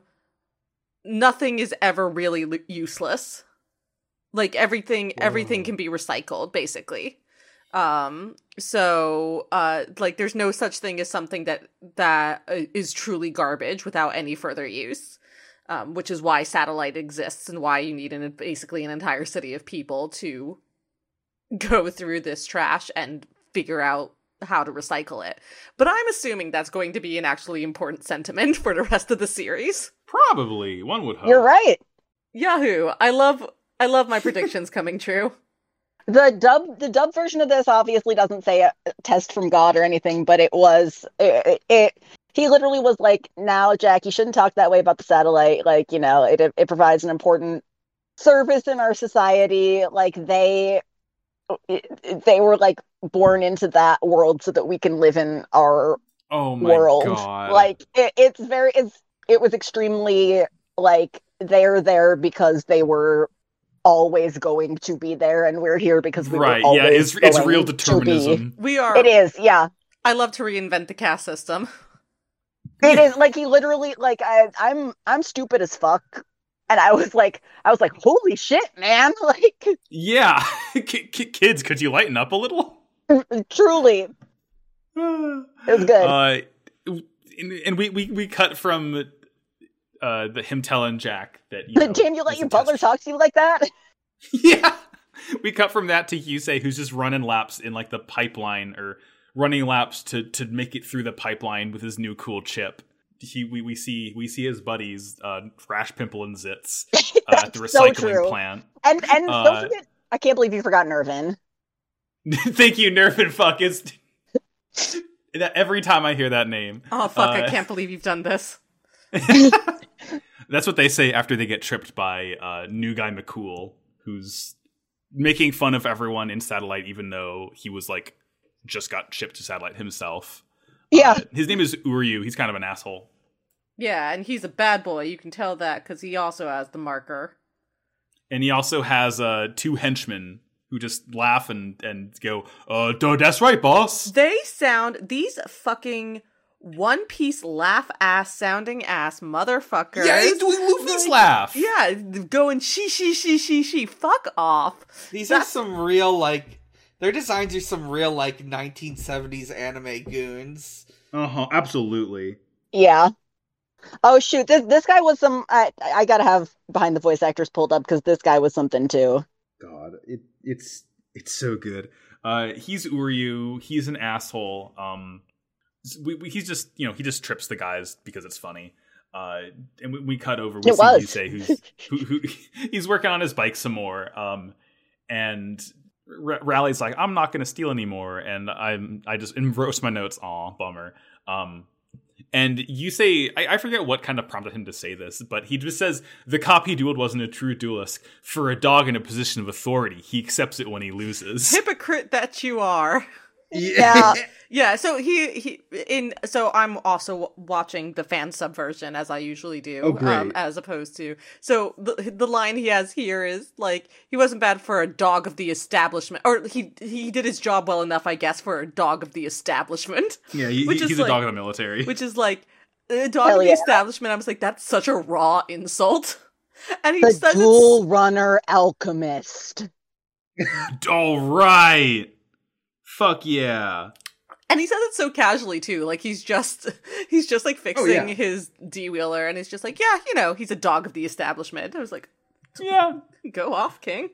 [SPEAKER 2] nothing is ever really l- useless like everything everything
[SPEAKER 3] Whoa.
[SPEAKER 2] can be recycled basically um so uh like there's no such thing as something that that uh, is truly garbage without any further use um, which is why satellite exists and why you need an basically an entire city of people to go through this trash and figure out how to recycle it. But I'm assuming that's going to be an actually important sentiment for the rest of the series.
[SPEAKER 4] Probably one would hope.
[SPEAKER 1] You're right.
[SPEAKER 2] Yahoo! I love I love my predictions coming true.
[SPEAKER 1] The dub the dub version of this obviously doesn't say a a test from God or anything, but it was it, it he literally was like, "Now, Jack, you shouldn't talk that way about the satellite. Like, you know, it it provides an important service in our society. Like they it- they were like born into that world so that we can live in our
[SPEAKER 4] Oh my
[SPEAKER 1] world.
[SPEAKER 4] god!
[SPEAKER 1] Like it, it's very it's it was extremely like they're there because they were always going to be there and we're here because we
[SPEAKER 4] right?
[SPEAKER 1] were always
[SPEAKER 4] Yeah, it's it's
[SPEAKER 1] going
[SPEAKER 4] real
[SPEAKER 1] to be.
[SPEAKER 4] determinism.
[SPEAKER 2] We are.
[SPEAKER 1] It is, yeah.
[SPEAKER 2] I love to reinvent the caste system.
[SPEAKER 1] It is like he literally like I I'm I'm stupid as fuck. And I was like I was like, holy shit, man. Like
[SPEAKER 4] Yeah, K- k- kids, could you lighten up a little?
[SPEAKER 1] truly. It was good.
[SPEAKER 4] Uh, and, and we, we we cut from uh the him telling Jack that you know,
[SPEAKER 1] Damn, you let
[SPEAKER 4] he's
[SPEAKER 1] your
[SPEAKER 4] a
[SPEAKER 1] butler
[SPEAKER 4] test-
[SPEAKER 1] talk to you like that?
[SPEAKER 4] yeah. We cut from that to Yusei, who's just running laps in like the pipeline or running laps to to make it through the pipeline with his new cool chip. He we, we see we see his buddies uh, Rash Pimple and Zitz uh, at the
[SPEAKER 1] That's so
[SPEAKER 4] recycling
[SPEAKER 1] true.
[SPEAKER 4] plant.
[SPEAKER 1] And and
[SPEAKER 4] Uh,
[SPEAKER 1] don't forget I can't believe you forgot Nervin.
[SPEAKER 4] Thank you, Nerf and Fuck. It's that every time I hear that name,
[SPEAKER 2] Oh fuck! I
[SPEAKER 4] Uh,
[SPEAKER 2] can't believe you've done this.
[SPEAKER 4] That's what they say after they get tripped by uh, new guy McCool, who's making fun of everyone in Satellite, even though he was like just got shipped to Satellite himself.
[SPEAKER 1] Yeah.
[SPEAKER 4] Uh, his name is Uryu. He's kind of an asshole.
[SPEAKER 2] Yeah, and he's a bad boy. You can tell that because he also has the marker.
[SPEAKER 4] And he also has uh, two henchmen who just laugh and, and go, uh, duh, that's right, boss.
[SPEAKER 2] They sound these fucking one piece laugh ass sounding ass motherfuckers.
[SPEAKER 4] Yeah, he's doing Luffy's laugh.
[SPEAKER 2] Yeah, going she she she she she. Fuck off.
[SPEAKER 3] These are some real like their designs are some real like 1970s anime goons.
[SPEAKER 4] Uh-huh, absolutely.
[SPEAKER 1] Yeah. Oh shoot, this this guy was some I I gotta have behind the voice actors pulled up because this guy was something too.
[SPEAKER 4] God, it it's it's so good. Uh, he's Uryu. He's an asshole. Um, we, we, he's just you know he just trips the guys because it's funny. Uh, and we, we cut over. We
[SPEAKER 1] It
[SPEAKER 4] see
[SPEAKER 1] was.
[SPEAKER 4] Yusei who's who, who he's working on his bike some more. Um, and R- Rally's like, I'm not going to steal anymore, and I'm I just engrossed my notes. Aw, bummer. Um, and you say, I, I forget what kind of prompted him to say this, but he just says, the cop he dueled wasn't a true duelist. For a dog in a position of authority, he accepts it when he loses.
[SPEAKER 2] Hypocrite that you are.
[SPEAKER 1] Yeah.
[SPEAKER 2] Yeah, so he he in so I'm also watching the fan subversion as I usually do,
[SPEAKER 4] Oh, great.
[SPEAKER 2] um, as opposed to so the the line he has here is like he wasn't bad for a dog of the establishment, or he he did his job well enough, I guess, for a dog of the establishment,
[SPEAKER 4] Yeah, he,
[SPEAKER 2] Which
[SPEAKER 4] he-
[SPEAKER 2] is
[SPEAKER 4] he's
[SPEAKER 2] like-
[SPEAKER 4] a dog of the military.
[SPEAKER 2] which is like a dog
[SPEAKER 1] Hell
[SPEAKER 2] of
[SPEAKER 1] yeah.
[SPEAKER 2] the establishment. I was like, that's such a raw insult, and he
[SPEAKER 1] The
[SPEAKER 2] says it's-
[SPEAKER 1] dual runner alchemist.
[SPEAKER 4] All right. Fuck yeah.
[SPEAKER 2] And he says it so casually too. Like he's just he's just like
[SPEAKER 4] Oh,
[SPEAKER 2] fixing
[SPEAKER 3] yeah.
[SPEAKER 2] his D wheeler and it's just like, yeah, you know, he's a dog of the establishment. I was like,
[SPEAKER 4] Yeah.
[SPEAKER 2] go off, King.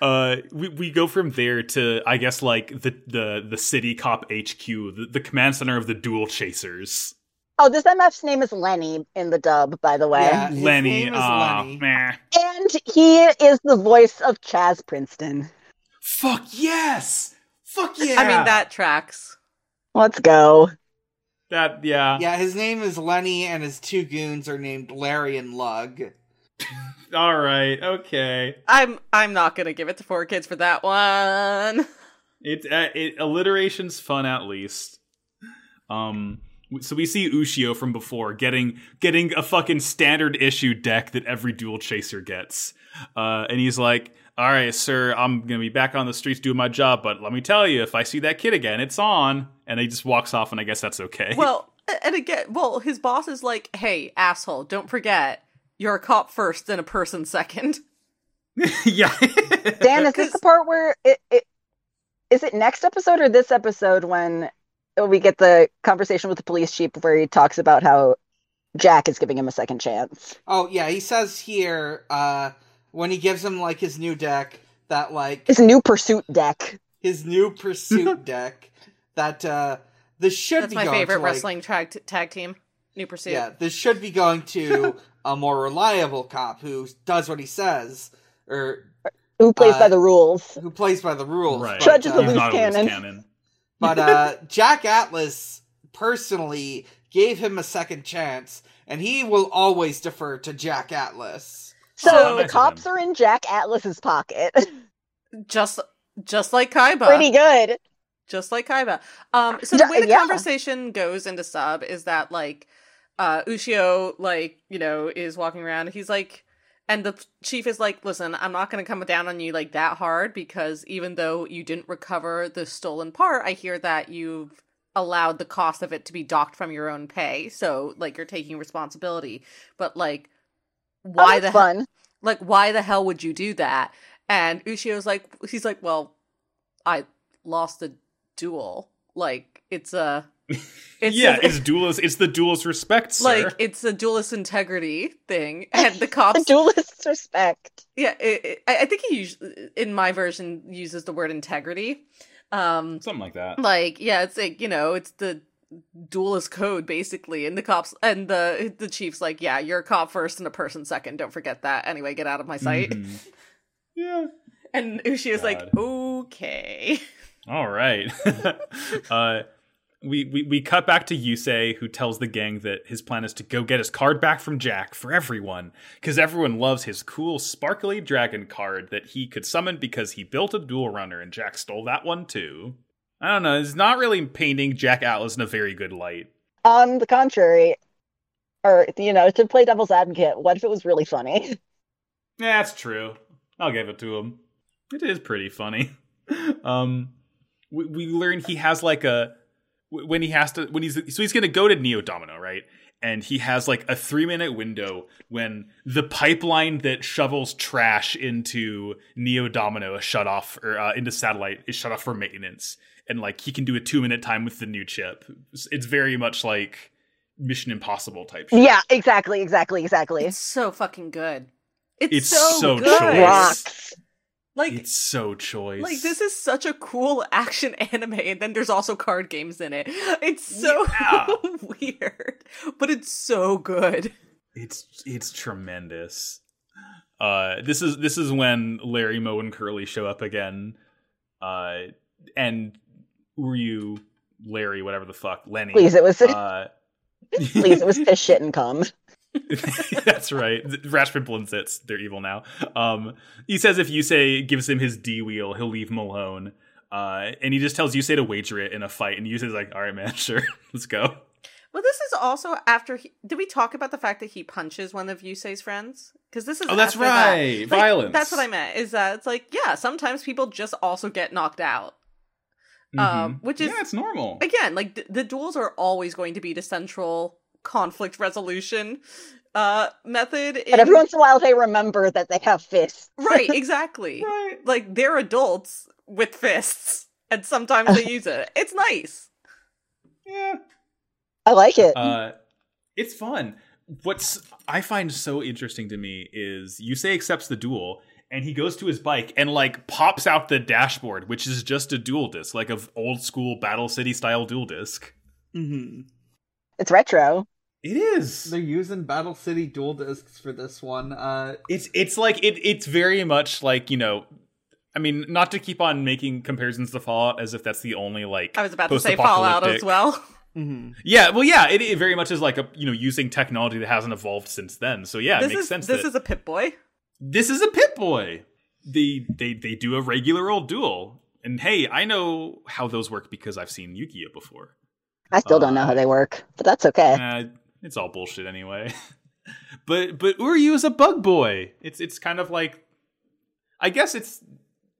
[SPEAKER 4] Uh, we, we go from there to I guess like the the the city cop HQ, the, the command center of the duel chasers.
[SPEAKER 1] Oh, this MF's name is Lenny in the dub, by the way.
[SPEAKER 3] Yeah. Uh, His
[SPEAKER 4] Lenny,
[SPEAKER 3] name is
[SPEAKER 4] ah,
[SPEAKER 3] Lenny.
[SPEAKER 4] meh.
[SPEAKER 1] And he is the voice of Chaz Princeton.
[SPEAKER 4] Fuck yes, fuck yeah.
[SPEAKER 2] I mean that tracks.
[SPEAKER 1] Let's go.
[SPEAKER 4] that yeah.
[SPEAKER 3] Yeah, his name is Lenny and his two goons are named Larry and Lug.
[SPEAKER 4] All right, okay.
[SPEAKER 2] I'm I'm not gonna give it to four kids for that one.
[SPEAKER 4] It, uh, it alliteration's fun at least. Um, w- so we see Ushio from before getting getting a fucking standard issue deck that every dual chaser gets, uh, and he's like, "All right, sir, I'm gonna be back on the streets doing my job, but let me tell you, if I see that kid again, it's on." And he just walks off, and I guess that's okay.
[SPEAKER 2] Well and again well, his boss is like, Hey, asshole, don't forget, you're a cop first and a person second.
[SPEAKER 4] yeah,
[SPEAKER 1] Dan, is this the part where it, it is it next episode or this episode when we get the conversation with the police chief where he talks about how Jack is giving him a second chance.
[SPEAKER 3] Oh yeah, he says here uh when he gives him like his new deck that like
[SPEAKER 1] His new pursuit deck.
[SPEAKER 3] his new pursuit deck that uh this should
[SPEAKER 2] That's
[SPEAKER 3] be
[SPEAKER 2] my
[SPEAKER 3] going
[SPEAKER 2] favorite
[SPEAKER 3] to, like,
[SPEAKER 2] wrestling tag tag team. New pursuit.
[SPEAKER 3] Yeah, this should be going to a more reliable cop who does what he says or
[SPEAKER 1] Who plays
[SPEAKER 3] Uh,
[SPEAKER 1] by the rules?
[SPEAKER 3] who plays by the rules.
[SPEAKER 4] Right.
[SPEAKER 1] Judge is
[SPEAKER 3] uh,
[SPEAKER 1] a
[SPEAKER 4] He's
[SPEAKER 1] loose
[SPEAKER 4] not a loose
[SPEAKER 1] cannon.
[SPEAKER 4] cannon.
[SPEAKER 3] But uh, Jack Atlas personally gave him a second chance, and he will always defer to Jack Atlas.
[SPEAKER 1] So
[SPEAKER 4] So-
[SPEAKER 1] the cops are in Jack Atlas's pocket.
[SPEAKER 2] Just just like Kaiba.
[SPEAKER 1] Pretty good.
[SPEAKER 2] just like Kaiba. Um, so
[SPEAKER 1] Yeah,
[SPEAKER 2] the way the
[SPEAKER 1] yeah.
[SPEAKER 2] conversation goes into sub is that like uh, Ushio, like you know, is walking around. He's like, and the chief is like, "Listen, I'm not going to come down on you like that hard because even though you didn't recover the stolen part, I hear that you've allowed the cost of it to be docked from your own pay. So like you're taking responsibility, but like." Why
[SPEAKER 1] Oh,
[SPEAKER 2] the
[SPEAKER 1] that's
[SPEAKER 2] hell?
[SPEAKER 1] fun?
[SPEAKER 2] like why the hell would you do that and ushio's like he's like well i lost the duel like it's a it's
[SPEAKER 4] yeah,
[SPEAKER 2] a-
[SPEAKER 4] it's duelist. It's the duelist respect, sir.
[SPEAKER 2] like it's a duelist integrity thing and the
[SPEAKER 1] The
[SPEAKER 2] cops
[SPEAKER 1] duelist's respect.
[SPEAKER 2] yeah it, it, i I think he usually in my version uses the word integrity um
[SPEAKER 4] Something like that.
[SPEAKER 2] like yeah it's like you know it's the duelist code basically and the cops and the the chief's like yeah you're a cop first and a person second don't forget that anyway get out of my sight
[SPEAKER 4] Mhm. Yeah.
[SPEAKER 2] And Ushi was like,
[SPEAKER 4] God.
[SPEAKER 2] okay.
[SPEAKER 4] All right. uh, we, we we cut back to Yusei, who tells the gang that his plan is to go get his card back from Jack for everyone, because everyone loves his cool, sparkly dragon card that he could summon because he built a dual runner, and Jack stole that one too. I don't know. It's not really painting Jack Atlas in a very good light.
[SPEAKER 1] On the contrary, or you know, to play devil's advocate, what if it was really funny?
[SPEAKER 4] Yeah, that's true. I'll give it to him. It is pretty funny. um, we, we learn he has like a wh- when he has to when he's so he's gonna go to Neo Domino right, and he has like a three minute window when the pipeline that shovels trash into Neo Domino is shut off or uh, into satellite is shut off for maintenance, and like he can do a two minute time with the new chip. It's, it's very much like Mission Impossible type. Shit.
[SPEAKER 1] yeah, exactly, exactly, exactly.
[SPEAKER 2] It's so fucking good. It's,
[SPEAKER 4] It's
[SPEAKER 2] so,
[SPEAKER 4] so
[SPEAKER 2] good.
[SPEAKER 4] choice.
[SPEAKER 1] Rocks.
[SPEAKER 2] Like
[SPEAKER 4] It's so choice.
[SPEAKER 2] like this is such a cool action anime and then there's also card games in it. It's so
[SPEAKER 4] Yeah.
[SPEAKER 2] weird, but it's so good.
[SPEAKER 4] It's it's tremendous. Uh, this is this is when Larry Moe and Curly show up again, uh, and Ryu, Larry, whatever the fuck, Lenny.
[SPEAKER 1] Please, it was
[SPEAKER 4] uh,
[SPEAKER 1] please, it was piss shit and cum.
[SPEAKER 4] That's right. Rashford Blinsitz, they're evil now. Um, he says if Yusei gives him his D wheel, he'll leave him alone. Uh, and he just tells Yusei to wager it in a fight, and Yusei's like, "All right, man, sure, let's go."
[SPEAKER 2] Well, this is also after he did we talk about the fact that he punches one of Yusei's friends? Because this is
[SPEAKER 4] Oh, that's
[SPEAKER 2] after that.
[SPEAKER 4] right,
[SPEAKER 2] Like,
[SPEAKER 4] violence.
[SPEAKER 2] That's what I meant. Is that it's like yeah, sometimes people just also get knocked out.
[SPEAKER 4] Mm-hmm.
[SPEAKER 2] Um, which is-
[SPEAKER 4] yeah, it's normal.
[SPEAKER 2] again like th- the duels are always going to be the central conflict resolution uh method in-
[SPEAKER 1] But every once in a while, they remember that they have fists.
[SPEAKER 2] right exactly
[SPEAKER 4] Right.
[SPEAKER 2] like they're adults with fists and sometimes they use it it's nice
[SPEAKER 4] Yeah.
[SPEAKER 1] I like it.
[SPEAKER 2] Mm-hmm.
[SPEAKER 4] Uh, it's fun. What's I find so interesting to me is Yusei accepts the duel and he goes to his bike and like pops out the dashboard, which is just a dual disc, like of old school Battle City style dual disc.
[SPEAKER 3] Mm-hmm.
[SPEAKER 1] it's retro.
[SPEAKER 4] It is.
[SPEAKER 3] They're using Battle City dual discs for this one. Uh,
[SPEAKER 4] It's it's like it it's very much like you know. I mean, not to keep on making comparisons to Fallout as if that's the only like
[SPEAKER 2] i was about to say fallout as
[SPEAKER 4] post-apocalyptic-
[SPEAKER 2] well
[SPEAKER 3] Mm-hmm.
[SPEAKER 4] Yeah, well, yeah, it, it very much is like a you know using technology that hasn't evolved since then. So yeah, it
[SPEAKER 2] this
[SPEAKER 4] makes
[SPEAKER 2] is
[SPEAKER 4] sense.
[SPEAKER 2] this
[SPEAKER 4] that-
[SPEAKER 2] is a pip boy
[SPEAKER 4] this is a pit boy they they they do a regular old duel and hey i know how those work because i've seen yu-gi-oh before
[SPEAKER 1] I still don't know how they work, but that's okay.
[SPEAKER 4] uh, it's all bullshit anyway but but uryu is a bug boy it's it's kind of like i guess it's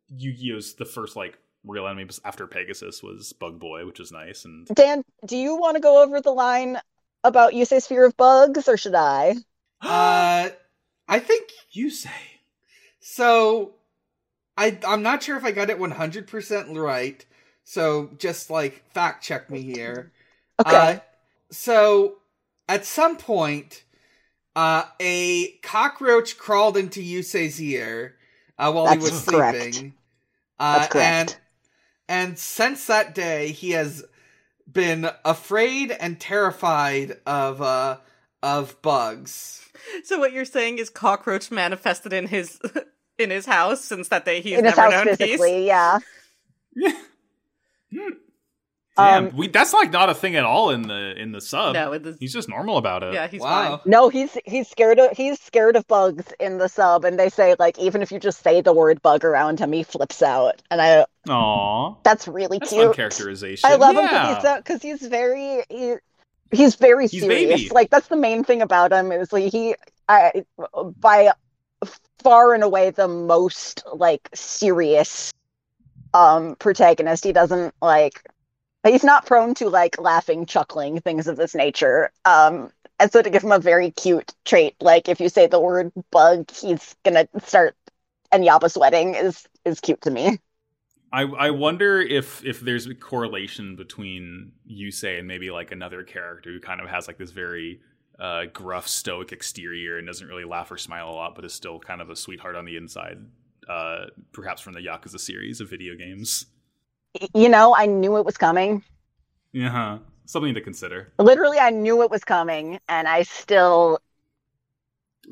[SPEAKER 4] yu-gi-oh's the first like real enemy after pegasus was bug boy which is nice and
[SPEAKER 1] Dan, do you want to go over the line about Yusei's fear of bugs, or should I?
[SPEAKER 3] uh, I think
[SPEAKER 4] you say
[SPEAKER 3] So, I I'm not sure if I got it 100% right. So just like fact check me here.
[SPEAKER 1] Okay.
[SPEAKER 3] Uh, so at some point, uh, a cockroach crawled into Yusei's ear uh, while he
[SPEAKER 1] That's
[SPEAKER 3] was
[SPEAKER 1] correct.
[SPEAKER 3] sleeping. Uh,
[SPEAKER 1] That's correct.
[SPEAKER 3] And, and since that day, he has been afraid and terrified of uh, of bugs.
[SPEAKER 5] So what you're saying is cockroach manifested in his in his house since that day he's
[SPEAKER 1] in his
[SPEAKER 5] never
[SPEAKER 1] house
[SPEAKER 5] known
[SPEAKER 1] physically.
[SPEAKER 5] peace.
[SPEAKER 1] Yeah.
[SPEAKER 4] Damn,
[SPEAKER 1] Um,
[SPEAKER 4] we, that's like not a thing at all in the in the sub.
[SPEAKER 5] No, it is,
[SPEAKER 4] Oh, He's uh, just normal about it.
[SPEAKER 5] yeah, he's
[SPEAKER 3] wow.
[SPEAKER 5] fine.
[SPEAKER 1] No, he's he's scared of he's scared of bugs in the sub, and they say like even if you just say the word bug around him, he flips out, and I
[SPEAKER 4] Aw,
[SPEAKER 1] that's really
[SPEAKER 4] that's
[SPEAKER 1] cute.
[SPEAKER 4] fun characterization.
[SPEAKER 1] I love him
[SPEAKER 4] yeah.
[SPEAKER 1] because he's so because he's very he, he's very
[SPEAKER 4] He's
[SPEAKER 1] serious.
[SPEAKER 4] baby.
[SPEAKER 1] Like that's the main thing about him is like he I, by far and away the most like serious um protagonist. He doesn't like he's not prone to like laughing, chuckling things of this nature. Um and so to give him a very cute trait, like if you say the word bug, he's gonna start and Yaba sweating is is cute to me.
[SPEAKER 4] I, I wonder if if there's a correlation between Yusei and maybe like another character who kind of has like this very uh, gruff, stoic exterior and doesn't really laugh or smile a lot, but is still kind of a sweetheart on the inside. Uh, perhaps from the Yakuza series of video games.
[SPEAKER 1] Y- You know, I knew it was coming.
[SPEAKER 4] Yeah, huh. something to consider.
[SPEAKER 1] literally i knew it was coming and i still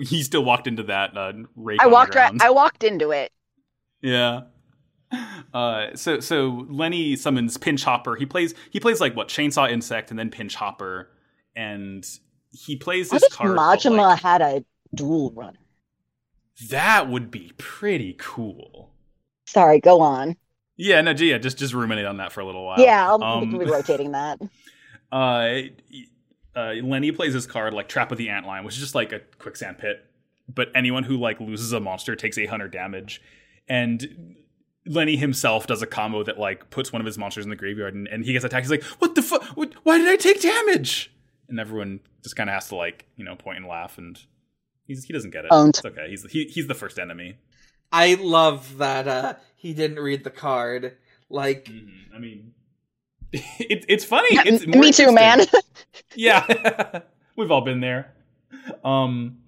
[SPEAKER 4] He still walked into that uh, rape.
[SPEAKER 1] i
[SPEAKER 4] on the
[SPEAKER 1] walked right
[SPEAKER 4] ground.
[SPEAKER 1] i walked into it
[SPEAKER 4] Yeah. Uh, so so Lenny summons Pinch Hopper. He plays he plays like what Chainsaw Insect and then Pinch Hopper, and he plays
[SPEAKER 1] i
[SPEAKER 4] this
[SPEAKER 1] think
[SPEAKER 4] card. called,
[SPEAKER 1] majima
[SPEAKER 4] like,
[SPEAKER 1] had a dual runner
[SPEAKER 4] that would be pretty cool.
[SPEAKER 1] sorry go on
[SPEAKER 4] Yeah, no, yeah, just just ruminate on that for a little while.
[SPEAKER 1] yeah i'll we
[SPEAKER 4] Um,
[SPEAKER 1] can be rotating that
[SPEAKER 4] uh, uh, Lenny plays his card like Trap of the Antlion, which is just like a quicksand pit. But anyone who like loses a monster takes 800 damage, and Lenny himself does a combo that like puts one of his monsters in the graveyard, and, and he gets attacked. He's like, "What the fuck? Why did I take damage?" And everyone just kind of has to like you know point and laugh, and he's, he doesn't get it.
[SPEAKER 1] Owned.
[SPEAKER 4] It's okay. He's he, he's the first enemy.
[SPEAKER 3] I love that uh, he didn't read the card. Like
[SPEAKER 4] Mm-hmm. I mean, it, it's funny.
[SPEAKER 1] Yeah,
[SPEAKER 4] it's
[SPEAKER 1] m-
[SPEAKER 4] more
[SPEAKER 1] me too man
[SPEAKER 4] interesting. Yeah, we've all been there. Um,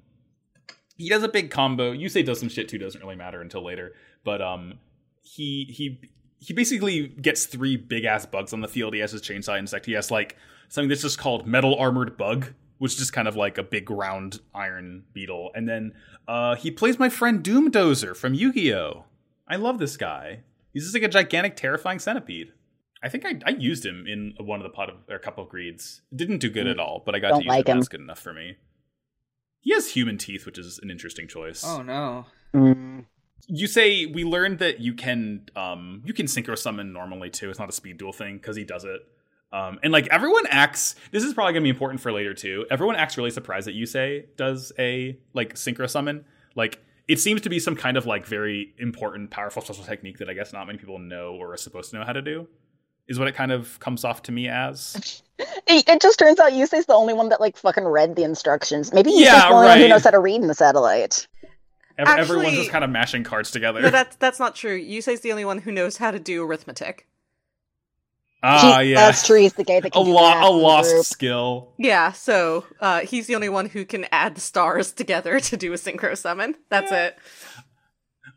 [SPEAKER 4] he does a big combo. You say does some shit too. Doesn't really matter until later. But um, he he he basically gets three big ass bugs on the field. He has his chainsaw insect. He has like something that's just called metal armored bug, which is just kind of like a big round iron beetle. And then uh, he plays my friend Doom Dozer from Yu Gi Oh. I love this guy. He's just like a gigantic, terrifying centipede. I think I, I used him in one of the pot of or a couple of greeds. Didn't do good at all, but I got
[SPEAKER 1] Don't
[SPEAKER 4] to use
[SPEAKER 1] like
[SPEAKER 4] him.
[SPEAKER 1] him.
[SPEAKER 4] That's good enough for me. He has human teeth, which is an interesting choice.
[SPEAKER 3] oh no.
[SPEAKER 1] Mm.
[SPEAKER 4] You say we learned that you can um you can synchro summon normally too. It's not a speed duel thing because he does it. Um, and like everyone acts, this is probably gonna be important for later too. Everyone acts really surprised that you say does a like synchro summon. Like it seems to be some kind of like very important, powerful special technique that I guess not many people know or are supposed to know how to do. Is what it kind of comes off to me as.
[SPEAKER 1] It, it just turns out Yusei's the only one that like fucking read the instructions. Maybe Yusei's
[SPEAKER 4] Yeah,
[SPEAKER 1] the only one who
[SPEAKER 4] right.
[SPEAKER 1] knows how to read in the satellite.
[SPEAKER 4] Ev- everyone's
[SPEAKER 5] Actually-
[SPEAKER 4] just kind of mashing cards together.
[SPEAKER 5] No, that's that's not true. Yusei's the only one who knows how to do arithmetic.
[SPEAKER 4] ah,
[SPEAKER 1] He-
[SPEAKER 4] yeah,
[SPEAKER 1] that's true. He's the guy that
[SPEAKER 4] A
[SPEAKER 1] can do
[SPEAKER 4] lot,
[SPEAKER 1] math
[SPEAKER 4] a
[SPEAKER 1] in the
[SPEAKER 4] lost
[SPEAKER 1] group.
[SPEAKER 4] skill.
[SPEAKER 5] Yeah, so uh, he's the only one who can add the stars together to do a synchro summon. That's it.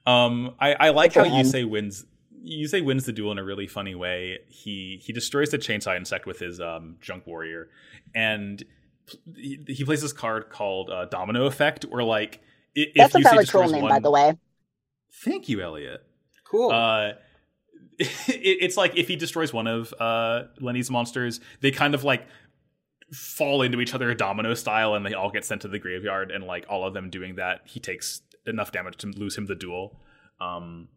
[SPEAKER 4] Um, I, I like how
[SPEAKER 1] Again.
[SPEAKER 4] Yusei wins. Yusei wins the duel in a really funny way. He he destroys the chainsaw insect with his um, junk warrior, and pl- he, he plays this card called uh, Domino Effect, where like i- if
[SPEAKER 1] That's a
[SPEAKER 4] Yusei
[SPEAKER 1] valid troll
[SPEAKER 4] destroys
[SPEAKER 1] name,
[SPEAKER 4] one,
[SPEAKER 1] by the way.
[SPEAKER 4] Thank you, Elliot.
[SPEAKER 3] Cool.
[SPEAKER 4] Uh, it, it's like if he destroys one of uh, Lenny's monsters, they kind of like fall into each other domino style, and they all get sent to the graveyard. And like all of them doing that, he takes enough damage to lose him the duel. Um,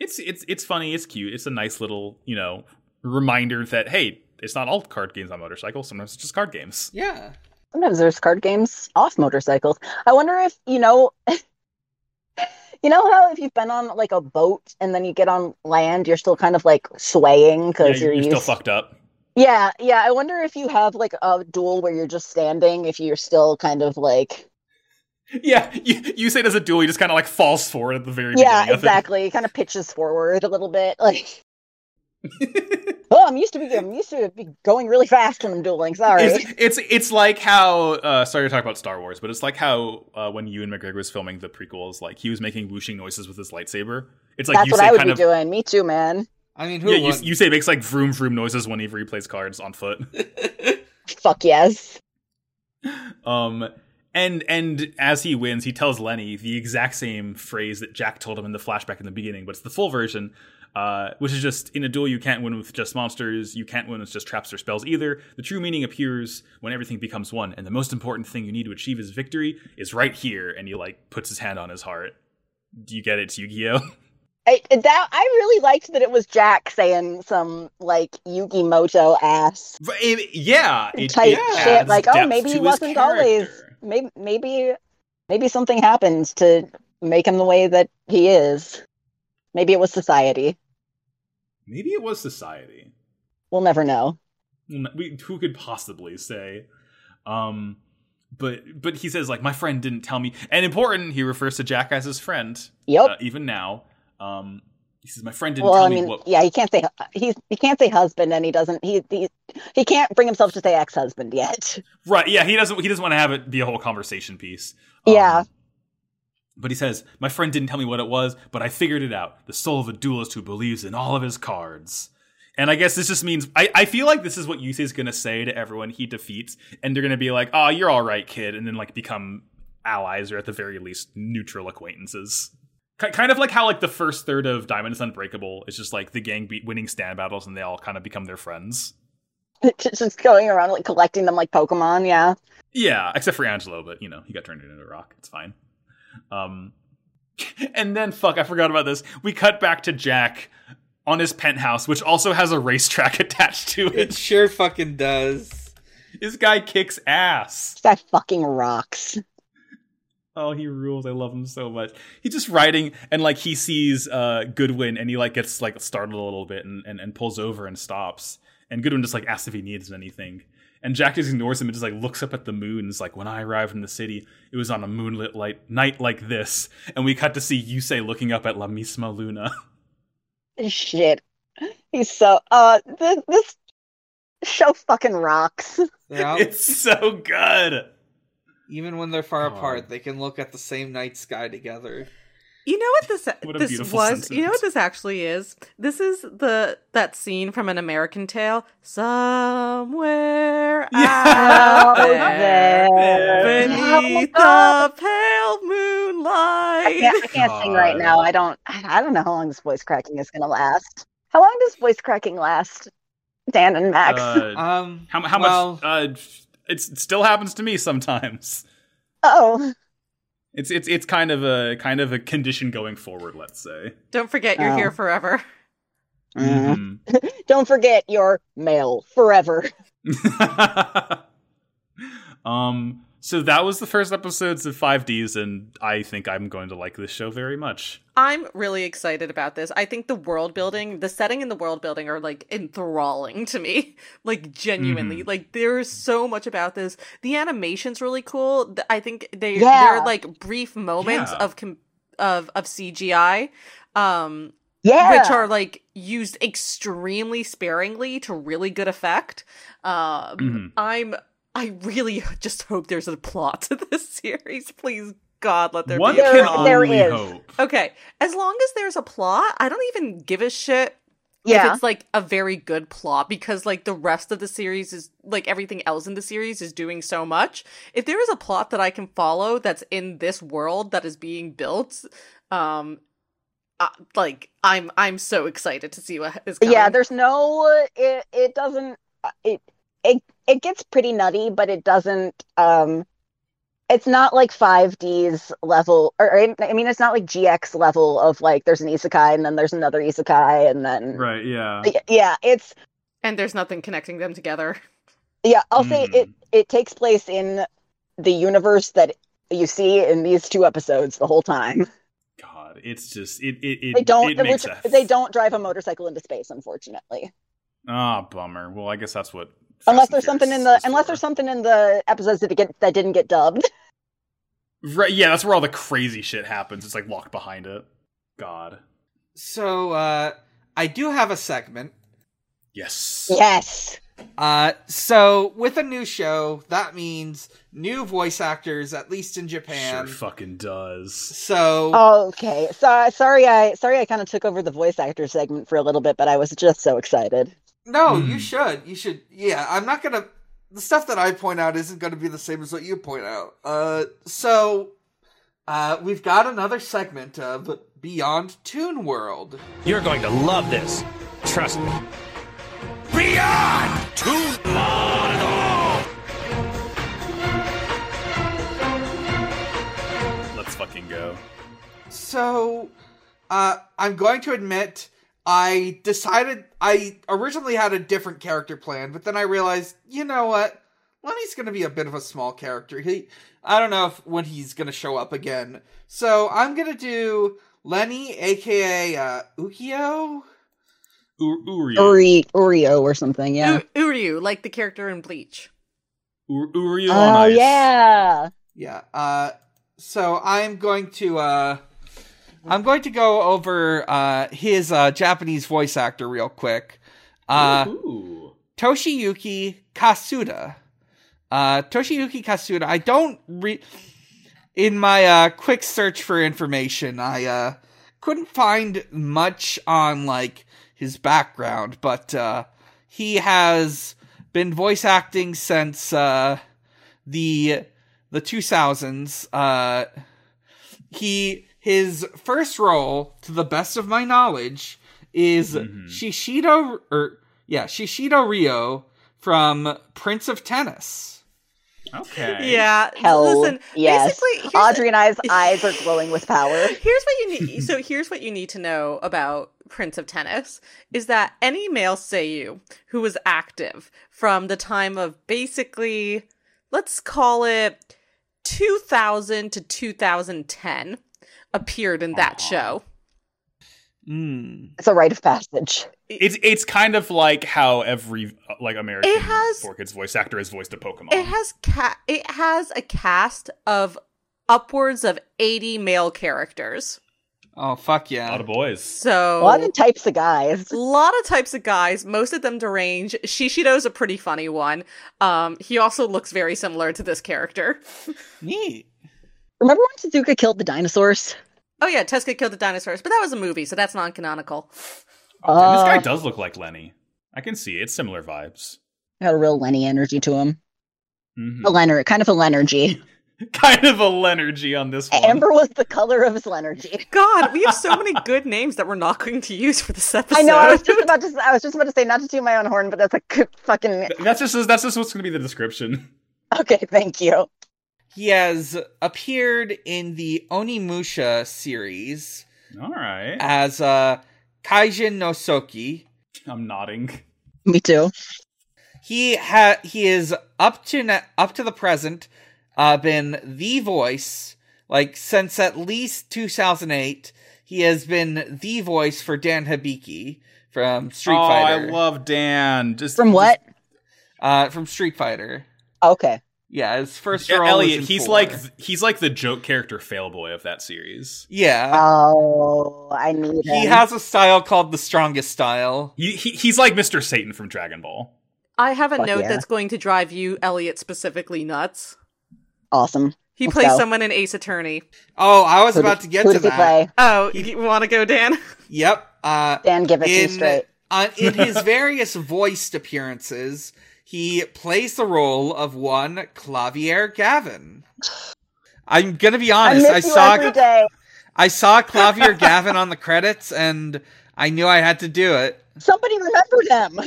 [SPEAKER 4] it's it's it's funny. It's cute. It's a nice little you know reminder that hey, it's not all card games on motorcycle. Sometimes it's just card games.
[SPEAKER 3] yeah.
[SPEAKER 1] Sometimes there's card games off motorcycles. I wonder if, you know, you know how if you've been on like a boat and then you get on land, you're still kind of like swaying
[SPEAKER 4] Yeah,
[SPEAKER 1] because
[SPEAKER 4] you're,
[SPEAKER 1] you're
[SPEAKER 4] you're still
[SPEAKER 1] used.
[SPEAKER 4] fucked up.
[SPEAKER 1] Yeah, yeah. I wonder if you have like a duel where you're just standing, if you're still kind of like,
[SPEAKER 4] Yeah, you, you say there's a duel, he just kind of like falls forward at the very
[SPEAKER 1] yeah,
[SPEAKER 4] beginning. of it.
[SPEAKER 1] exactly. Kind of pitches forward a little bit, like Oh, I'm used to be I'm used to be going really fast when I'm dueling. Sorry.
[SPEAKER 4] It's, it's it's like how uh, sorry to talk about Star Wars, but it's like how uh, when Ewan McGregor was filming the prequels, like he was making whooshing noises with his lightsaber. It's like
[SPEAKER 1] That's
[SPEAKER 4] you
[SPEAKER 1] what
[SPEAKER 4] say
[SPEAKER 1] I would
[SPEAKER 4] kind
[SPEAKER 1] be
[SPEAKER 4] of
[SPEAKER 1] doing. Me too, man.
[SPEAKER 3] I mean, who
[SPEAKER 4] yeah. You,
[SPEAKER 3] wouldn't?
[SPEAKER 4] you say makes like vroom vroom noises whenever he plays cards on foot.
[SPEAKER 1] Fuck yes.
[SPEAKER 4] Um, and and as he wins, he tells Lenny the exact same phrase that Jack told him in the flashback in the beginning, but it's the full version, uh, which is just in a duel you can't win with just monsters, you can't win with just traps or spells either. The true meaning appears when everything becomes one, and the most important thing you need to achieve is victory is right here. And he like puts his hand on his heart. Do you get it, Yu-Gi-Oh?
[SPEAKER 1] I, that I really liked that it was Jack saying some like Yugi Moto ass
[SPEAKER 4] But it- yeah, it,
[SPEAKER 1] type
[SPEAKER 4] it
[SPEAKER 1] shit.
[SPEAKER 4] adds
[SPEAKER 1] Like, oh,
[SPEAKER 4] depth
[SPEAKER 1] maybe
[SPEAKER 4] to
[SPEAKER 1] he
[SPEAKER 4] his
[SPEAKER 1] wasn't always.
[SPEAKER 4] character.
[SPEAKER 1] Maybe maybe maybe something happened to make him the way that he is. Maybe it was society.
[SPEAKER 4] Maybe it was society.
[SPEAKER 1] We'll never know.
[SPEAKER 4] Well, we, who could possibly say um but but he says like my friend didn't tell me and important he refers to jack as his friend
[SPEAKER 1] Yep.
[SPEAKER 4] uh, even now um he says my friend didn't
[SPEAKER 1] Oh. well,
[SPEAKER 4] tell
[SPEAKER 1] I
[SPEAKER 4] me
[SPEAKER 1] mean,
[SPEAKER 4] what
[SPEAKER 1] yeah, he can't say he's he can't say husband, and he doesn't he he, he can't bring himself to say ex husband yet.
[SPEAKER 4] right yeah he doesn't he doesn't want to have it be a whole conversation piece Um,
[SPEAKER 1] Yeah.
[SPEAKER 4] but he says my friend didn't tell me what it was but i figured it out the soul of a duelist who believes in all of his cards and I guess this just means I, I feel like this is what Yusei's gonna say to everyone he defeats, and they're gonna be like, "Oh, you're all right, kid," and then like become allies or at the very least neutral acquaintances. Ki kind of like how like the first third of Diamond is Unbreakable is just like the gang beat winning stand battles, and they all kind of become their friends.
[SPEAKER 1] Just just going around like collecting them like Pokemon, yeah.
[SPEAKER 4] Yeah, except for Angelo, but you know he got turned into a rock. It's fine. Um, and then fuck, I forgot about this. We cut back to Jack on his penthouse, which also has a racetrack attached to it.
[SPEAKER 3] it sure fucking does.
[SPEAKER 4] This guy kicks ass.
[SPEAKER 1] That fucking rocks.
[SPEAKER 4] Oh, he rules. I love him so much. He's just riding and like he sees uh Goodwin and he like gets like startled a little bit and, and, and pulls over and stops. And Goodwin just like asks if he needs anything. And Jack just ignores him and just like looks up at the moon and is like, when I arrived in the city, it was on a moonlit light night like this. And we cut to see Yusei looking up at La Misma Luna.
[SPEAKER 1] Shit. He's so uh this, this show fucking rocks.
[SPEAKER 3] Yeah,
[SPEAKER 4] it's so good.
[SPEAKER 3] even when they're far
[SPEAKER 4] Oh.
[SPEAKER 3] apart, they can look at the same night sky together.
[SPEAKER 2] You know what this
[SPEAKER 4] What a
[SPEAKER 2] this was?
[SPEAKER 4] beautiful
[SPEAKER 2] You know
[SPEAKER 4] sentence.
[SPEAKER 2] what this actually is? This is the that scene from an American Tale, somewhere
[SPEAKER 1] Out
[SPEAKER 2] out there,
[SPEAKER 1] there.
[SPEAKER 2] beneath
[SPEAKER 1] Oh,
[SPEAKER 2] the pale
[SPEAKER 1] I
[SPEAKER 2] moonlight.
[SPEAKER 1] can't, I can't sing right
[SPEAKER 4] God.
[SPEAKER 1] now. I don't I don't know how long this voice cracking is gonna last. How long does voice cracking last, Dan and Max?
[SPEAKER 4] Uh,
[SPEAKER 3] Um,
[SPEAKER 4] how how
[SPEAKER 3] well,
[SPEAKER 4] much uh it's, it still happens to me sometimes.
[SPEAKER 1] oh,
[SPEAKER 4] It's it's it's kind of a kind of a condition going forward, let's say.
[SPEAKER 2] Don't forget, you're
[SPEAKER 1] Oh.
[SPEAKER 2] here forever.
[SPEAKER 4] mm-hmm.
[SPEAKER 1] Mm. don't forget your male forever.
[SPEAKER 4] um so that was the first episodes of 5Ds and I think I'm going to like this show very much.
[SPEAKER 2] I'm really excited about this. I think the world building, the setting and the world building are like enthralling to me. Like genuinely.
[SPEAKER 4] Mm-hmm.
[SPEAKER 2] Like there's so much about this. The animation's really cool. Th- I think they
[SPEAKER 1] Yeah.
[SPEAKER 2] they're like brief moments
[SPEAKER 4] Yeah.
[SPEAKER 2] of com- of of CGI um
[SPEAKER 1] Yeah.
[SPEAKER 2] which are like used extremely sparingly to really good effect. Um
[SPEAKER 4] Mhm.
[SPEAKER 2] I'm I really just hope there's a plot to this series. Please God, let there
[SPEAKER 4] One
[SPEAKER 2] be a
[SPEAKER 1] There-
[SPEAKER 4] can
[SPEAKER 2] plot.
[SPEAKER 1] there
[SPEAKER 4] only
[SPEAKER 1] is.
[SPEAKER 4] hope.
[SPEAKER 2] Okay, as long as there's a plot, I don't even give a shit if
[SPEAKER 1] yeah.
[SPEAKER 2] it's like a very good plot because like the rest of the series is like everything else in the series is doing so much. If there is a plot that I can follow that's in this world that is being built, um uh, like I'm I'm so excited to see what is coming.
[SPEAKER 1] Yeah, there's no it it doesn't uh, it it it gets pretty nutty, but it doesn't um it's not like 5D's level or or, I mean it's not like GX level of like there's an isekai and then there's another isekai and then
[SPEAKER 4] Right, yeah.
[SPEAKER 1] Y- yeah, it's
[SPEAKER 2] and there's nothing connecting them together.
[SPEAKER 1] yeah, I'll say
[SPEAKER 4] Mm.
[SPEAKER 1] it it takes place in the universe that you see in these two episodes the whole time.
[SPEAKER 4] God, it's just it it, it
[SPEAKER 1] They don't
[SPEAKER 4] it makes
[SPEAKER 1] which-
[SPEAKER 4] a-
[SPEAKER 1] they don't drive a motorcycle into space unfortunately.
[SPEAKER 4] Ah, bummer. Well, I guess that's what Fast
[SPEAKER 1] unless
[SPEAKER 4] and
[SPEAKER 1] there's something
[SPEAKER 4] Furious
[SPEAKER 1] in the
[SPEAKER 4] is
[SPEAKER 1] unless
[SPEAKER 4] for.
[SPEAKER 1] there's something in the episodes that get that didn't get dubbed.
[SPEAKER 4] Right, yeah, that's where all the crazy shit happens. It's like locked behind it. God.
[SPEAKER 3] so uh, I do have a segment
[SPEAKER 4] Yes.
[SPEAKER 1] Yes.
[SPEAKER 3] Uh, so with a new show, that means new voice actors, at least in Japan.
[SPEAKER 4] Sure fucking does.
[SPEAKER 3] so
[SPEAKER 1] Oh, okay. So sorry, I sorry, I kind of took over the voice actor segment for a little bit, but I was just so excited.
[SPEAKER 3] no,
[SPEAKER 4] Hmm.
[SPEAKER 3] you should, you should. Yeah, I'm not gonna. The stuff that I point out isn't gonna be the same as what you point out. Uh, so uh, we've got another segment of Beyond Toon World.
[SPEAKER 6] You're going to love this. Trust me. Beyond Toon World!
[SPEAKER 4] Let's fucking go.
[SPEAKER 3] So, uh, I'm going to admit, I decided I originally had a different character plan, but then I realized, you know what? Lenny's going to be a bit of a small character. He, I don't know if when he's going to show up again. So I'm going to do Lenny, aka uh, Ukio.
[SPEAKER 4] U- Uryu.
[SPEAKER 1] Uri Urio or something. Yeah.
[SPEAKER 2] U- Uryu, like the character in Bleach.
[SPEAKER 4] U- Uryu on
[SPEAKER 1] Oh
[SPEAKER 4] ice.
[SPEAKER 1] yeah.
[SPEAKER 3] Yeah. Uh, so I'm going to uh, I'm going to go over uh, his uh, Japanese voice actor real quick. Uh,
[SPEAKER 4] Ooh.
[SPEAKER 3] Toshiyuki Kasuda. Uh, Toshiyuki Kasuda. I don't re in my uh, quick search for information. I uh, couldn't find much on like his background, but uh, he has been voice acting since uh, the the two thousands. Uh, he his first role, to the best of my knowledge, is Shishido or yeah Shishido Rio from Prince of Tennis.
[SPEAKER 4] Okay.
[SPEAKER 2] Yeah.
[SPEAKER 1] Hell
[SPEAKER 2] listen,
[SPEAKER 1] yes.
[SPEAKER 2] basically, here's,
[SPEAKER 1] Audrey and I's eyes are glowing with power.
[SPEAKER 2] here's what you need. so here's what you need to know about Prince of Tennis is that any male Seiyu who was active from the time of basically, let's call it 2000 to 2010 appeared in that
[SPEAKER 4] Aw.
[SPEAKER 2] show.
[SPEAKER 3] Mm.
[SPEAKER 1] It's a rite of passage.
[SPEAKER 4] It's it's kind of like how every uh, like American
[SPEAKER 2] It has-
[SPEAKER 4] four kids voice actor has voiced a Pokemon.
[SPEAKER 2] It has ca- it has a cast of upwards of 80 male characters.
[SPEAKER 3] Oh fuck
[SPEAKER 4] a
[SPEAKER 3] yeah!
[SPEAKER 4] lot of boys.
[SPEAKER 2] So
[SPEAKER 1] A lot
[SPEAKER 4] Oh.
[SPEAKER 1] of types of guys.
[SPEAKER 2] a lot of types of guys, most of them deranged. Shishido's a pretty funny one. Um, he also looks very similar to this character.
[SPEAKER 3] Neat.
[SPEAKER 1] Remember when Suzuka killed the dinosaurs?
[SPEAKER 2] Oh yeah, Tezuka killed the dinosaurs, but that was a movie, so that's non-canonical.
[SPEAKER 4] Oh, damn, this guy
[SPEAKER 1] Uh.
[SPEAKER 4] does look like Lenny. I can see it. it's similar vibes.
[SPEAKER 1] Had a real Lenny energy to him.
[SPEAKER 4] Mhm.
[SPEAKER 1] A Leonard, kind of a Lenergy.
[SPEAKER 4] Kind of a Lenergy on this one.
[SPEAKER 1] Amber was the color of his Lenergy.
[SPEAKER 2] God, we have so many good names that we're not going to use for this episode.
[SPEAKER 1] I know. I was just about to. I was just about to say not to do my own horn, but that's a good fucking.
[SPEAKER 4] Th- That's just that's just what's going to be the description.
[SPEAKER 1] Okay, thank you.
[SPEAKER 3] He has appeared in the Onimusha series
[SPEAKER 4] All right.
[SPEAKER 3] as uh, Kaijin no Soki.
[SPEAKER 4] I'm nodding.
[SPEAKER 1] Me too.
[SPEAKER 3] He ha- he is up to na- up to the present uh, been the voice like since at least 2008. He has been the voice for Dan Hibiki from Street
[SPEAKER 4] oh,
[SPEAKER 3] Fighter.
[SPEAKER 4] I love Dan. Just
[SPEAKER 1] From what?
[SPEAKER 3] uh, from Street Fighter.
[SPEAKER 1] Okay.
[SPEAKER 3] Yeah, his first
[SPEAKER 4] just-
[SPEAKER 3] role. was
[SPEAKER 4] Elliot,
[SPEAKER 3] in
[SPEAKER 4] he's
[SPEAKER 3] four.
[SPEAKER 4] like th- he's like the joke character failboy of that series.
[SPEAKER 3] yeah.
[SPEAKER 1] Oh, I need him.
[SPEAKER 3] he has a style called the strongest style.
[SPEAKER 4] He, he, he's like Mr. Satan from Dragon Ball.
[SPEAKER 2] I have a
[SPEAKER 1] Fuck
[SPEAKER 2] note
[SPEAKER 1] yeah.
[SPEAKER 2] that's going to drive you, Elliot, specifically nuts.
[SPEAKER 1] awesome.
[SPEAKER 2] He
[SPEAKER 1] Let's
[SPEAKER 2] plays
[SPEAKER 1] go.
[SPEAKER 2] someone in Ace Attorney.
[SPEAKER 3] Oh, I was
[SPEAKER 1] Who
[SPEAKER 3] about
[SPEAKER 1] did-
[SPEAKER 3] to get
[SPEAKER 1] who
[SPEAKER 3] to
[SPEAKER 1] does he
[SPEAKER 3] that.
[SPEAKER 1] play?
[SPEAKER 2] Oh, you want to go, Dan?
[SPEAKER 3] Yep. Uh,
[SPEAKER 1] Dan, give it to me
[SPEAKER 3] in,
[SPEAKER 1] straight.
[SPEAKER 3] uh, in his various voiced appearances, he plays the role of one Clavier Gavin. I'm gonna be
[SPEAKER 1] I
[SPEAKER 3] honest.
[SPEAKER 1] miss you
[SPEAKER 3] I,
[SPEAKER 1] every
[SPEAKER 3] saw
[SPEAKER 1] day.
[SPEAKER 3] I saw Clavier Gavin on the credits, and I knew I had to do it.
[SPEAKER 1] Somebody remember them.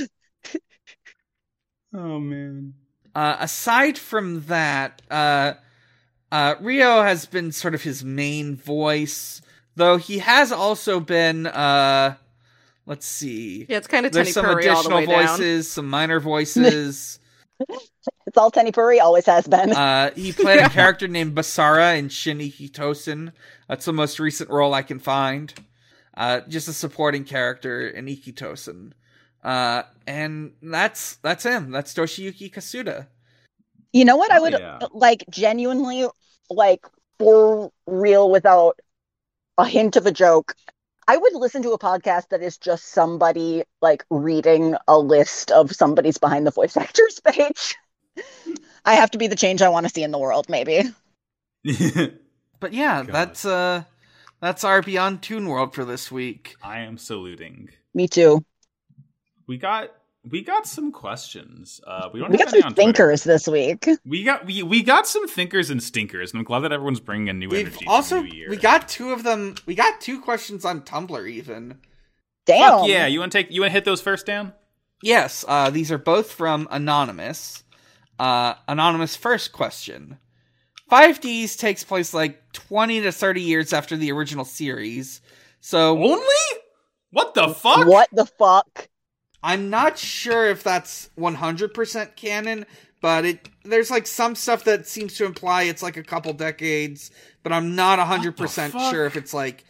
[SPEAKER 4] Oh man.
[SPEAKER 3] Uh, aside from that, uh, uh, Rio has been sort of his main voice, though he has also been. Uh, let's see.
[SPEAKER 2] Yeah, it's kind of Tony
[SPEAKER 3] There's some
[SPEAKER 2] Perry all the
[SPEAKER 3] additional
[SPEAKER 2] way down.
[SPEAKER 3] voices, some minor voices.
[SPEAKER 1] It's all Tenny Puri always has been.
[SPEAKER 3] Uh, he played a character named Basara in Shiniki Tosin. That's the most recent role I can find. Uh, just a supporting character in Ikitosin. Uh, and that's that's him. That's Toshiyuki Kasuda.
[SPEAKER 1] you know what? I
[SPEAKER 4] Oh,
[SPEAKER 1] would
[SPEAKER 4] yeah.
[SPEAKER 1] Uh, like genuinely like for real without a hint of a joke. I would listen to a podcast that is just somebody like reading a list of somebody's behind the voice actors page. I have to be the change I want to see in the world, maybe.
[SPEAKER 3] But yeah,
[SPEAKER 4] God.
[SPEAKER 3] that's uh that's our Beyond Toon World for this week.
[SPEAKER 4] I am saluting.
[SPEAKER 1] Me too.
[SPEAKER 4] We got we got some questions. Uh, we don't
[SPEAKER 1] We
[SPEAKER 4] have
[SPEAKER 1] got
[SPEAKER 4] any
[SPEAKER 1] some
[SPEAKER 4] on Twitter.
[SPEAKER 1] thinkers this week.
[SPEAKER 4] We got we, we got some thinkers and stinkers, and I'm glad that everyone's bringing a new
[SPEAKER 3] We've
[SPEAKER 4] energy. to
[SPEAKER 3] also
[SPEAKER 4] the new year.
[SPEAKER 3] we got two of them. We got two questions on Tumblr even.
[SPEAKER 1] Damn.
[SPEAKER 4] Fuck yeah! You want to take you want to hit those first, Dan?
[SPEAKER 3] Yes, uh, these are both from Anonymous. Uh, anonymous first question. 5Ds takes place like 20 to 30 years after the original series. So
[SPEAKER 4] Only? What the fuck?
[SPEAKER 1] What the fuck?
[SPEAKER 3] I'm not sure if that's 100% canon, but it there's like some stuff that seems to imply it's like a couple decades, but I'm not 100%
[SPEAKER 4] fuck?
[SPEAKER 3] sure if it's like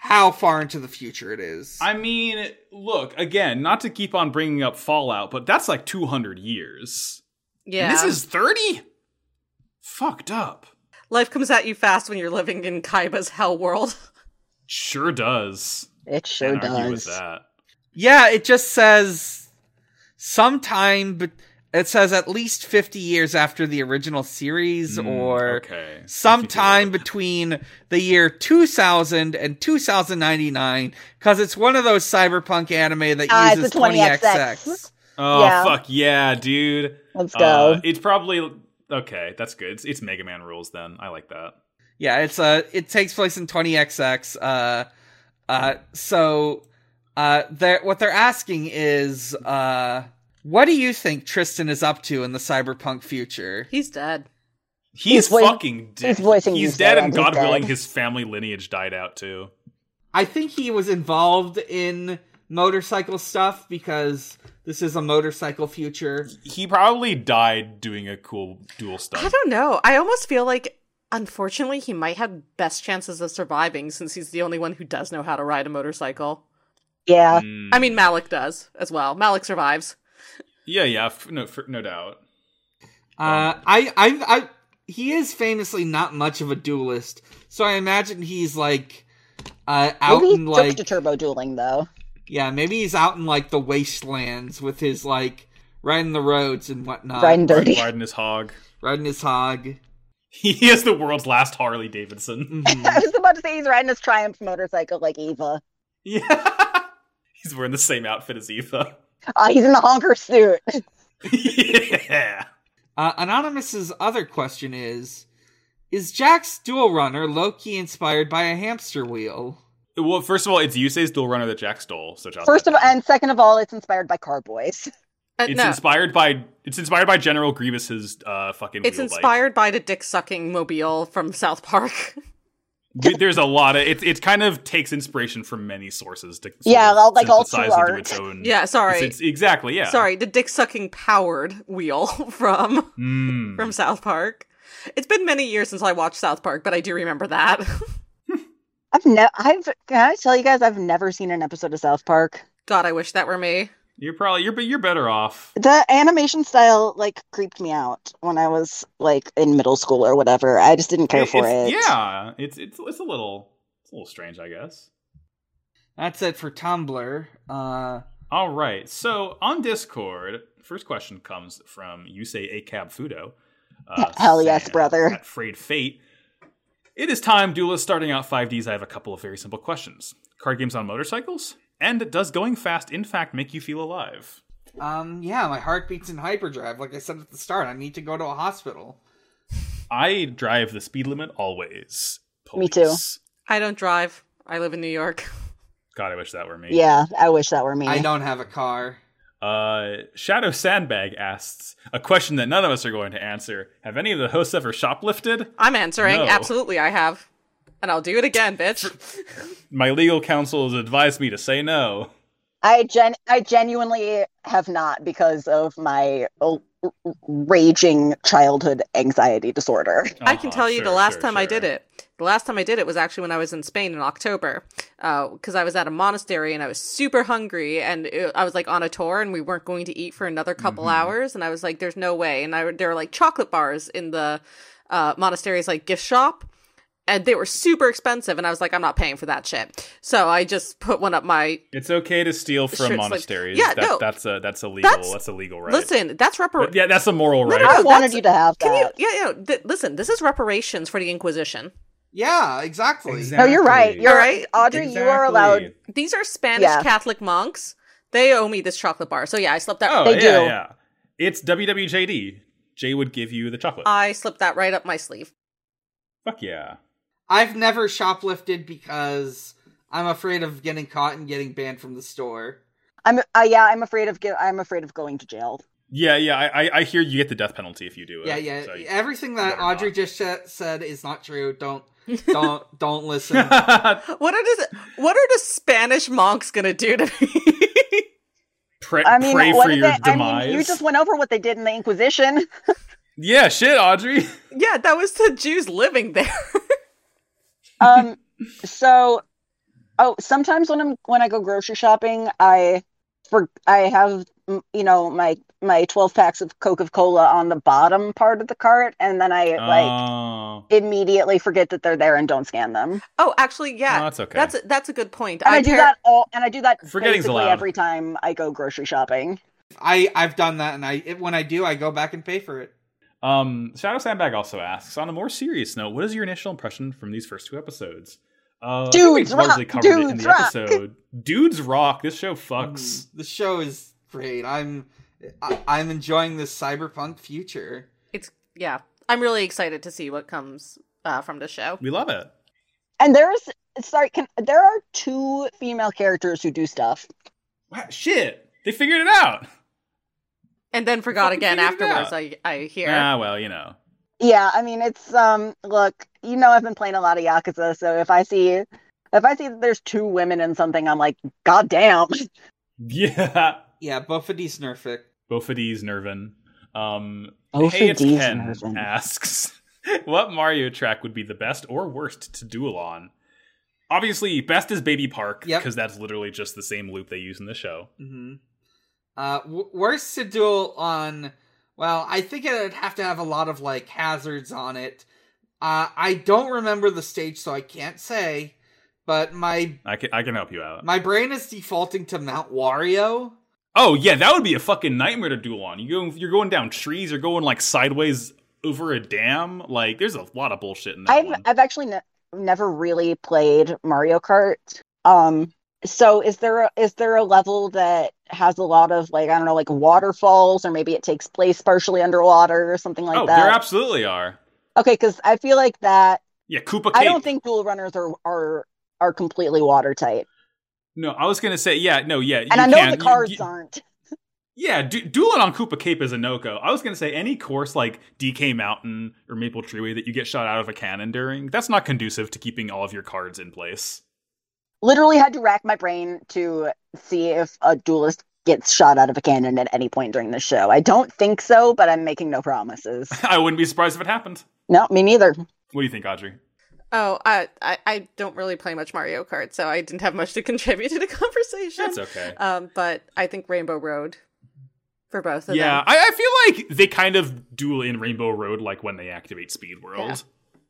[SPEAKER 3] how far into the future it is.
[SPEAKER 4] I mean, look again. Not to keep on bringing up Fallout, but that's like 200 years.
[SPEAKER 2] Yeah.
[SPEAKER 4] And this is 30. Fucked up.
[SPEAKER 2] Life comes at you fast when you're living in Kaiba's hell world.
[SPEAKER 4] Sure does.
[SPEAKER 1] It sure
[SPEAKER 4] Can't argue with
[SPEAKER 1] does.
[SPEAKER 4] that.
[SPEAKER 3] yeah, it just says sometime but it says at least 50 years after the original series
[SPEAKER 4] Mm,
[SPEAKER 3] or
[SPEAKER 4] okay.
[SPEAKER 3] sometime between the year 2000 and 2099 cuz it's one of those cyberpunk anime that
[SPEAKER 1] Ah, it's
[SPEAKER 3] uses
[SPEAKER 1] the 20XX.
[SPEAKER 3] 20XX.
[SPEAKER 4] Oh
[SPEAKER 1] Yeah.
[SPEAKER 4] fuck yeah, dude.
[SPEAKER 1] Let's go.
[SPEAKER 4] Uh, it's probably okay. That's good. It's, it's Mega Man rules. Then I like that.
[SPEAKER 3] Yeah, it's uh it takes place in 20XX. Uh uh so uh they are what they're asking is uh what do you think Tristan is up to in the cyberpunk future?
[SPEAKER 2] He's dead.
[SPEAKER 4] He's,
[SPEAKER 1] He's voi-
[SPEAKER 4] fucking dead.
[SPEAKER 1] he's voicing
[SPEAKER 4] He's
[SPEAKER 1] you,
[SPEAKER 4] dead,
[SPEAKER 1] Sarah,
[SPEAKER 4] and
[SPEAKER 1] he's
[SPEAKER 4] God
[SPEAKER 1] dead.
[SPEAKER 4] willing, his family lineage died out too.
[SPEAKER 3] I think he was involved in motorcycle stuff because this is a motorcycle future.
[SPEAKER 4] He probably died doing a cool dual
[SPEAKER 2] I
[SPEAKER 4] stunt.
[SPEAKER 2] don't know. I almost feel like, unfortunately, he might have best chances of surviving since he's the only one who does know how to ride a motorcycle.
[SPEAKER 1] yeah.
[SPEAKER 4] Mm,
[SPEAKER 2] I mean, Malik does as well. Malik survives.
[SPEAKER 4] yeah, yeah, f- no, f- no doubt.
[SPEAKER 3] Uh I I I he is famously not much of a duelist. So I imagine he's like uh out
[SPEAKER 1] Maybe he
[SPEAKER 3] in
[SPEAKER 1] took
[SPEAKER 3] like
[SPEAKER 1] to turbo dueling though.
[SPEAKER 3] Yeah, maybe he's out in like the wastelands with his like riding the roads and
[SPEAKER 4] uh,
[SPEAKER 3] whatnot.
[SPEAKER 1] Riding dirty.
[SPEAKER 4] Riding his hog.
[SPEAKER 3] riding his hog.
[SPEAKER 4] He is the world's last Harley Davidson.
[SPEAKER 3] Mhm.
[SPEAKER 1] I was about to say he's riding his Triumph motorcycle like Eva.
[SPEAKER 4] Yeah, he's wearing the same outfit as Eva.
[SPEAKER 1] Uh, he's in the honker suit.
[SPEAKER 4] yeah.
[SPEAKER 3] uh, Anonymous's other question is Is Jack's dual runner Loki inspired by a hamster wheel?
[SPEAKER 4] Well, first of all, it's Yusei's dual runner that Jack stole. So jot
[SPEAKER 1] First
[SPEAKER 4] that
[SPEAKER 1] of all,
[SPEAKER 4] down.
[SPEAKER 1] and second of all, it's inspired by Carboys.
[SPEAKER 2] Uh,
[SPEAKER 4] it's
[SPEAKER 2] no,
[SPEAKER 4] inspired by it's inspired by General Grievous's uh fucking.
[SPEAKER 2] it's
[SPEAKER 4] wheel bike.
[SPEAKER 2] inspired by the dick sucking mobile from South Park.
[SPEAKER 4] Hmm. We- There's a lot of it. It kind of takes inspiration from many sources to sort
[SPEAKER 1] Yeah,
[SPEAKER 4] of
[SPEAKER 1] well, like all
[SPEAKER 4] synthesize
[SPEAKER 1] true
[SPEAKER 4] into
[SPEAKER 1] art.
[SPEAKER 4] its own.
[SPEAKER 2] yeah, sorry.
[SPEAKER 4] It's- it's- exactly. Yeah.
[SPEAKER 2] Sorry, the dick sucking powered wheel from
[SPEAKER 4] Mm.
[SPEAKER 2] from South Park. It's been many years since I watched South Park, but I do remember that.
[SPEAKER 1] I've never. I've can I tell you guys I've never seen an episode of South Park.
[SPEAKER 2] God, I wish that were me.
[SPEAKER 4] You're probably you're but you're better off.
[SPEAKER 1] The animation style like creeped me out when I was like in middle school or whatever. I just didn't care
[SPEAKER 4] It-
[SPEAKER 1] for
[SPEAKER 4] it's-
[SPEAKER 1] it.
[SPEAKER 4] Yeah. It's it's it's a little it's a little strange, I guess.
[SPEAKER 3] That's it for Tumblr. Uh,
[SPEAKER 4] All right. So on Discord, first question comes from Yusei Acab Fudo. Uh,
[SPEAKER 1] Hell yes,
[SPEAKER 4] Sam
[SPEAKER 1] brother.
[SPEAKER 4] At Frayed Fate. It is time, duelists. Starting out 5Ds, I have a couple of very simple questions. Card games on motorcycles? And does going fast, in fact, make you feel alive?
[SPEAKER 3] um, yeah, my heart beats in hyperdrive. Like I said at the start, I need to go to a hospital.
[SPEAKER 4] I drive the speed limit always.
[SPEAKER 1] Me too.
[SPEAKER 4] Police.
[SPEAKER 2] I don't drive. I live in New York.
[SPEAKER 4] God, I wish that were me.
[SPEAKER 1] Yeah, I wish that were me.
[SPEAKER 3] I don't have a car.
[SPEAKER 4] Uh, Shadow Sandbag asks a question that none of us are going to answer. Have any of the hosts ever shoplifted?
[SPEAKER 2] I'm answering.
[SPEAKER 4] No.
[SPEAKER 2] Absolutely, I have. And I'll do it again, bitch.
[SPEAKER 4] My legal counsel has advised me to say no.
[SPEAKER 1] I gen I genuinely have not because of my oh, r- r- raging childhood anxiety disorder.
[SPEAKER 2] I can
[SPEAKER 4] Uh-huh,
[SPEAKER 2] tell you the
[SPEAKER 4] sure,
[SPEAKER 2] last
[SPEAKER 4] sure,
[SPEAKER 2] time I did
[SPEAKER 4] sure.
[SPEAKER 2] it. The last time I did it was actually when I was in Spain in October, because I was at a monastery and I was super hungry, and it, I was like on a tour, and we weren't going to eat for another couple
[SPEAKER 4] Mm-hmm.
[SPEAKER 2] hours, and I was like, "There's no way." And I, there were like chocolate bars in the uh, monastery's like gift shop, and they were super expensive and i was like i'm not paying for that shit so i just put one up my
[SPEAKER 4] It's okay to steal from
[SPEAKER 2] Shirts, like-
[SPEAKER 4] monasteries.
[SPEAKER 2] Yeah,
[SPEAKER 4] that,
[SPEAKER 2] no.
[SPEAKER 4] that's a that's a legal that's,
[SPEAKER 2] That's-
[SPEAKER 4] a legal right.
[SPEAKER 2] listen that's repar-
[SPEAKER 4] But yeah, that's a moral right.
[SPEAKER 2] no,
[SPEAKER 1] I wanted
[SPEAKER 2] that's-
[SPEAKER 1] you to have that.
[SPEAKER 2] can you yeah yeah th- listen this is reparations for the inquisition
[SPEAKER 3] Yeah, exactly.
[SPEAKER 1] No, you're right.
[SPEAKER 4] Exactly.
[SPEAKER 1] You're right,
[SPEAKER 2] Right?
[SPEAKER 1] Audrey. You are allowed.
[SPEAKER 4] Exactly.
[SPEAKER 2] these are spanish
[SPEAKER 1] Yeah.
[SPEAKER 2] catholic monks they owe me this chocolate bar so yeah i slipped that
[SPEAKER 4] Oh
[SPEAKER 1] They
[SPEAKER 4] yeah,
[SPEAKER 1] do.
[SPEAKER 4] yeah. It's WWJD. Jay would give you the chocolate.
[SPEAKER 2] i slipped that right up my sleeve
[SPEAKER 4] Fuck yeah.
[SPEAKER 3] I've never shoplifted because I'm afraid of getting caught and getting banned from the store.
[SPEAKER 1] I'm. Uh, yeah, I'm afraid of. Get, I'm afraid of going to jail.
[SPEAKER 4] Yeah, yeah. I, I- I hear you get the death penalty if you do it.
[SPEAKER 3] yeah, yeah.
[SPEAKER 4] so-
[SPEAKER 3] Everything that
[SPEAKER 4] better
[SPEAKER 3] Audrey
[SPEAKER 4] not.
[SPEAKER 3] just sh- said is not true. Don't, don't, don't listen.
[SPEAKER 2] what are the what are the spanish monks gonna do to me
[SPEAKER 4] pray
[SPEAKER 1] I mean,
[SPEAKER 4] pray
[SPEAKER 1] what
[SPEAKER 4] for
[SPEAKER 1] did
[SPEAKER 4] your
[SPEAKER 1] they,
[SPEAKER 4] demise.
[SPEAKER 1] I mean, you just went over what they did in the Inquisition.
[SPEAKER 4] yeah, shit, Audrey.
[SPEAKER 2] yeah that was the jews living there
[SPEAKER 1] um so oh sometimes when i'm when i go grocery shopping i for i have mm, you know my my 12 packs of coca-cola on the bottom part of the cart and then i like
[SPEAKER 4] oh,
[SPEAKER 1] immediately forget that they're there and don't scan them and
[SPEAKER 2] oh actually
[SPEAKER 4] No,
[SPEAKER 2] yeah
[SPEAKER 4] that's okay.
[SPEAKER 2] that's a, that's a good point
[SPEAKER 1] i, do
[SPEAKER 2] par-
[SPEAKER 1] that all and i do that
[SPEAKER 4] Forgetting's
[SPEAKER 1] basically
[SPEAKER 4] allowed.
[SPEAKER 1] every time i go grocery shopping
[SPEAKER 3] I, I've done that, and I it, when I do, I go back and pay for it.
[SPEAKER 4] Um, Shadow Sandbag also asks, on a more serious note, what is your initial impression from these first two episodes? Uh, I think we
[SPEAKER 1] Dudes rock!
[SPEAKER 4] largely covered it in
[SPEAKER 1] Dudes
[SPEAKER 4] the
[SPEAKER 1] rock!
[SPEAKER 4] episode. Dudes rock. This show fucks.
[SPEAKER 3] Mm, The show is great. I'm, I, I'm enjoying this cyberpunk future.
[SPEAKER 2] it's yeah i'm really excited to see what comes uh, from the show
[SPEAKER 4] We love it.
[SPEAKER 1] and there's sorry can there are two female characters who do stuff
[SPEAKER 4] Wow, shit, they figured it out.
[SPEAKER 2] and then forgot
[SPEAKER 4] Fucking
[SPEAKER 2] again
[SPEAKER 4] figured it
[SPEAKER 2] afterwards
[SPEAKER 4] out.
[SPEAKER 2] i i hear
[SPEAKER 4] Ah, well, you know.
[SPEAKER 1] Yeah, I mean it's um look, you know I've been playing a lot of Yakuza, so if I see if I see that there's two women in something, I'm like, God damn.
[SPEAKER 4] Yeah,
[SPEAKER 3] Yeah, Buffety's nerfic.
[SPEAKER 4] both of these Nervin. Um,
[SPEAKER 1] Both
[SPEAKER 4] hey,
[SPEAKER 1] of
[SPEAKER 4] it's
[SPEAKER 1] these
[SPEAKER 4] Ken
[SPEAKER 1] Nervin.
[SPEAKER 4] asks, what Mario track would be the best or worst to duel on? Obviously, best is Baby Park
[SPEAKER 3] Yep.
[SPEAKER 4] because that's literally just the same loop they use in the show.
[SPEAKER 3] Mm-hmm. Uh, w- worst to duel on. Well, I think it'd have to have a lot of like hazards on it. Uh, I don't remember the stage, so I can't say. But my
[SPEAKER 4] I can I can help you out.
[SPEAKER 3] my brain is defaulting to Mount Wario.
[SPEAKER 4] Oh yeah, that would be a fucking nightmare to duel on. You go, you're going down trees. You're going like sideways over a dam. Like there's a lot of bullshit in that
[SPEAKER 1] I've
[SPEAKER 4] one.
[SPEAKER 1] I've actually ne never really played Mario Kart. Um so is there a, is there a level that has a lot of like I don't know like waterfalls or maybe it takes place partially underwater or something like
[SPEAKER 4] oh,
[SPEAKER 1] that?
[SPEAKER 4] there absolutely are.
[SPEAKER 1] Okay, 'cause I feel like that
[SPEAKER 4] Yeah, Koopa. Cake.
[SPEAKER 1] I don't think dual runners are are are completely watertight.
[SPEAKER 4] No, I was gonna say yeah. No, yeah.
[SPEAKER 1] And
[SPEAKER 4] you
[SPEAKER 1] I know
[SPEAKER 4] can.
[SPEAKER 1] the
[SPEAKER 4] You-
[SPEAKER 1] cards
[SPEAKER 4] you-
[SPEAKER 1] aren't.
[SPEAKER 4] Yeah, du- dueling on Koopa Cape is a no go. I was gonna say any course like DK Mountain or Maple Treeway that you get shot out of a cannon during that's not conducive to keeping all of your cards in place.
[SPEAKER 1] literally had to rack my brain to see if a duelist gets shot out of a cannon at any point during the show. I don't think so, but I'm making no promises.
[SPEAKER 4] I wouldn't be surprised if it happened.
[SPEAKER 1] no, me neither.
[SPEAKER 4] What do you think, Audrey?
[SPEAKER 2] oh I, I i don't really play much mario kart so i didn't have much to contribute to the conversation
[SPEAKER 4] That's okay.
[SPEAKER 2] um but i think rainbow road for both of them
[SPEAKER 4] yeah, I, I feel like they kind of duel in Rainbow Road, like when they activate Speed World.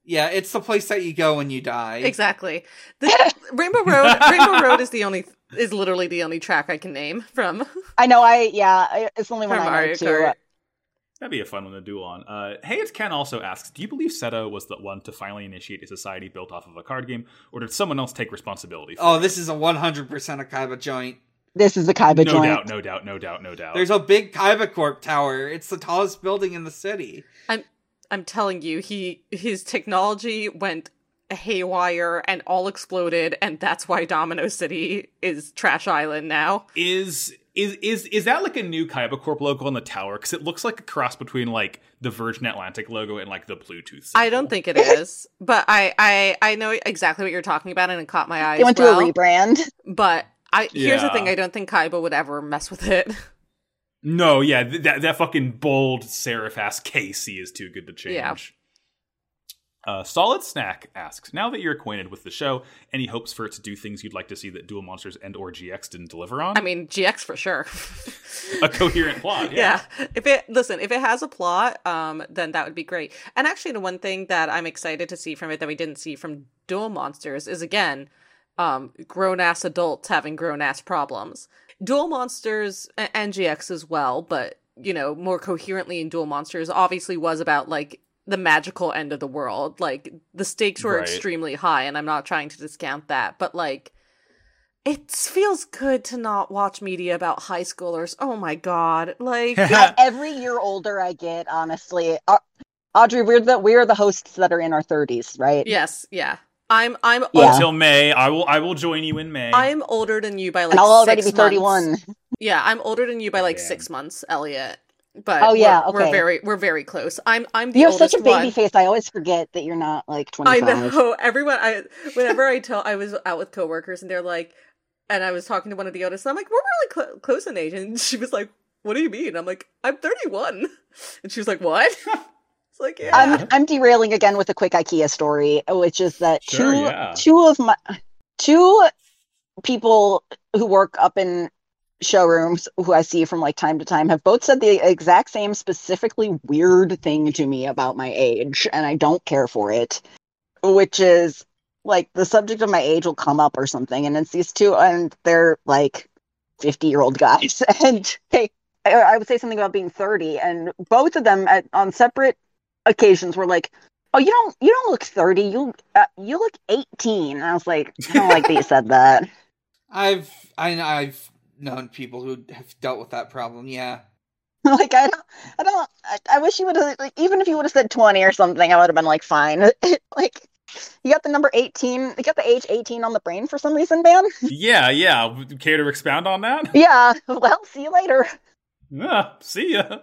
[SPEAKER 3] Yeah, it's the place that you go when you die.
[SPEAKER 2] exactly the, rainbow road rainbow road is the only is literally the only track i can name from
[SPEAKER 1] I know I yeah, I, it's the only
[SPEAKER 2] from
[SPEAKER 1] one I
[SPEAKER 2] mario
[SPEAKER 1] know too.
[SPEAKER 2] kart
[SPEAKER 4] That'd be a fun one to duel on. Uh, hey, it's Ken also asks, do you believe Seto was the one to finally initiate a society built off of a card game, or did someone else take responsibility? For
[SPEAKER 3] Oh, this is a 100% Akaiba joint.
[SPEAKER 1] This is a
[SPEAKER 4] it?
[SPEAKER 1] Kaiba
[SPEAKER 4] no
[SPEAKER 1] joint.
[SPEAKER 4] doubt, no doubt, no doubt, no doubt.
[SPEAKER 3] There's a big Kaiba Corp tower. It's the tallest building in the city.
[SPEAKER 2] I'm telling you, he his technology went haywire and all exploded, and that's why Domino City is Trash Island now.
[SPEAKER 4] is is is is that like a new Kaiba Corp logo on the tower? Because it looks like a cross between like the Virgin Atlantic logo and like the Bluetooth. Symbol.
[SPEAKER 2] I don't think it is, but I I I know exactly what you're talking about, and it caught my eye.
[SPEAKER 1] They went
[SPEAKER 2] as well,
[SPEAKER 1] through a rebrand.
[SPEAKER 2] But I here's the
[SPEAKER 4] Yeah.
[SPEAKER 2] thing: I don't think Kaiba would ever mess with it.
[SPEAKER 4] No, yeah, th- that that fucking bold serif ass KC is too good to change.
[SPEAKER 2] Yeah.
[SPEAKER 4] Uh, Solid Snack asks, now that you're acquainted with the show, any hopes for it to do things you'd like to see that Dual Monsters and or GX didn't deliver on?
[SPEAKER 2] I mean, GX for sure.
[SPEAKER 4] a coherent plot. Yeah.
[SPEAKER 2] yeah. If it listen, if it has a plot, um, then that would be great. And actually, the one thing that I'm excited to see from it that we didn't see from Dual Monsters is again, um, grown ass adults having grown ass problems. Dual Monsters a- and GX as well, but you know, more coherently in Dual Monsters, obviously was about like the magical end of the world. Like the stakes were
[SPEAKER 4] Right.
[SPEAKER 2] extremely high, and I'm not trying to discount that, but like it feels good to not watch media about high schoolers. Oh my god. Like
[SPEAKER 1] Yeah, every year older I get, honestly. Au- Audrey, we're the we are the hosts that are in our thirties, right?
[SPEAKER 2] yes, yeah. I'm I'm
[SPEAKER 1] Yeah.
[SPEAKER 4] Until May, I will I will join you in May.
[SPEAKER 2] I'm older than you by like
[SPEAKER 1] and I'll already be
[SPEAKER 2] six months.
[SPEAKER 1] thirty-one.
[SPEAKER 2] Yeah, I'm older than you by like
[SPEAKER 4] Damn.
[SPEAKER 2] 6 months, Elliot. But
[SPEAKER 1] Oh, yeah,
[SPEAKER 2] we're, we're
[SPEAKER 1] okay.
[SPEAKER 2] very we're very close. I'm I'm the
[SPEAKER 1] You have
[SPEAKER 2] oldest
[SPEAKER 1] such a baby
[SPEAKER 2] one.
[SPEAKER 1] face. I always forget that you're not like
[SPEAKER 2] I
[SPEAKER 1] twenty-five.
[SPEAKER 2] know everyone. I whenever I tell I was out with coworkers and they're like, and I was talking to one of the oldest. And I'm like, we're really cl- close in age, and she was like, "What do you mean?" I'm like, "I'm 31," and she was like, "What?" It's like, yeah,
[SPEAKER 1] I'm I'm derailing again with a quick IKEA story, which is that
[SPEAKER 4] Sure,
[SPEAKER 1] two
[SPEAKER 4] yeah.
[SPEAKER 1] two of my two people who work up in showrooms who I see from like time to time have both said the exact same specifically weird thing to me about my age, and I don't care for it, which is like the subject of my age will come up or something, and it's these two, and they're like fifty year old guys, and they. I- I would say something about being 30, and both of them at, on separate occasions were like, "Oh, you don't you don't look 30. You uh, you look 18." And I was like, "I don't like that you said that."
[SPEAKER 3] I've I, I've known people who have dealt with that problem. Yeah.
[SPEAKER 1] like I don't I don't I, I wish you would have like even if you would have said 20 or something, I would have been like, "Fine." like you got the number 18, you got the age 18 on the brain for some reason, man.
[SPEAKER 4] yeah, yeah. Care to expound on that?
[SPEAKER 1] yeah. Well, see you later.
[SPEAKER 4] Yeah, Ah, see ya.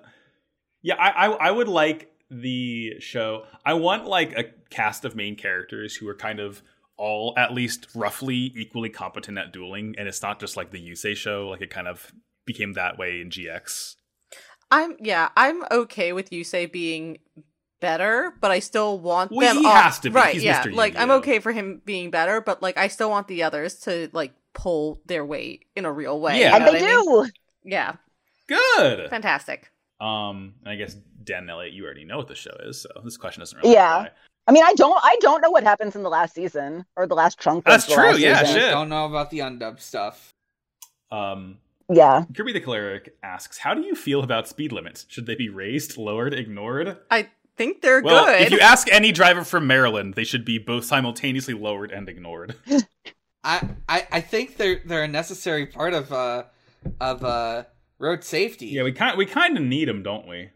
[SPEAKER 4] Yeah, I, I I would like the show. I want like a cast of main characters who are kind of all at least roughly equally competent at dueling, and it's not just like the Yusei show. Like it kind of became that way in GX.
[SPEAKER 2] I'm yeah, I'm okay with you say being better, but I still want
[SPEAKER 4] Well,
[SPEAKER 2] them.
[SPEAKER 4] he
[SPEAKER 2] all-
[SPEAKER 4] has to be.
[SPEAKER 2] right?
[SPEAKER 4] He's
[SPEAKER 2] yeah,
[SPEAKER 4] Mr.
[SPEAKER 2] like I'm
[SPEAKER 4] Yu-Gi-Oh.
[SPEAKER 2] okay for him being better, but like I still want the others to like pull their weight in a real way.
[SPEAKER 4] Yeah.
[SPEAKER 2] you
[SPEAKER 1] And
[SPEAKER 2] know
[SPEAKER 1] they
[SPEAKER 2] what I mean?
[SPEAKER 1] do.
[SPEAKER 2] Yeah,
[SPEAKER 4] Good.
[SPEAKER 2] fantastic.
[SPEAKER 4] Um, and I guess Dan and Elliot, you already know what the show is, so this question doesn't really.
[SPEAKER 1] Yeah.
[SPEAKER 4] apply.
[SPEAKER 1] I mean, I don't I don't know what happens in the last season or the last chunk
[SPEAKER 4] That's
[SPEAKER 1] of the
[SPEAKER 4] true,
[SPEAKER 1] last
[SPEAKER 4] yeah,
[SPEAKER 1] season.
[SPEAKER 4] shit.
[SPEAKER 3] I don't know about the undub stuff.
[SPEAKER 4] Um,
[SPEAKER 1] Yeah.
[SPEAKER 4] Kirby the Cleric asks, "How do you feel about speed limits? Should they be raised, lowered, ignored?"
[SPEAKER 2] I think they're
[SPEAKER 4] Well,
[SPEAKER 2] good.
[SPEAKER 4] if you ask any driver from Maryland, they should be both simultaneously lowered and ignored.
[SPEAKER 3] I, I I think they're they're a necessary part of uh of uh road safety.
[SPEAKER 4] Yeah, we kind we kind of need them, don't we?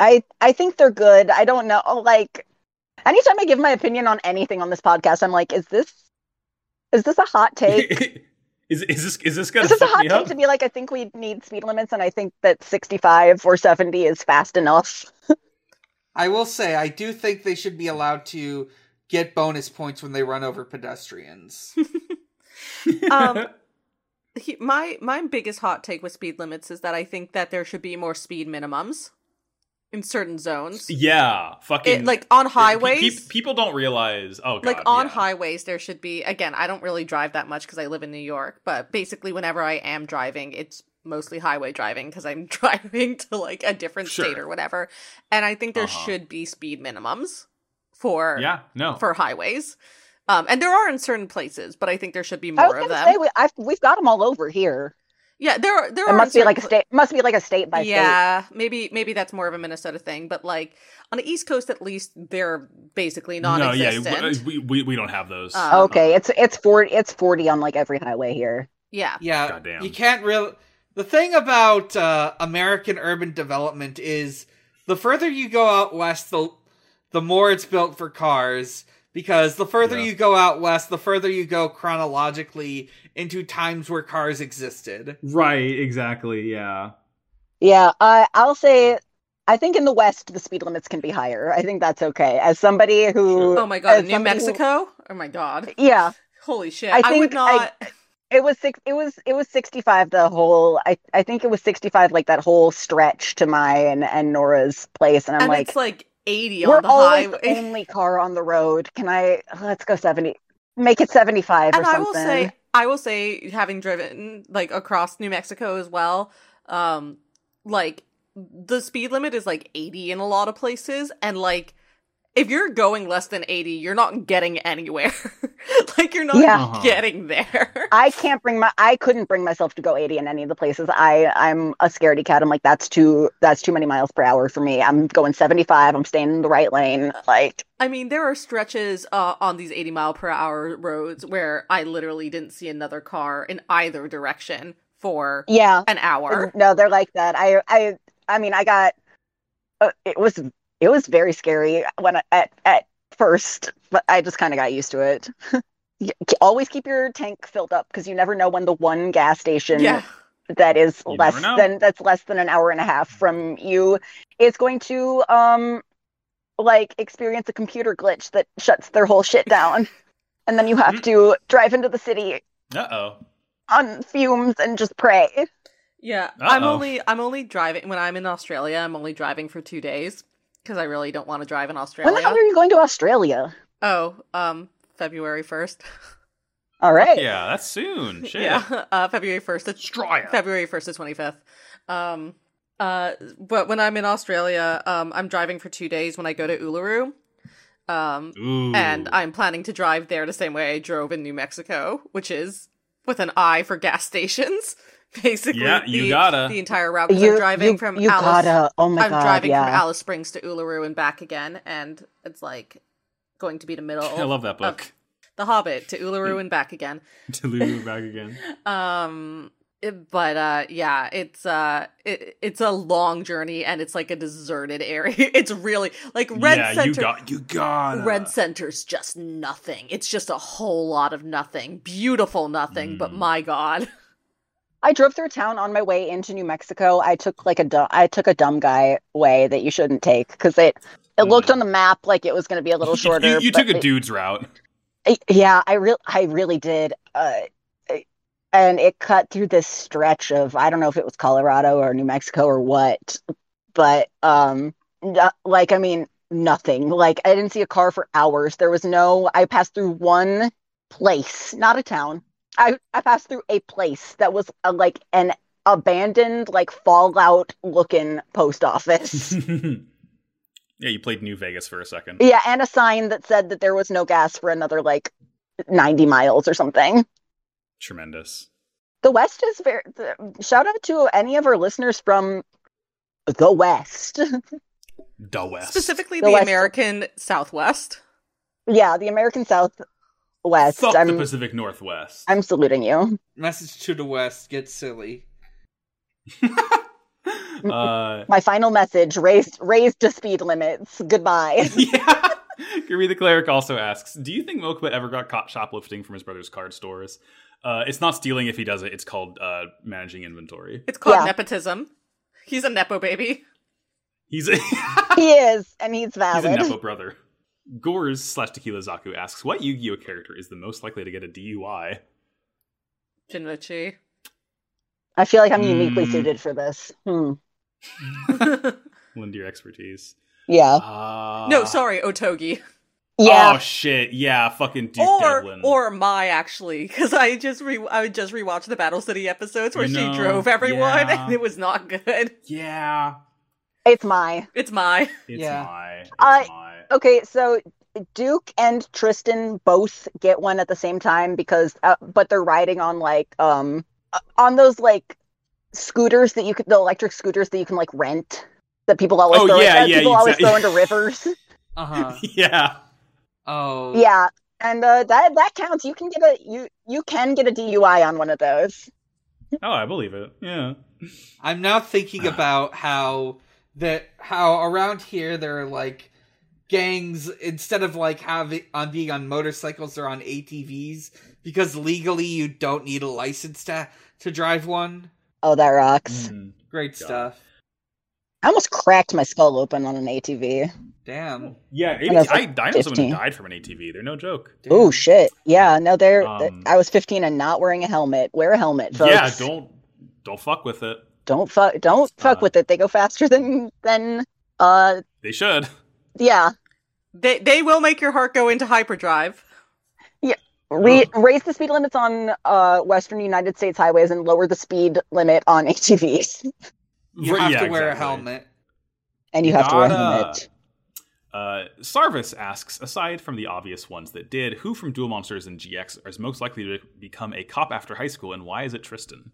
[SPEAKER 1] I I think they're good. I don't know. Like anytime I give my opinion on anything on this podcast, I'm like, is this is this a hot take?
[SPEAKER 4] is is this is this gonna
[SPEAKER 1] is this a
[SPEAKER 4] fuck
[SPEAKER 1] hot
[SPEAKER 4] me
[SPEAKER 1] take
[SPEAKER 4] up?
[SPEAKER 1] to be like, I think we need speed limits, and I think that 65 or 70 is fast enough.
[SPEAKER 3] I will say I do think they should be allowed to get bonus points when they run over pedestrians.
[SPEAKER 2] um, he, my my biggest hot take with speed limits is that I think that there should be more speed minimums in certain zones.
[SPEAKER 4] yeah, fucking
[SPEAKER 2] It, like on
[SPEAKER 4] pe- pe-
[SPEAKER 2] highways,
[SPEAKER 4] people don't realize. Oh, God,
[SPEAKER 2] like on
[SPEAKER 4] yeah.
[SPEAKER 2] highways there should be again i don't really drive that much because i live in new york but basically whenever i am driving it's mostly highway driving because i'm driving to like a different state
[SPEAKER 4] Sure.
[SPEAKER 2] or whatever and i think there
[SPEAKER 4] Uh-huh.
[SPEAKER 2] should be speed minimums for
[SPEAKER 4] Yeah, no.
[SPEAKER 2] for highways um and there are in certain places but i think there should be
[SPEAKER 1] I was
[SPEAKER 2] more
[SPEAKER 1] gonna
[SPEAKER 2] of them
[SPEAKER 1] say we I've, we've got them all over here.
[SPEAKER 2] yeah there are there
[SPEAKER 1] It
[SPEAKER 2] are
[SPEAKER 1] must
[SPEAKER 2] in
[SPEAKER 1] be like a
[SPEAKER 2] certain pla-
[SPEAKER 1] state. Must be like a state by state.
[SPEAKER 2] yeah maybe maybe that's more of a minnesota thing but like on the east coast at least they're basically
[SPEAKER 4] no,
[SPEAKER 2] non-existent
[SPEAKER 4] yeah, w- uh, we, we we don't have those.
[SPEAKER 2] Uh,
[SPEAKER 1] Okay, it's it's 40 it's 40 on like every highway here.
[SPEAKER 2] yeah
[SPEAKER 3] yeah.
[SPEAKER 4] Goddamn.
[SPEAKER 3] You can't real the thing about uh American urban development is the further you go out west the the more it's built for cars because the further
[SPEAKER 4] Yeah.
[SPEAKER 3] you go out west the further you go chronologically into times where cars existed.
[SPEAKER 4] Right, exactly. Yeah.
[SPEAKER 1] Yeah, I I'll say I think in the West the speed limits can be higher. I think that's okay. As somebody who
[SPEAKER 2] oh my god
[SPEAKER 1] as
[SPEAKER 2] new
[SPEAKER 1] somebody who-
[SPEAKER 2] mexico oh my god
[SPEAKER 1] yeah,
[SPEAKER 2] Holy shit!
[SPEAKER 1] I
[SPEAKER 2] I, would
[SPEAKER 1] think I-
[SPEAKER 2] not.
[SPEAKER 1] It was six, it was it was 65 the whole I I think it was 65 like that whole stretch to mine and Nora's place and I'm
[SPEAKER 2] and
[SPEAKER 1] like,
[SPEAKER 2] it's like 80
[SPEAKER 1] We're
[SPEAKER 2] on the
[SPEAKER 1] always
[SPEAKER 2] highway.
[SPEAKER 1] the only car on the road. Can I? Let's go seventy. Make it seventy-five or
[SPEAKER 2] and I
[SPEAKER 1] something.
[SPEAKER 2] will say, I will say, having driven like across New Mexico as well, um, like the speed limit is like 80 in a lot of places, and like if you're going less than 80, you're not getting anywhere. like you're not
[SPEAKER 1] Yeah.
[SPEAKER 4] Uh-huh.
[SPEAKER 2] getting there.
[SPEAKER 1] I can't bring my. I couldn't bring myself to go eighty in any of the places. I I'm a scaredy cat. I'm like that's too that's too many miles per hour for me. I'm going seventy-five. I'm staying in the right lane. Like
[SPEAKER 2] I mean, there are stretches uh, on these 80 mile per hour roads where I literally didn't see another car in either direction for
[SPEAKER 1] yeah,
[SPEAKER 2] an hour.
[SPEAKER 1] No, they're like that. I, I, I mean, I got. Uh, it was it was very scary when I, at at first, but I just kind of got used to it. You- Always keep your tank filled up because you never know when the one gas station
[SPEAKER 2] Yeah.
[SPEAKER 1] that is
[SPEAKER 4] You
[SPEAKER 1] less
[SPEAKER 4] never know.
[SPEAKER 1] than that's less than an hour and a half from you is going to um like experience a computer glitch that shuts their whole shit down. And then you have
[SPEAKER 4] Mm-hmm.
[SPEAKER 1] to drive into the city
[SPEAKER 4] Uh oh.
[SPEAKER 1] on fumes and just pray.
[SPEAKER 2] Yeah, I'm
[SPEAKER 4] Uh-oh.
[SPEAKER 2] only I'm only driving when I'm in Australia. I'm only driving for two days because I really don't want to drive in
[SPEAKER 1] When the hell
[SPEAKER 2] Australia.
[SPEAKER 1] are you going to Australia?
[SPEAKER 2] Oh, um, February first.
[SPEAKER 1] All right.
[SPEAKER 4] Yeah, that's soon. Shit.
[SPEAKER 2] Yeah, uh, February first.
[SPEAKER 7] Destroy it.
[SPEAKER 2] February first to twenty fifth. Um, uh, but when I'm in Australia, um, I'm driving for two days when I go to Uluru. Um,
[SPEAKER 4] Ooh.
[SPEAKER 2] and I'm planning to drive there the same way I drove in New Mexico, which is with an eye for gas stations. Basically,
[SPEAKER 4] Yeah, you
[SPEAKER 2] the,
[SPEAKER 4] gotta.
[SPEAKER 2] the entire route. 'cause I'm driving
[SPEAKER 1] you,
[SPEAKER 2] from
[SPEAKER 1] you
[SPEAKER 2] Alice.
[SPEAKER 1] gotta oh my
[SPEAKER 2] I'm
[SPEAKER 1] god
[SPEAKER 2] driving
[SPEAKER 1] yeah
[SPEAKER 2] from Alice Springs to Uluru and back again, and it's like going to be the middle.
[SPEAKER 4] I love Mm. that book.
[SPEAKER 2] The Hobbit to Uluru and back again.
[SPEAKER 4] to Lulu back again.
[SPEAKER 2] Um, it- but uh, yeah, it's uh, it, it's a long journey, and it's like a deserted area. It's really like Red
[SPEAKER 4] yeah,
[SPEAKER 2] Center.
[SPEAKER 4] you got you got
[SPEAKER 2] Red Center's just nothing. It's just a whole lot of nothing. Beautiful nothing, but
[SPEAKER 4] Mm.
[SPEAKER 2] my god.
[SPEAKER 1] i drove through a town on my way into new mexico i took like a du- i took a dumb guy way that you shouldn't take because it it looked
[SPEAKER 2] Mm.
[SPEAKER 1] on the map like it was going to be a little shorter
[SPEAKER 4] You, you
[SPEAKER 1] but
[SPEAKER 4] took a
[SPEAKER 1] it-
[SPEAKER 4] dude's route.
[SPEAKER 1] I- yeah i real i really did uh I- and it cut through this stretch of i don't know if it was colorado or new mexico or what but um no- like i mean nothing like i didn't see a car for hours there was no i passed through one place not a town i i passed through a place that was uh like an abandoned like fallout looking post office
[SPEAKER 4] yeah, you played New Vegas for a second.
[SPEAKER 1] yeah and a sign that said that there was no gas for another like 90 miles or something
[SPEAKER 4] Tremendous.
[SPEAKER 1] the West is very. The, shout out to any of our listeners from the West.
[SPEAKER 4] The West.
[SPEAKER 2] Specifically
[SPEAKER 1] The
[SPEAKER 2] the,
[SPEAKER 1] West-
[SPEAKER 2] American Southwest.
[SPEAKER 1] yeah, the American Southwest.
[SPEAKER 4] Fuck the
[SPEAKER 1] I'm
[SPEAKER 4] Pacific Northwest.
[SPEAKER 1] I'm saluting you.
[SPEAKER 3] Message to the West, get silly.
[SPEAKER 4] uh,
[SPEAKER 1] My final message: raised raised to speed limits. Goodbye.
[SPEAKER 4] yeah. Kirby the cleric also asks, "Do you think Mokuba ever got caught shoplifting from his brother's card stores? Uh, it's not stealing if he does it. It's called uh, managing inventory.
[SPEAKER 2] It's called
[SPEAKER 1] Yeah.
[SPEAKER 2] nepotism. He's a nepo baby.
[SPEAKER 4] He's a,
[SPEAKER 1] he is, and he's
[SPEAKER 4] he's a
[SPEAKER 1] valid.
[SPEAKER 4] nepo brother." Gores slash Tequila Zaku asks, "What Yu-Gi-Oh character is the most likely to get a DUI?"
[SPEAKER 2] Jinvichi.
[SPEAKER 1] I feel like I'm uniquely
[SPEAKER 4] Mm.
[SPEAKER 1] suited for this. Hmm.
[SPEAKER 4] Lend your expertise.
[SPEAKER 1] Yeah,
[SPEAKER 4] Uh,
[SPEAKER 2] no, sorry, Otogi.
[SPEAKER 1] yeah.
[SPEAKER 4] Oh shit! Yeah, fucking Duke
[SPEAKER 2] Or
[SPEAKER 4] Devlin.
[SPEAKER 2] or Mai actually, because I just re I just rewatched the Battle City episodes where
[SPEAKER 4] You know,
[SPEAKER 2] she drove everyone
[SPEAKER 4] yeah.
[SPEAKER 2] and it was not good.
[SPEAKER 4] yeah,
[SPEAKER 1] it's my
[SPEAKER 2] It's Mai.
[SPEAKER 4] it's
[SPEAKER 3] Yeah.
[SPEAKER 4] my, it's
[SPEAKER 1] I-
[SPEAKER 4] my.
[SPEAKER 1] okay. So Duke and Tristan both get one at the same time because, uh, but they're riding on like um uh, on those like scooters that you could the electric scooters that you can like rent that people always
[SPEAKER 4] Oh,
[SPEAKER 1] throw
[SPEAKER 4] yeah,
[SPEAKER 1] that
[SPEAKER 4] yeah,
[SPEAKER 1] people always
[SPEAKER 4] exactly.
[SPEAKER 1] throw into rivers.
[SPEAKER 3] Uh huh.
[SPEAKER 4] Yeah,
[SPEAKER 3] Oh.
[SPEAKER 1] yeah, and uh, that that counts. You can get a you you can get a DUI on one of those.
[SPEAKER 4] oh, I believe it. Yeah,
[SPEAKER 3] I'm now thinking
[SPEAKER 4] Uh-huh.
[SPEAKER 3] about how that how around here there are like gangs instead of like having on being on motorcycles or on ATVs because legally you don't need a license to to drive one.
[SPEAKER 1] Oh, that rocks.
[SPEAKER 4] Mhm.
[SPEAKER 3] Great
[SPEAKER 4] Got
[SPEAKER 3] stuff.
[SPEAKER 1] I almost cracked my skull open on an ATV.
[SPEAKER 3] Damn.
[SPEAKER 4] yeah.
[SPEAKER 1] I was,
[SPEAKER 4] AT- I, I know someone
[SPEAKER 1] 15.
[SPEAKER 4] who died from an ATV. They're no joke.
[SPEAKER 3] Damn.
[SPEAKER 1] Oh shit! Yeah, no, they're.
[SPEAKER 4] Um,
[SPEAKER 1] I was 15 and not wearing a helmet. Wear a helmet, folks.
[SPEAKER 4] Yeah, don't don't fuck with it.
[SPEAKER 1] don't fuck don't fuck
[SPEAKER 4] Uh,
[SPEAKER 1] with it. They go faster than than uh
[SPEAKER 4] They should.
[SPEAKER 1] yeah.
[SPEAKER 5] They they will make your heart go into hyperdrive.
[SPEAKER 1] Re- raise the speed limits on uh, Western United States highways and lower the speed limit on E ATVs.
[SPEAKER 3] You
[SPEAKER 4] Right,
[SPEAKER 3] have
[SPEAKER 4] yeah,
[SPEAKER 3] to wear
[SPEAKER 4] exactly.
[SPEAKER 3] a helmet.
[SPEAKER 1] And you have to wear a
[SPEAKER 4] Nada.
[SPEAKER 1] helmet.
[SPEAKER 4] Uh, Sarvis asks, aside from the obvious ones that did, who from Duel Monsters and GX is most likely to become a cop after high school, and why is it Tristan?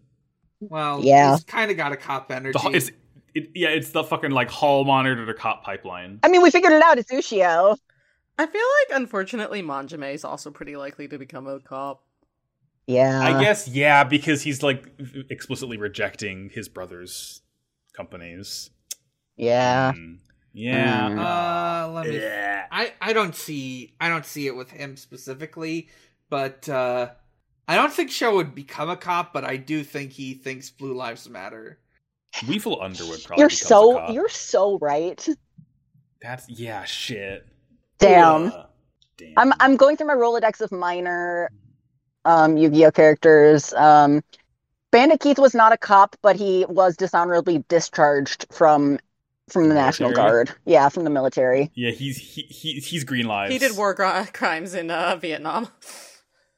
[SPEAKER 3] Well,
[SPEAKER 1] Yeah.
[SPEAKER 3] he's kind of got a cop energy.
[SPEAKER 4] The, ho- it's, it, yeah, it's the fucking like hall monitor to cop pipeline.
[SPEAKER 1] I mean, we figured it out. It's Ushio.
[SPEAKER 5] I feel like unfortunately Manjime is also pretty likely to become a cop.
[SPEAKER 1] Yeah.
[SPEAKER 4] I guess yeah, because he's like explicitly rejecting his brother's companies.
[SPEAKER 1] Yeah.
[SPEAKER 4] Mm. yeah.
[SPEAKER 1] Mm.
[SPEAKER 3] uh, let me.
[SPEAKER 4] yeah.
[SPEAKER 3] I I don't see I don't see it with him specifically, but uh I don't think Show would become a cop, but I do think he thinks blue lives matter.
[SPEAKER 4] Weevil Underwood probably.
[SPEAKER 1] You're
[SPEAKER 4] becomes a
[SPEAKER 1] so
[SPEAKER 4] cop.
[SPEAKER 1] you're so right.
[SPEAKER 4] That's yeah, shit.
[SPEAKER 1] Damn.
[SPEAKER 4] Ugh. Damn.
[SPEAKER 1] I'm I'm going through my Rolodex of minor um Yu-Gi-Oh characters. Um Bandit Keith was not a cop, but he was dishonorably discharged from from the National
[SPEAKER 4] Military?
[SPEAKER 1] Guard. Yeah, from the military.
[SPEAKER 4] yeah, he's he, he he's green lives.
[SPEAKER 5] He did war gr- crimes in uh, Vietnam.
[SPEAKER 4] Um,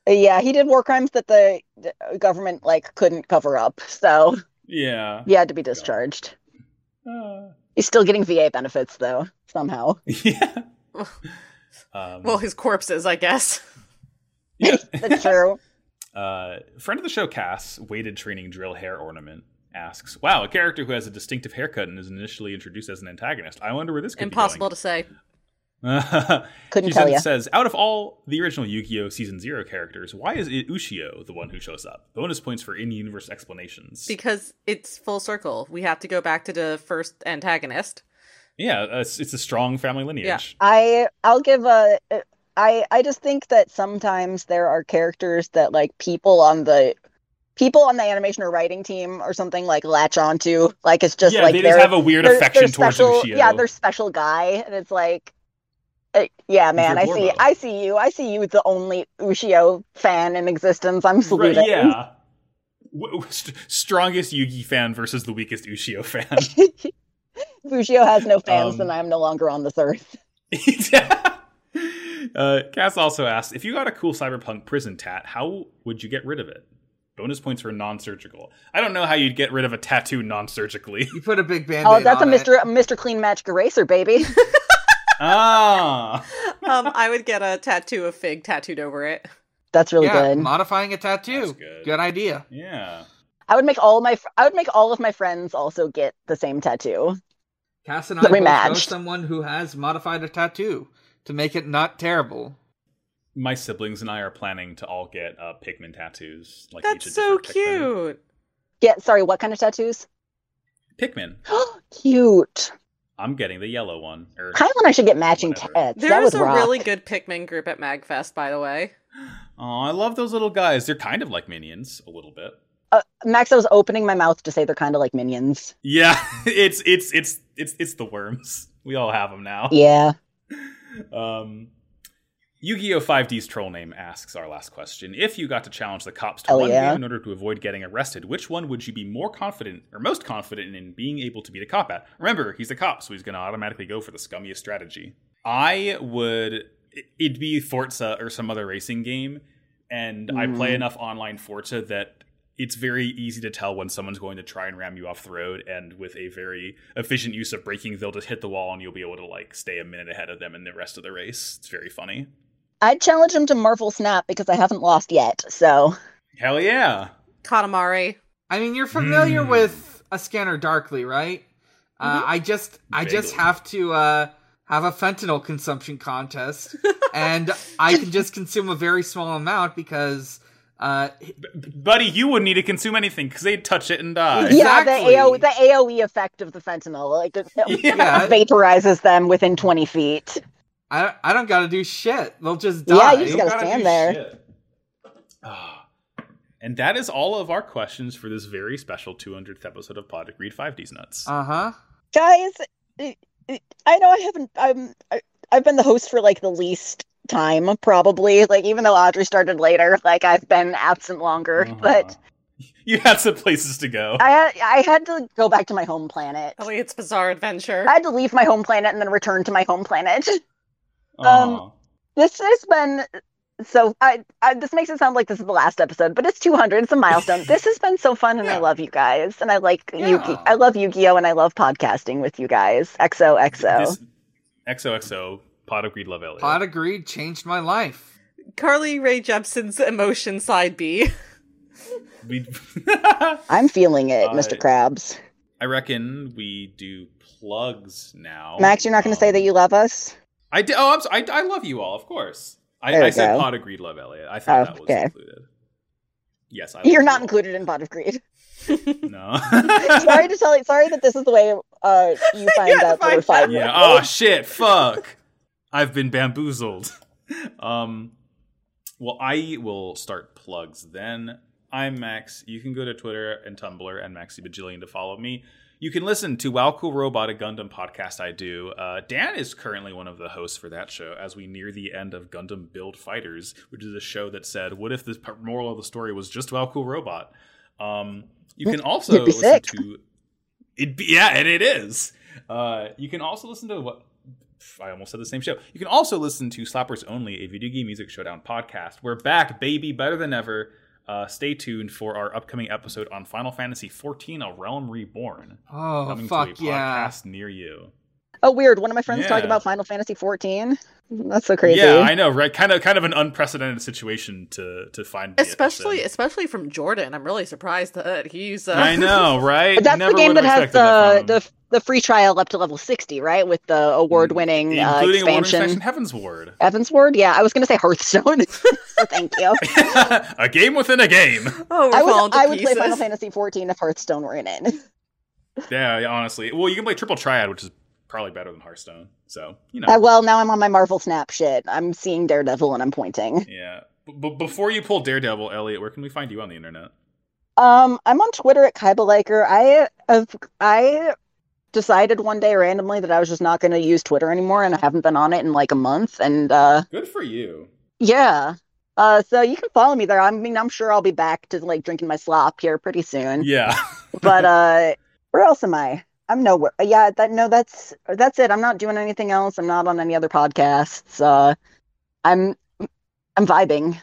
[SPEAKER 1] Uh, Yeah, he did war crimes that the the government like couldn't cover up. So
[SPEAKER 4] Yeah.
[SPEAKER 1] he had to be discharged.
[SPEAKER 4] Uh,
[SPEAKER 1] He's still getting VA benefits though, somehow.
[SPEAKER 4] yeah. Um,
[SPEAKER 5] Well, his corpses, I guess.
[SPEAKER 4] yeah.
[SPEAKER 1] That's true.
[SPEAKER 4] Uh, friend of the show, Cass, weighted training drill hair ornament, asks, "Wow, a character who has a distinctive haircut and is initially introduced as an antagonist. I wonder where this could
[SPEAKER 5] Impossible
[SPEAKER 4] be
[SPEAKER 5] to say.
[SPEAKER 4] going."
[SPEAKER 1] Couldn't
[SPEAKER 4] she
[SPEAKER 1] tell
[SPEAKER 4] then
[SPEAKER 1] ya.
[SPEAKER 4] says, "Out of all the original Yu-Gi-Oh season zero characters, why is it Ushio the one who shows up? Bonus points for in-universe explanations.
[SPEAKER 5] Because it's full circle. We have to go back to the first antagonist.
[SPEAKER 4] yeah, uh, it's, it's a strong family lineage.
[SPEAKER 1] I I'll give a uh, I I just think that sometimes there are characters that like people on the people on the animation or writing team or something like latch onto like it's just
[SPEAKER 4] yeah,
[SPEAKER 1] like
[SPEAKER 4] they just
[SPEAKER 1] they're-
[SPEAKER 4] have a weird
[SPEAKER 1] they're- they're
[SPEAKER 4] affection towards
[SPEAKER 1] special,
[SPEAKER 4] Ushio.
[SPEAKER 1] yeah they're special guy and it's like uh, yeah man I
[SPEAKER 4] your
[SPEAKER 1] see
[SPEAKER 4] Gorbo.
[SPEAKER 1] I see you I see you the only Ushio fan in existence I'm
[SPEAKER 4] Right,
[SPEAKER 1] saluting
[SPEAKER 4] yeah. W- w- st- strongest Yugi fan versus the weakest Ushio fan.
[SPEAKER 1] Ushio has no fans
[SPEAKER 4] Um,
[SPEAKER 1] and I'm no longer on this earth
[SPEAKER 4] uh, Cass also asked if you got a cool cyberpunk prison tat, how would you get rid of it? Bonus points for non-surgical. I don't know how you'd get rid of a tattoo non-surgically.
[SPEAKER 3] You put a big band
[SPEAKER 1] oh that's a
[SPEAKER 3] on it.
[SPEAKER 1] Mr. a Mr. Clean Magic Eraser baby
[SPEAKER 4] ah,
[SPEAKER 5] Um, I would get a tattoo of Fig tattooed over it.
[SPEAKER 1] that's really
[SPEAKER 3] yeah,
[SPEAKER 1] good
[SPEAKER 3] modifying a tattoo.
[SPEAKER 4] That's good.
[SPEAKER 3] idea.
[SPEAKER 4] yeah.
[SPEAKER 1] I would make all my fr- I would make all of my friends also get the same tattoo.
[SPEAKER 3] Cass and I
[SPEAKER 1] That we
[SPEAKER 3] both know
[SPEAKER 1] matched.
[SPEAKER 3] someone who has modified a tattoo to make it not terrible.
[SPEAKER 4] My siblings and I are planning to all get uh, Pikmin tattoos. Like each a
[SPEAKER 5] That's so
[SPEAKER 4] different
[SPEAKER 5] cute.
[SPEAKER 1] Yeah, sorry, what kind of tattoos?
[SPEAKER 4] Pikmin. Pikmin.
[SPEAKER 1] Cute.
[SPEAKER 4] I'm getting the yellow one. Or,
[SPEAKER 1] Kyle and I should get matching
[SPEAKER 4] Whatever.
[SPEAKER 1] tats.
[SPEAKER 5] There
[SPEAKER 1] that
[SPEAKER 5] is
[SPEAKER 1] would
[SPEAKER 5] a
[SPEAKER 1] rock.
[SPEAKER 5] really good Pikmin group at Magfest, by the way.
[SPEAKER 4] oh, I love those little guys. They're kind of like minions a little bit.
[SPEAKER 1] Uh, Max, I was opening my mouth to say they're kind of like minions.
[SPEAKER 4] Yeah, it's it's it's it's it's the worms. We all have them now.
[SPEAKER 1] Yeah.
[SPEAKER 4] Um, Yu-Gi-Oh! 5D's troll name asks our last question: If you got to challenge the cops to
[SPEAKER 1] Hell
[SPEAKER 4] one
[SPEAKER 1] yeah.
[SPEAKER 4] game in order to avoid getting arrested, which one would you be more confident or most confident in being able to beat a cop at? Remember, he's a cop, so he's going to automatically go for the scummiest strategy. I would. it- It'd be Forza or some other racing game, and I play
[SPEAKER 1] Mm.
[SPEAKER 4] enough online Forza that it's very easy to tell when someone's going to try and ram you off the road and with a very efficient use of braking they'll just hit the wall and you'll be able to like stay a minute ahead of them in the rest of the race it's very funny
[SPEAKER 1] I'd challenge him to Marvel Snap because I haven't lost yet. So
[SPEAKER 4] hell yeah
[SPEAKER 5] Katamari.
[SPEAKER 3] I mean, you're familiar
[SPEAKER 4] Hmm.
[SPEAKER 3] with a scanner darkly, right? Uh,
[SPEAKER 1] Mm-hmm.
[SPEAKER 3] I just, I just
[SPEAKER 4] Vaguely.
[SPEAKER 3] have to uh, have a fentanyl consumption contest, and I can just consume a very small amount because uh,
[SPEAKER 4] B- buddy you wouldn't need to consume anything because they'd touch it and die
[SPEAKER 1] yeah, the
[SPEAKER 3] Exactly.
[SPEAKER 1] AO the AOE effect of the fentanyl like it, it
[SPEAKER 3] yeah,
[SPEAKER 1] vaporizes them within 20 feet.
[SPEAKER 3] I, I don't got to do shit. They'll just
[SPEAKER 1] Yeah,
[SPEAKER 3] die.
[SPEAKER 1] you just gotta stand
[SPEAKER 4] do
[SPEAKER 1] there.
[SPEAKER 4] shit. Ah. and that is all of our questions for this very special 200th episode of Pod Read 5D's Nuts.
[SPEAKER 3] Uh huh.
[SPEAKER 1] guys i I know i haven't i'm I, i've been the host for like the least time probably like even though audrey started later like i've been absent longer
[SPEAKER 4] Uh-huh.
[SPEAKER 1] but
[SPEAKER 4] You had some places to go.
[SPEAKER 1] I had, I had to go back to my home planet.
[SPEAKER 5] Oh, it's bizarre adventure.
[SPEAKER 1] I had to leave my home planet and then return to my home planet. um,
[SPEAKER 4] Aw.
[SPEAKER 1] This has been so. I, I this makes it sound like this is the last episode, but it's 200. It's a milestone. this has been so fun, and I
[SPEAKER 4] Yeah.
[SPEAKER 1] love you guys, and I like Yuki.
[SPEAKER 4] Yeah.
[SPEAKER 1] I love Yu-Gi-Oh, and I love podcasting with you guys. XOXO.
[SPEAKER 4] This XOXO Pod of Greed Love Elliot.
[SPEAKER 3] Pod agreed changed my life.
[SPEAKER 5] Carly Ray Jepsen's emotion side B.
[SPEAKER 4] We-
[SPEAKER 1] I'm feeling it,
[SPEAKER 4] Uh,
[SPEAKER 1] Mr. Krabs.
[SPEAKER 4] I reckon we do plugs now.
[SPEAKER 1] Max, you're not going to
[SPEAKER 4] Um,
[SPEAKER 1] say that you love us.
[SPEAKER 4] I do, oh, I'm so, I, I love you all, of course. I,
[SPEAKER 1] There we
[SPEAKER 4] I said
[SPEAKER 1] go. Oh,
[SPEAKER 4] Pod of Greed Love Elliot. I thought that was
[SPEAKER 1] Okay.
[SPEAKER 4] included. Yes, I love
[SPEAKER 1] You're
[SPEAKER 4] you
[SPEAKER 1] not
[SPEAKER 4] all.
[SPEAKER 1] included in Pot of Greed.
[SPEAKER 4] No.
[SPEAKER 1] sorry to tell you. Sorry that this is the way uh, you find
[SPEAKER 5] to
[SPEAKER 1] out that
[SPEAKER 5] find
[SPEAKER 1] we're five.
[SPEAKER 4] yeah. Oh shit. Fuck. I've been bamboozled. Um. Well, I will start plugs then. I'm Max. You can go to Twitter and Tumblr and Maxi Bajillion to follow me. You can listen to Wow Cool Robot, a Gundam podcast I do. Uh, Dan is currently one of the hosts for that show as we near the end of Gundam Build Fighters, which is a show that said, what if the p- moral of the story was just Wow Cool Robot? Um, you can also
[SPEAKER 1] It'd be
[SPEAKER 4] listen
[SPEAKER 1] sick.
[SPEAKER 4] to... It be, yeah, and it is. Uh, you can also listen to what I almost said the same show. You can also listen to Slappers Only, a video game music showdown podcast. We're back, baby, better than ever. Uh, stay tuned for our upcoming episode on Final Fantasy XIV: A Realm Reborn,
[SPEAKER 3] Oh
[SPEAKER 4] coming
[SPEAKER 3] fuck
[SPEAKER 4] to a
[SPEAKER 3] yeah!
[SPEAKER 4] podcast near you.
[SPEAKER 1] Oh, weird. One of my friends talked
[SPEAKER 4] Yeah.
[SPEAKER 1] about Final Fantasy 14. That's so crazy.
[SPEAKER 4] Yeah, I know, right? Kind of, kind of an unprecedented situation to to find, the
[SPEAKER 5] Especially
[SPEAKER 4] episode.
[SPEAKER 5] especially from Jordan. I'm really surprised that he's uh,
[SPEAKER 4] I know, right?
[SPEAKER 1] But that's
[SPEAKER 4] Never
[SPEAKER 1] the game that
[SPEAKER 4] would've
[SPEAKER 1] has
[SPEAKER 4] expected that
[SPEAKER 1] the,
[SPEAKER 4] from
[SPEAKER 1] the the free trial up to level 60, right? With the award-winning
[SPEAKER 4] him.
[SPEAKER 1] uh,
[SPEAKER 4] including a warning
[SPEAKER 1] expansion.
[SPEAKER 4] section, Heaven's Ward,
[SPEAKER 1] Evans Ward? Yeah, I was going to say Hearthstone. so thank you.
[SPEAKER 4] a game within a game.
[SPEAKER 5] Oh, we're
[SPEAKER 1] I would,
[SPEAKER 5] falling to
[SPEAKER 1] I would
[SPEAKER 5] pieces.
[SPEAKER 1] play Final Fantasy 14 if Hearthstone were in it.
[SPEAKER 4] Yeah, yeah, honestly. Well, you can play Triple Triad, which is probably better than Hearthstone. So, you know.
[SPEAKER 1] Uh, well, now I'm on my Marvel Snap shit. I'm seeing Daredevil and I'm pointing.
[SPEAKER 4] yeah. But b- before you pull Daredevil, Elliot, where can we find you on the internet?
[SPEAKER 1] Um, I'm on Twitter at Kybaliker. I have I decided one day randomly that I was just not going to use Twitter anymore, and I haven't been on it in like a month. And uh,
[SPEAKER 4] Good for you.
[SPEAKER 1] yeah, uh, so you can follow me there. I mean, I'm sure I'll be back to like drinking my slop here pretty soon.
[SPEAKER 4] Yeah.
[SPEAKER 1] But uh, where else am I? I'm nowhere. Yeah, that no, that's that's it. I'm not doing anything else. I'm not on any other podcasts. Uh, I'm I'm vibing.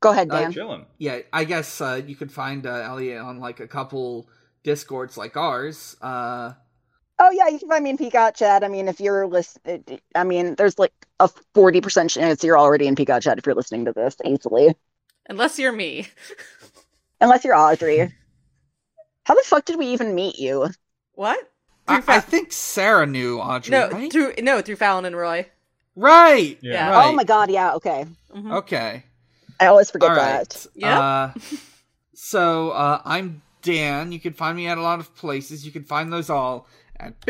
[SPEAKER 1] Go ahead,
[SPEAKER 3] Uh,
[SPEAKER 1] Dan.
[SPEAKER 4] Chillin'.
[SPEAKER 3] yeah, I guess uh, you could find uh, Elliot on like a couple discords like ours. Uh,
[SPEAKER 1] Oh yeah, you can find me in Peacock Chat. I mean, if you're listening, I mean, there's like a forty percent chance you're already in Peacock Chat if you're listening to this easily,
[SPEAKER 5] Unless you're me.
[SPEAKER 1] unless you're Audrey. How the fuck did we even meet you?
[SPEAKER 5] What?
[SPEAKER 3] I,
[SPEAKER 5] Through
[SPEAKER 3] I
[SPEAKER 5] Fa-
[SPEAKER 3] think Sarah knew Audrey.
[SPEAKER 5] no,
[SPEAKER 3] right?
[SPEAKER 5] through no, through Fallon and Roy.
[SPEAKER 3] right.
[SPEAKER 5] Yeah.
[SPEAKER 1] Oh my god, yeah, okay.
[SPEAKER 5] Mhm.
[SPEAKER 4] Mm-hmm.
[SPEAKER 3] Okay.
[SPEAKER 1] I always forget
[SPEAKER 3] All right.
[SPEAKER 1] that.
[SPEAKER 5] Yeah.
[SPEAKER 3] Uh, so uh, I'm Dan. You can find me at a lot of places. You can find those all at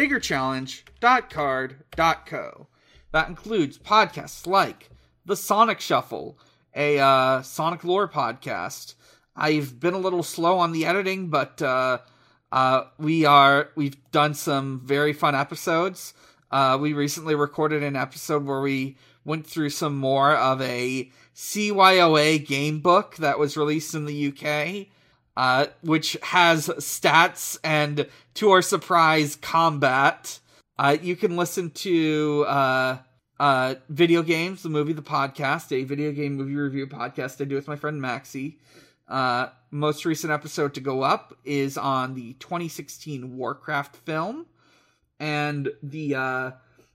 [SPEAKER 3] biggerchallenge.card.co. That includes podcasts like The Sonic Shuffle, a uh, Sonic lore podcast. I've been a little slow on the editing, but uh, uh, we are we've done some very fun episodes. Uh, we recently recorded an episode where we went through some more of a CYOA game book that was released in the UK, uh, which has stats and, to our surprise, combat. Uh, you can listen to uh, uh, video games, the movie, the podcast, a video game movie review podcast I do with my friend Maxie. Uh, most recent episode to go up is on the 2016 Warcraft film, and the uh,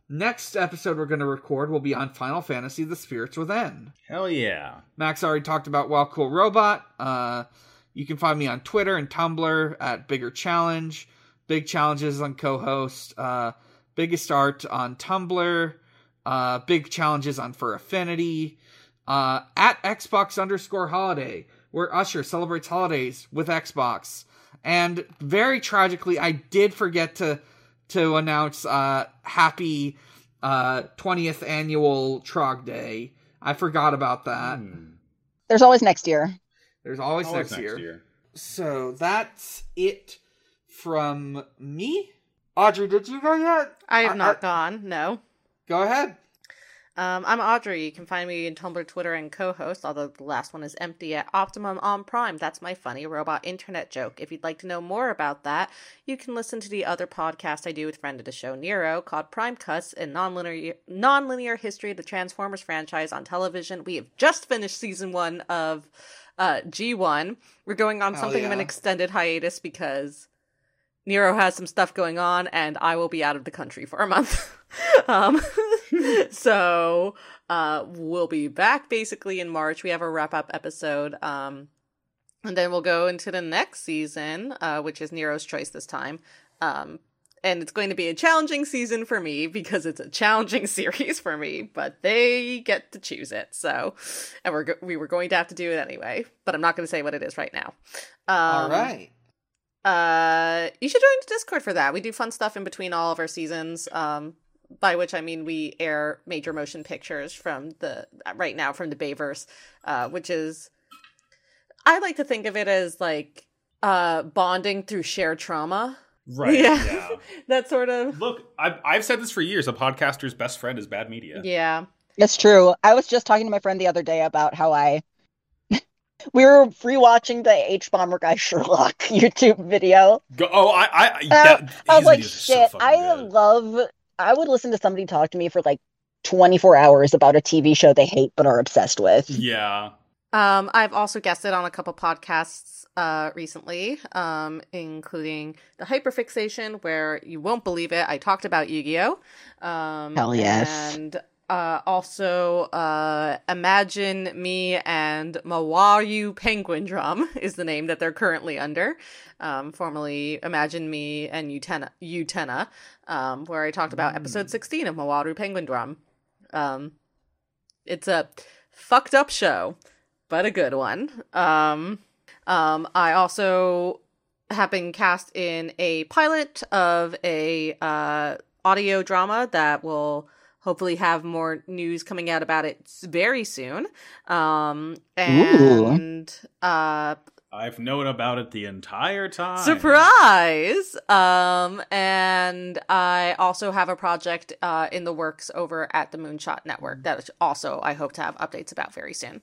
[SPEAKER 3] next episode we're going to record will be on Final Fantasy: The Spirits Within.
[SPEAKER 4] Hell yeah.
[SPEAKER 3] Max already talked about Wow Cool Robot. Uh, you can find me on Twitter and Tumblr at Bigger Challenge. Big Challenges on co-host. Uh, Biggest Art on Tumblr. Uh, Big Challenges on For Affinity. Uh, at Xbox underscore Holiday, where Usher celebrates holidays with Xbox. And very tragically, I did forget to to announce uh, Happy uh, 20th Annual Trog Day. I forgot about that.
[SPEAKER 4] Hmm.
[SPEAKER 1] There's always next year.
[SPEAKER 3] There's Uh, always,
[SPEAKER 4] Always
[SPEAKER 3] next, year. So that's it from me. Audrey, did you go yet?
[SPEAKER 5] I have
[SPEAKER 3] I-
[SPEAKER 5] not
[SPEAKER 3] I-
[SPEAKER 5] gone. No.
[SPEAKER 3] Go ahead.
[SPEAKER 2] Um, I'm Audrey. You can find me on Tumblr, Twitter, and co-host. Although the last one is empty at Optimum on Prime. That's my funny robot internet joke. If you'd like to know more about that, you can listen to the other podcast I do with friend of the show Nero called Prime Cuts and Nonlinear Nonlinear History of the Transformers franchise on television. We have just finished season one of uh, G1. We're going on
[SPEAKER 3] Hell
[SPEAKER 2] something of an
[SPEAKER 3] yeah.
[SPEAKER 2] extended hiatus because Nero has some stuff going on, and I will be out of the country for a month. um, so uh, we'll be back basically in March. We have a wrap up episode. Um, and then we'll go into the next season, uh, which is Nero's Choice this time. Um, and it's going to be a challenging season for me because it's a challenging series for me, but they get to choose it. So, and we're go- we were going to have to do it anyway, but I'm not going to say what it is right now. Um,
[SPEAKER 3] All right.
[SPEAKER 2] uh, you should join the Discord for that. We do fun stuff in between all of our seasons. Um, by which I mean we air major motion pictures from the right now from the Bayverse, uh, which is I like to think of it as like uh bonding through shared trauma.
[SPEAKER 4] Right.
[SPEAKER 2] Yeah.
[SPEAKER 4] Yeah.
[SPEAKER 2] That sort of
[SPEAKER 4] Look, I've, I've said this for years. A podcaster's best friend is bad media.
[SPEAKER 2] yeah.
[SPEAKER 1] It's true. I was just talking to my friend the other day about how I we were rewatching the H Bomber Guy Sherlock YouTube video.
[SPEAKER 4] Go, oh, I, I, I-
[SPEAKER 1] Uh,
[SPEAKER 4] that,
[SPEAKER 1] I was
[SPEAKER 4] these
[SPEAKER 1] like,
[SPEAKER 4] videos are
[SPEAKER 1] shit,
[SPEAKER 4] so fucking
[SPEAKER 1] I
[SPEAKER 4] good.
[SPEAKER 1] love I would listen to somebody talk to me for like 24 hours about a TV show they hate but are obsessed with.
[SPEAKER 4] Yeah.
[SPEAKER 2] Um, I've also guested on a couple podcasts uh, recently, um, including the Hyperfixation, where you won't believe it. I talked about Yu Gi Oh! Um,
[SPEAKER 1] Hell yes.
[SPEAKER 2] And uh, also, uh, Imagine Me and Mawaru Penguin Drum is the name that they're currently under. Um, formerly Imagine Me and Utena, Utena um, where I talked about episode 16 of Mawaru Penguin Drum. Um, it's a fucked up show but a good one. Um, um, I also have been cast in a pilot of a uh, audio drama that will hopefully have more news coming out about it s- very soon. Um, and uh,
[SPEAKER 4] I've known about it the entire time.
[SPEAKER 2] surprise um and i also have a project uh in the works over at the moonshot network that also i hope to have updates about very soon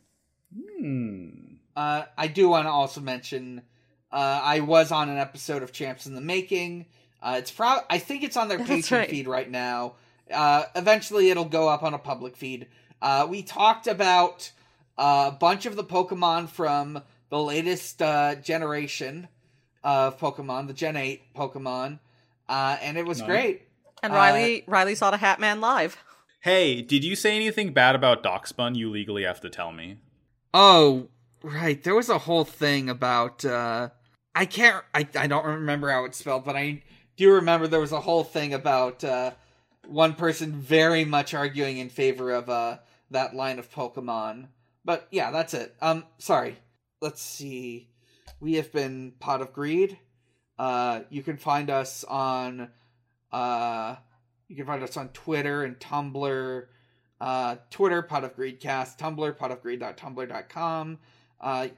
[SPEAKER 4] Hmm.
[SPEAKER 3] Uh, I do want to also mention uh, I was on an episode of Champs in the Making. Uh, it's pro- I think it's on their
[SPEAKER 2] That's
[SPEAKER 3] Patreon
[SPEAKER 2] right.
[SPEAKER 3] feed right now. Uh, eventually, it'll go up on a public feed. Uh, we talked about uh, a bunch of the Pokemon from the latest uh, generation of Pokemon, the Gen Eight Pokemon, uh, and it was
[SPEAKER 4] Nice.
[SPEAKER 3] great.
[SPEAKER 2] and
[SPEAKER 3] Uh,
[SPEAKER 2] riley riley saw the hat man live
[SPEAKER 4] Hey, did you say anything bad about Doxbun? You legally have to tell me.
[SPEAKER 3] Oh, right. There was a whole thing about uh I can't I I don't remember how it's spelled, but I do remember there was a whole thing about uh one person very much arguing in favor of uh that line of Pokemon. But yeah, that's it. Um sorry. Let's see. We have been Pot of Greed. Uh you can find us on uh you can find us on Twitter and Tumblr uh, Twitter, Pot of Greedcast, Tumblr, potofgreed.tumblr.com. Uh,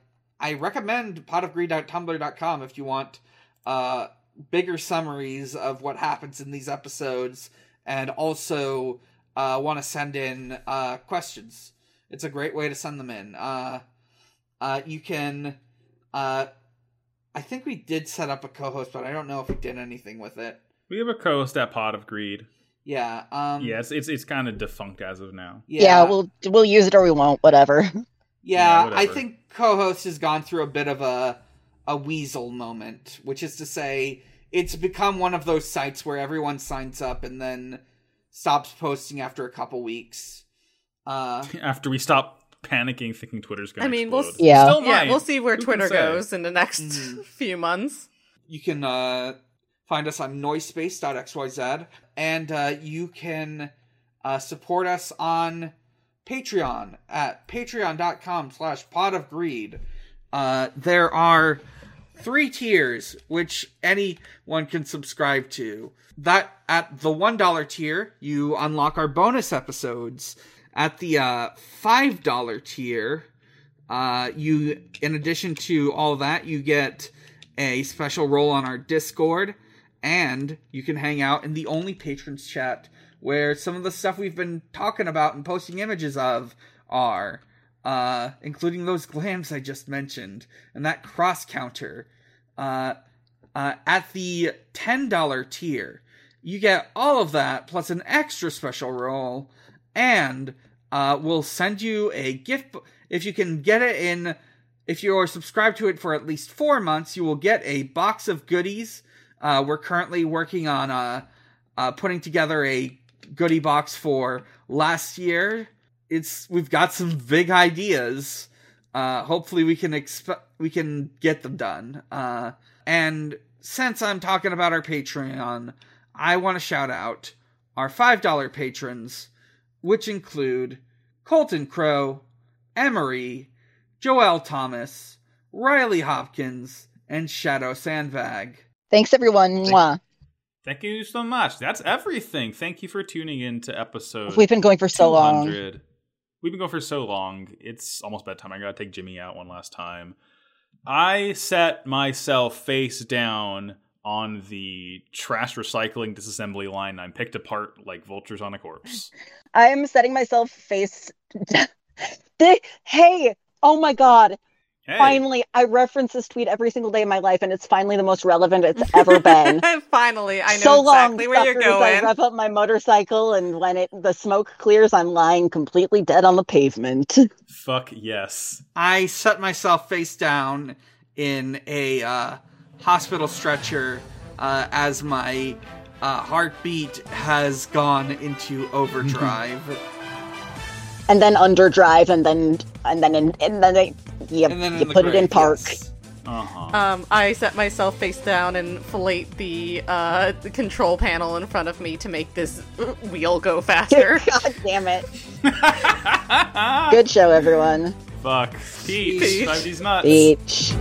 [SPEAKER 3] I recommend potofgreed.tumblr.com if you want uh, bigger summaries of what happens in these episodes and also uh, want to send in uh, questions. It's a great way to send them in. Uh, uh, you can. Uh, I think we did set up a co host, but I don't know if we did anything with it.
[SPEAKER 4] We have a co-host at Pod of Greed.
[SPEAKER 3] Yeah. Um,
[SPEAKER 4] yeah, it's it's, it's kind of defunct as of now.
[SPEAKER 1] Yeah, we'll we'll use it or we won't, whatever.
[SPEAKER 4] Yeah,
[SPEAKER 3] Yeah, I
[SPEAKER 4] whatever.
[SPEAKER 3] think co-host has gone through a bit of a a weasel moment, which is to say, it's become one of those sites where everyone signs up and then stops posting after a couple weeks. Uh,
[SPEAKER 4] After we stop panicking, thinking Twitter's going
[SPEAKER 2] I
[SPEAKER 4] to
[SPEAKER 2] mean, we'll
[SPEAKER 4] explode.
[SPEAKER 1] s- Yeah.
[SPEAKER 4] Still
[SPEAKER 2] yeah,
[SPEAKER 4] might.
[SPEAKER 2] we'll see where
[SPEAKER 4] Who oh can
[SPEAKER 2] Twitter
[SPEAKER 4] say?
[SPEAKER 2] goes in the next
[SPEAKER 3] Mhm.
[SPEAKER 2] few months.
[SPEAKER 3] you can uh, find us on noisepace.xyz, and uh, you can uh, support us on Patreon at patreon.com slash pot of greed. Uh, there are three tiers which anyone can subscribe to. That at the one dollar tier, you unlock our bonus episodes. At the uh, five dollar tier, uh, you, in addition to all that, you get a special role on our Discord, and you can hang out in the only patrons chat where some of the stuff we've been talking about and posting images of are, uh, including those glams I just mentioned and that cross counter. Uh, uh, at the $10 tier, you get all of that plus an extra special roll, and uh, we'll send you a gift. b- If you can get it in, if you're subscribed to it for at least four months, you will get a box of goodies. Uh, we're currently working on uh, uh, putting together a goodie box for last year. It's we've got some big ideas. Uh, hopefully, we can exp- we can get them done. Uh, and since I'm talking about our Patreon, I want to shout out our $5 patrons, which include Colton Crow, Emery, Joel Thomas, Riley Hopkins, and Shadow Sandbag.
[SPEAKER 1] Thanks, everyone. Mwah.
[SPEAKER 4] Thank you so much. That's everything. Thank you for tuning in to episode.
[SPEAKER 1] We've been going for so long.
[SPEAKER 4] 200. We've been going for so long. It's almost bedtime. I gotta take Jimmy out one last time. I set myself face down on the trash recycling disassembly line. and I'm picked apart like vultures on a corpse.
[SPEAKER 1] I'm setting myself face. They- hey, oh my God.
[SPEAKER 4] Hey,
[SPEAKER 1] Finally, I reference this tweet every single day of my life, and it's finally the most relevant it's ever been.
[SPEAKER 5] Finally, I know
[SPEAKER 1] so
[SPEAKER 5] exactly
[SPEAKER 1] long,
[SPEAKER 5] where you're
[SPEAKER 1] suckers, I
[SPEAKER 5] going.
[SPEAKER 1] rev up my motorcycle, and when it the smoke clears, I'm lying completely dead on the pavement.
[SPEAKER 4] fuck yes.
[SPEAKER 3] I set myself face down in a uh, hospital stretcher uh, as my uh, heartbeat has gone into overdrive.
[SPEAKER 1] and then underdrive, and then and then in, and then they, you,
[SPEAKER 3] and then
[SPEAKER 1] you
[SPEAKER 3] in the
[SPEAKER 1] put it in
[SPEAKER 3] grave,
[SPEAKER 1] park.
[SPEAKER 3] yes.
[SPEAKER 4] Uh huh.
[SPEAKER 5] Um, I set myself face down and fillet the uh, the control panel in front of me to make this uh, wheel go faster.
[SPEAKER 1] God damn it! Good show, everyone.
[SPEAKER 4] Fuck. Peach.
[SPEAKER 5] Peach.
[SPEAKER 4] Peach. These nuts.
[SPEAKER 1] Beach.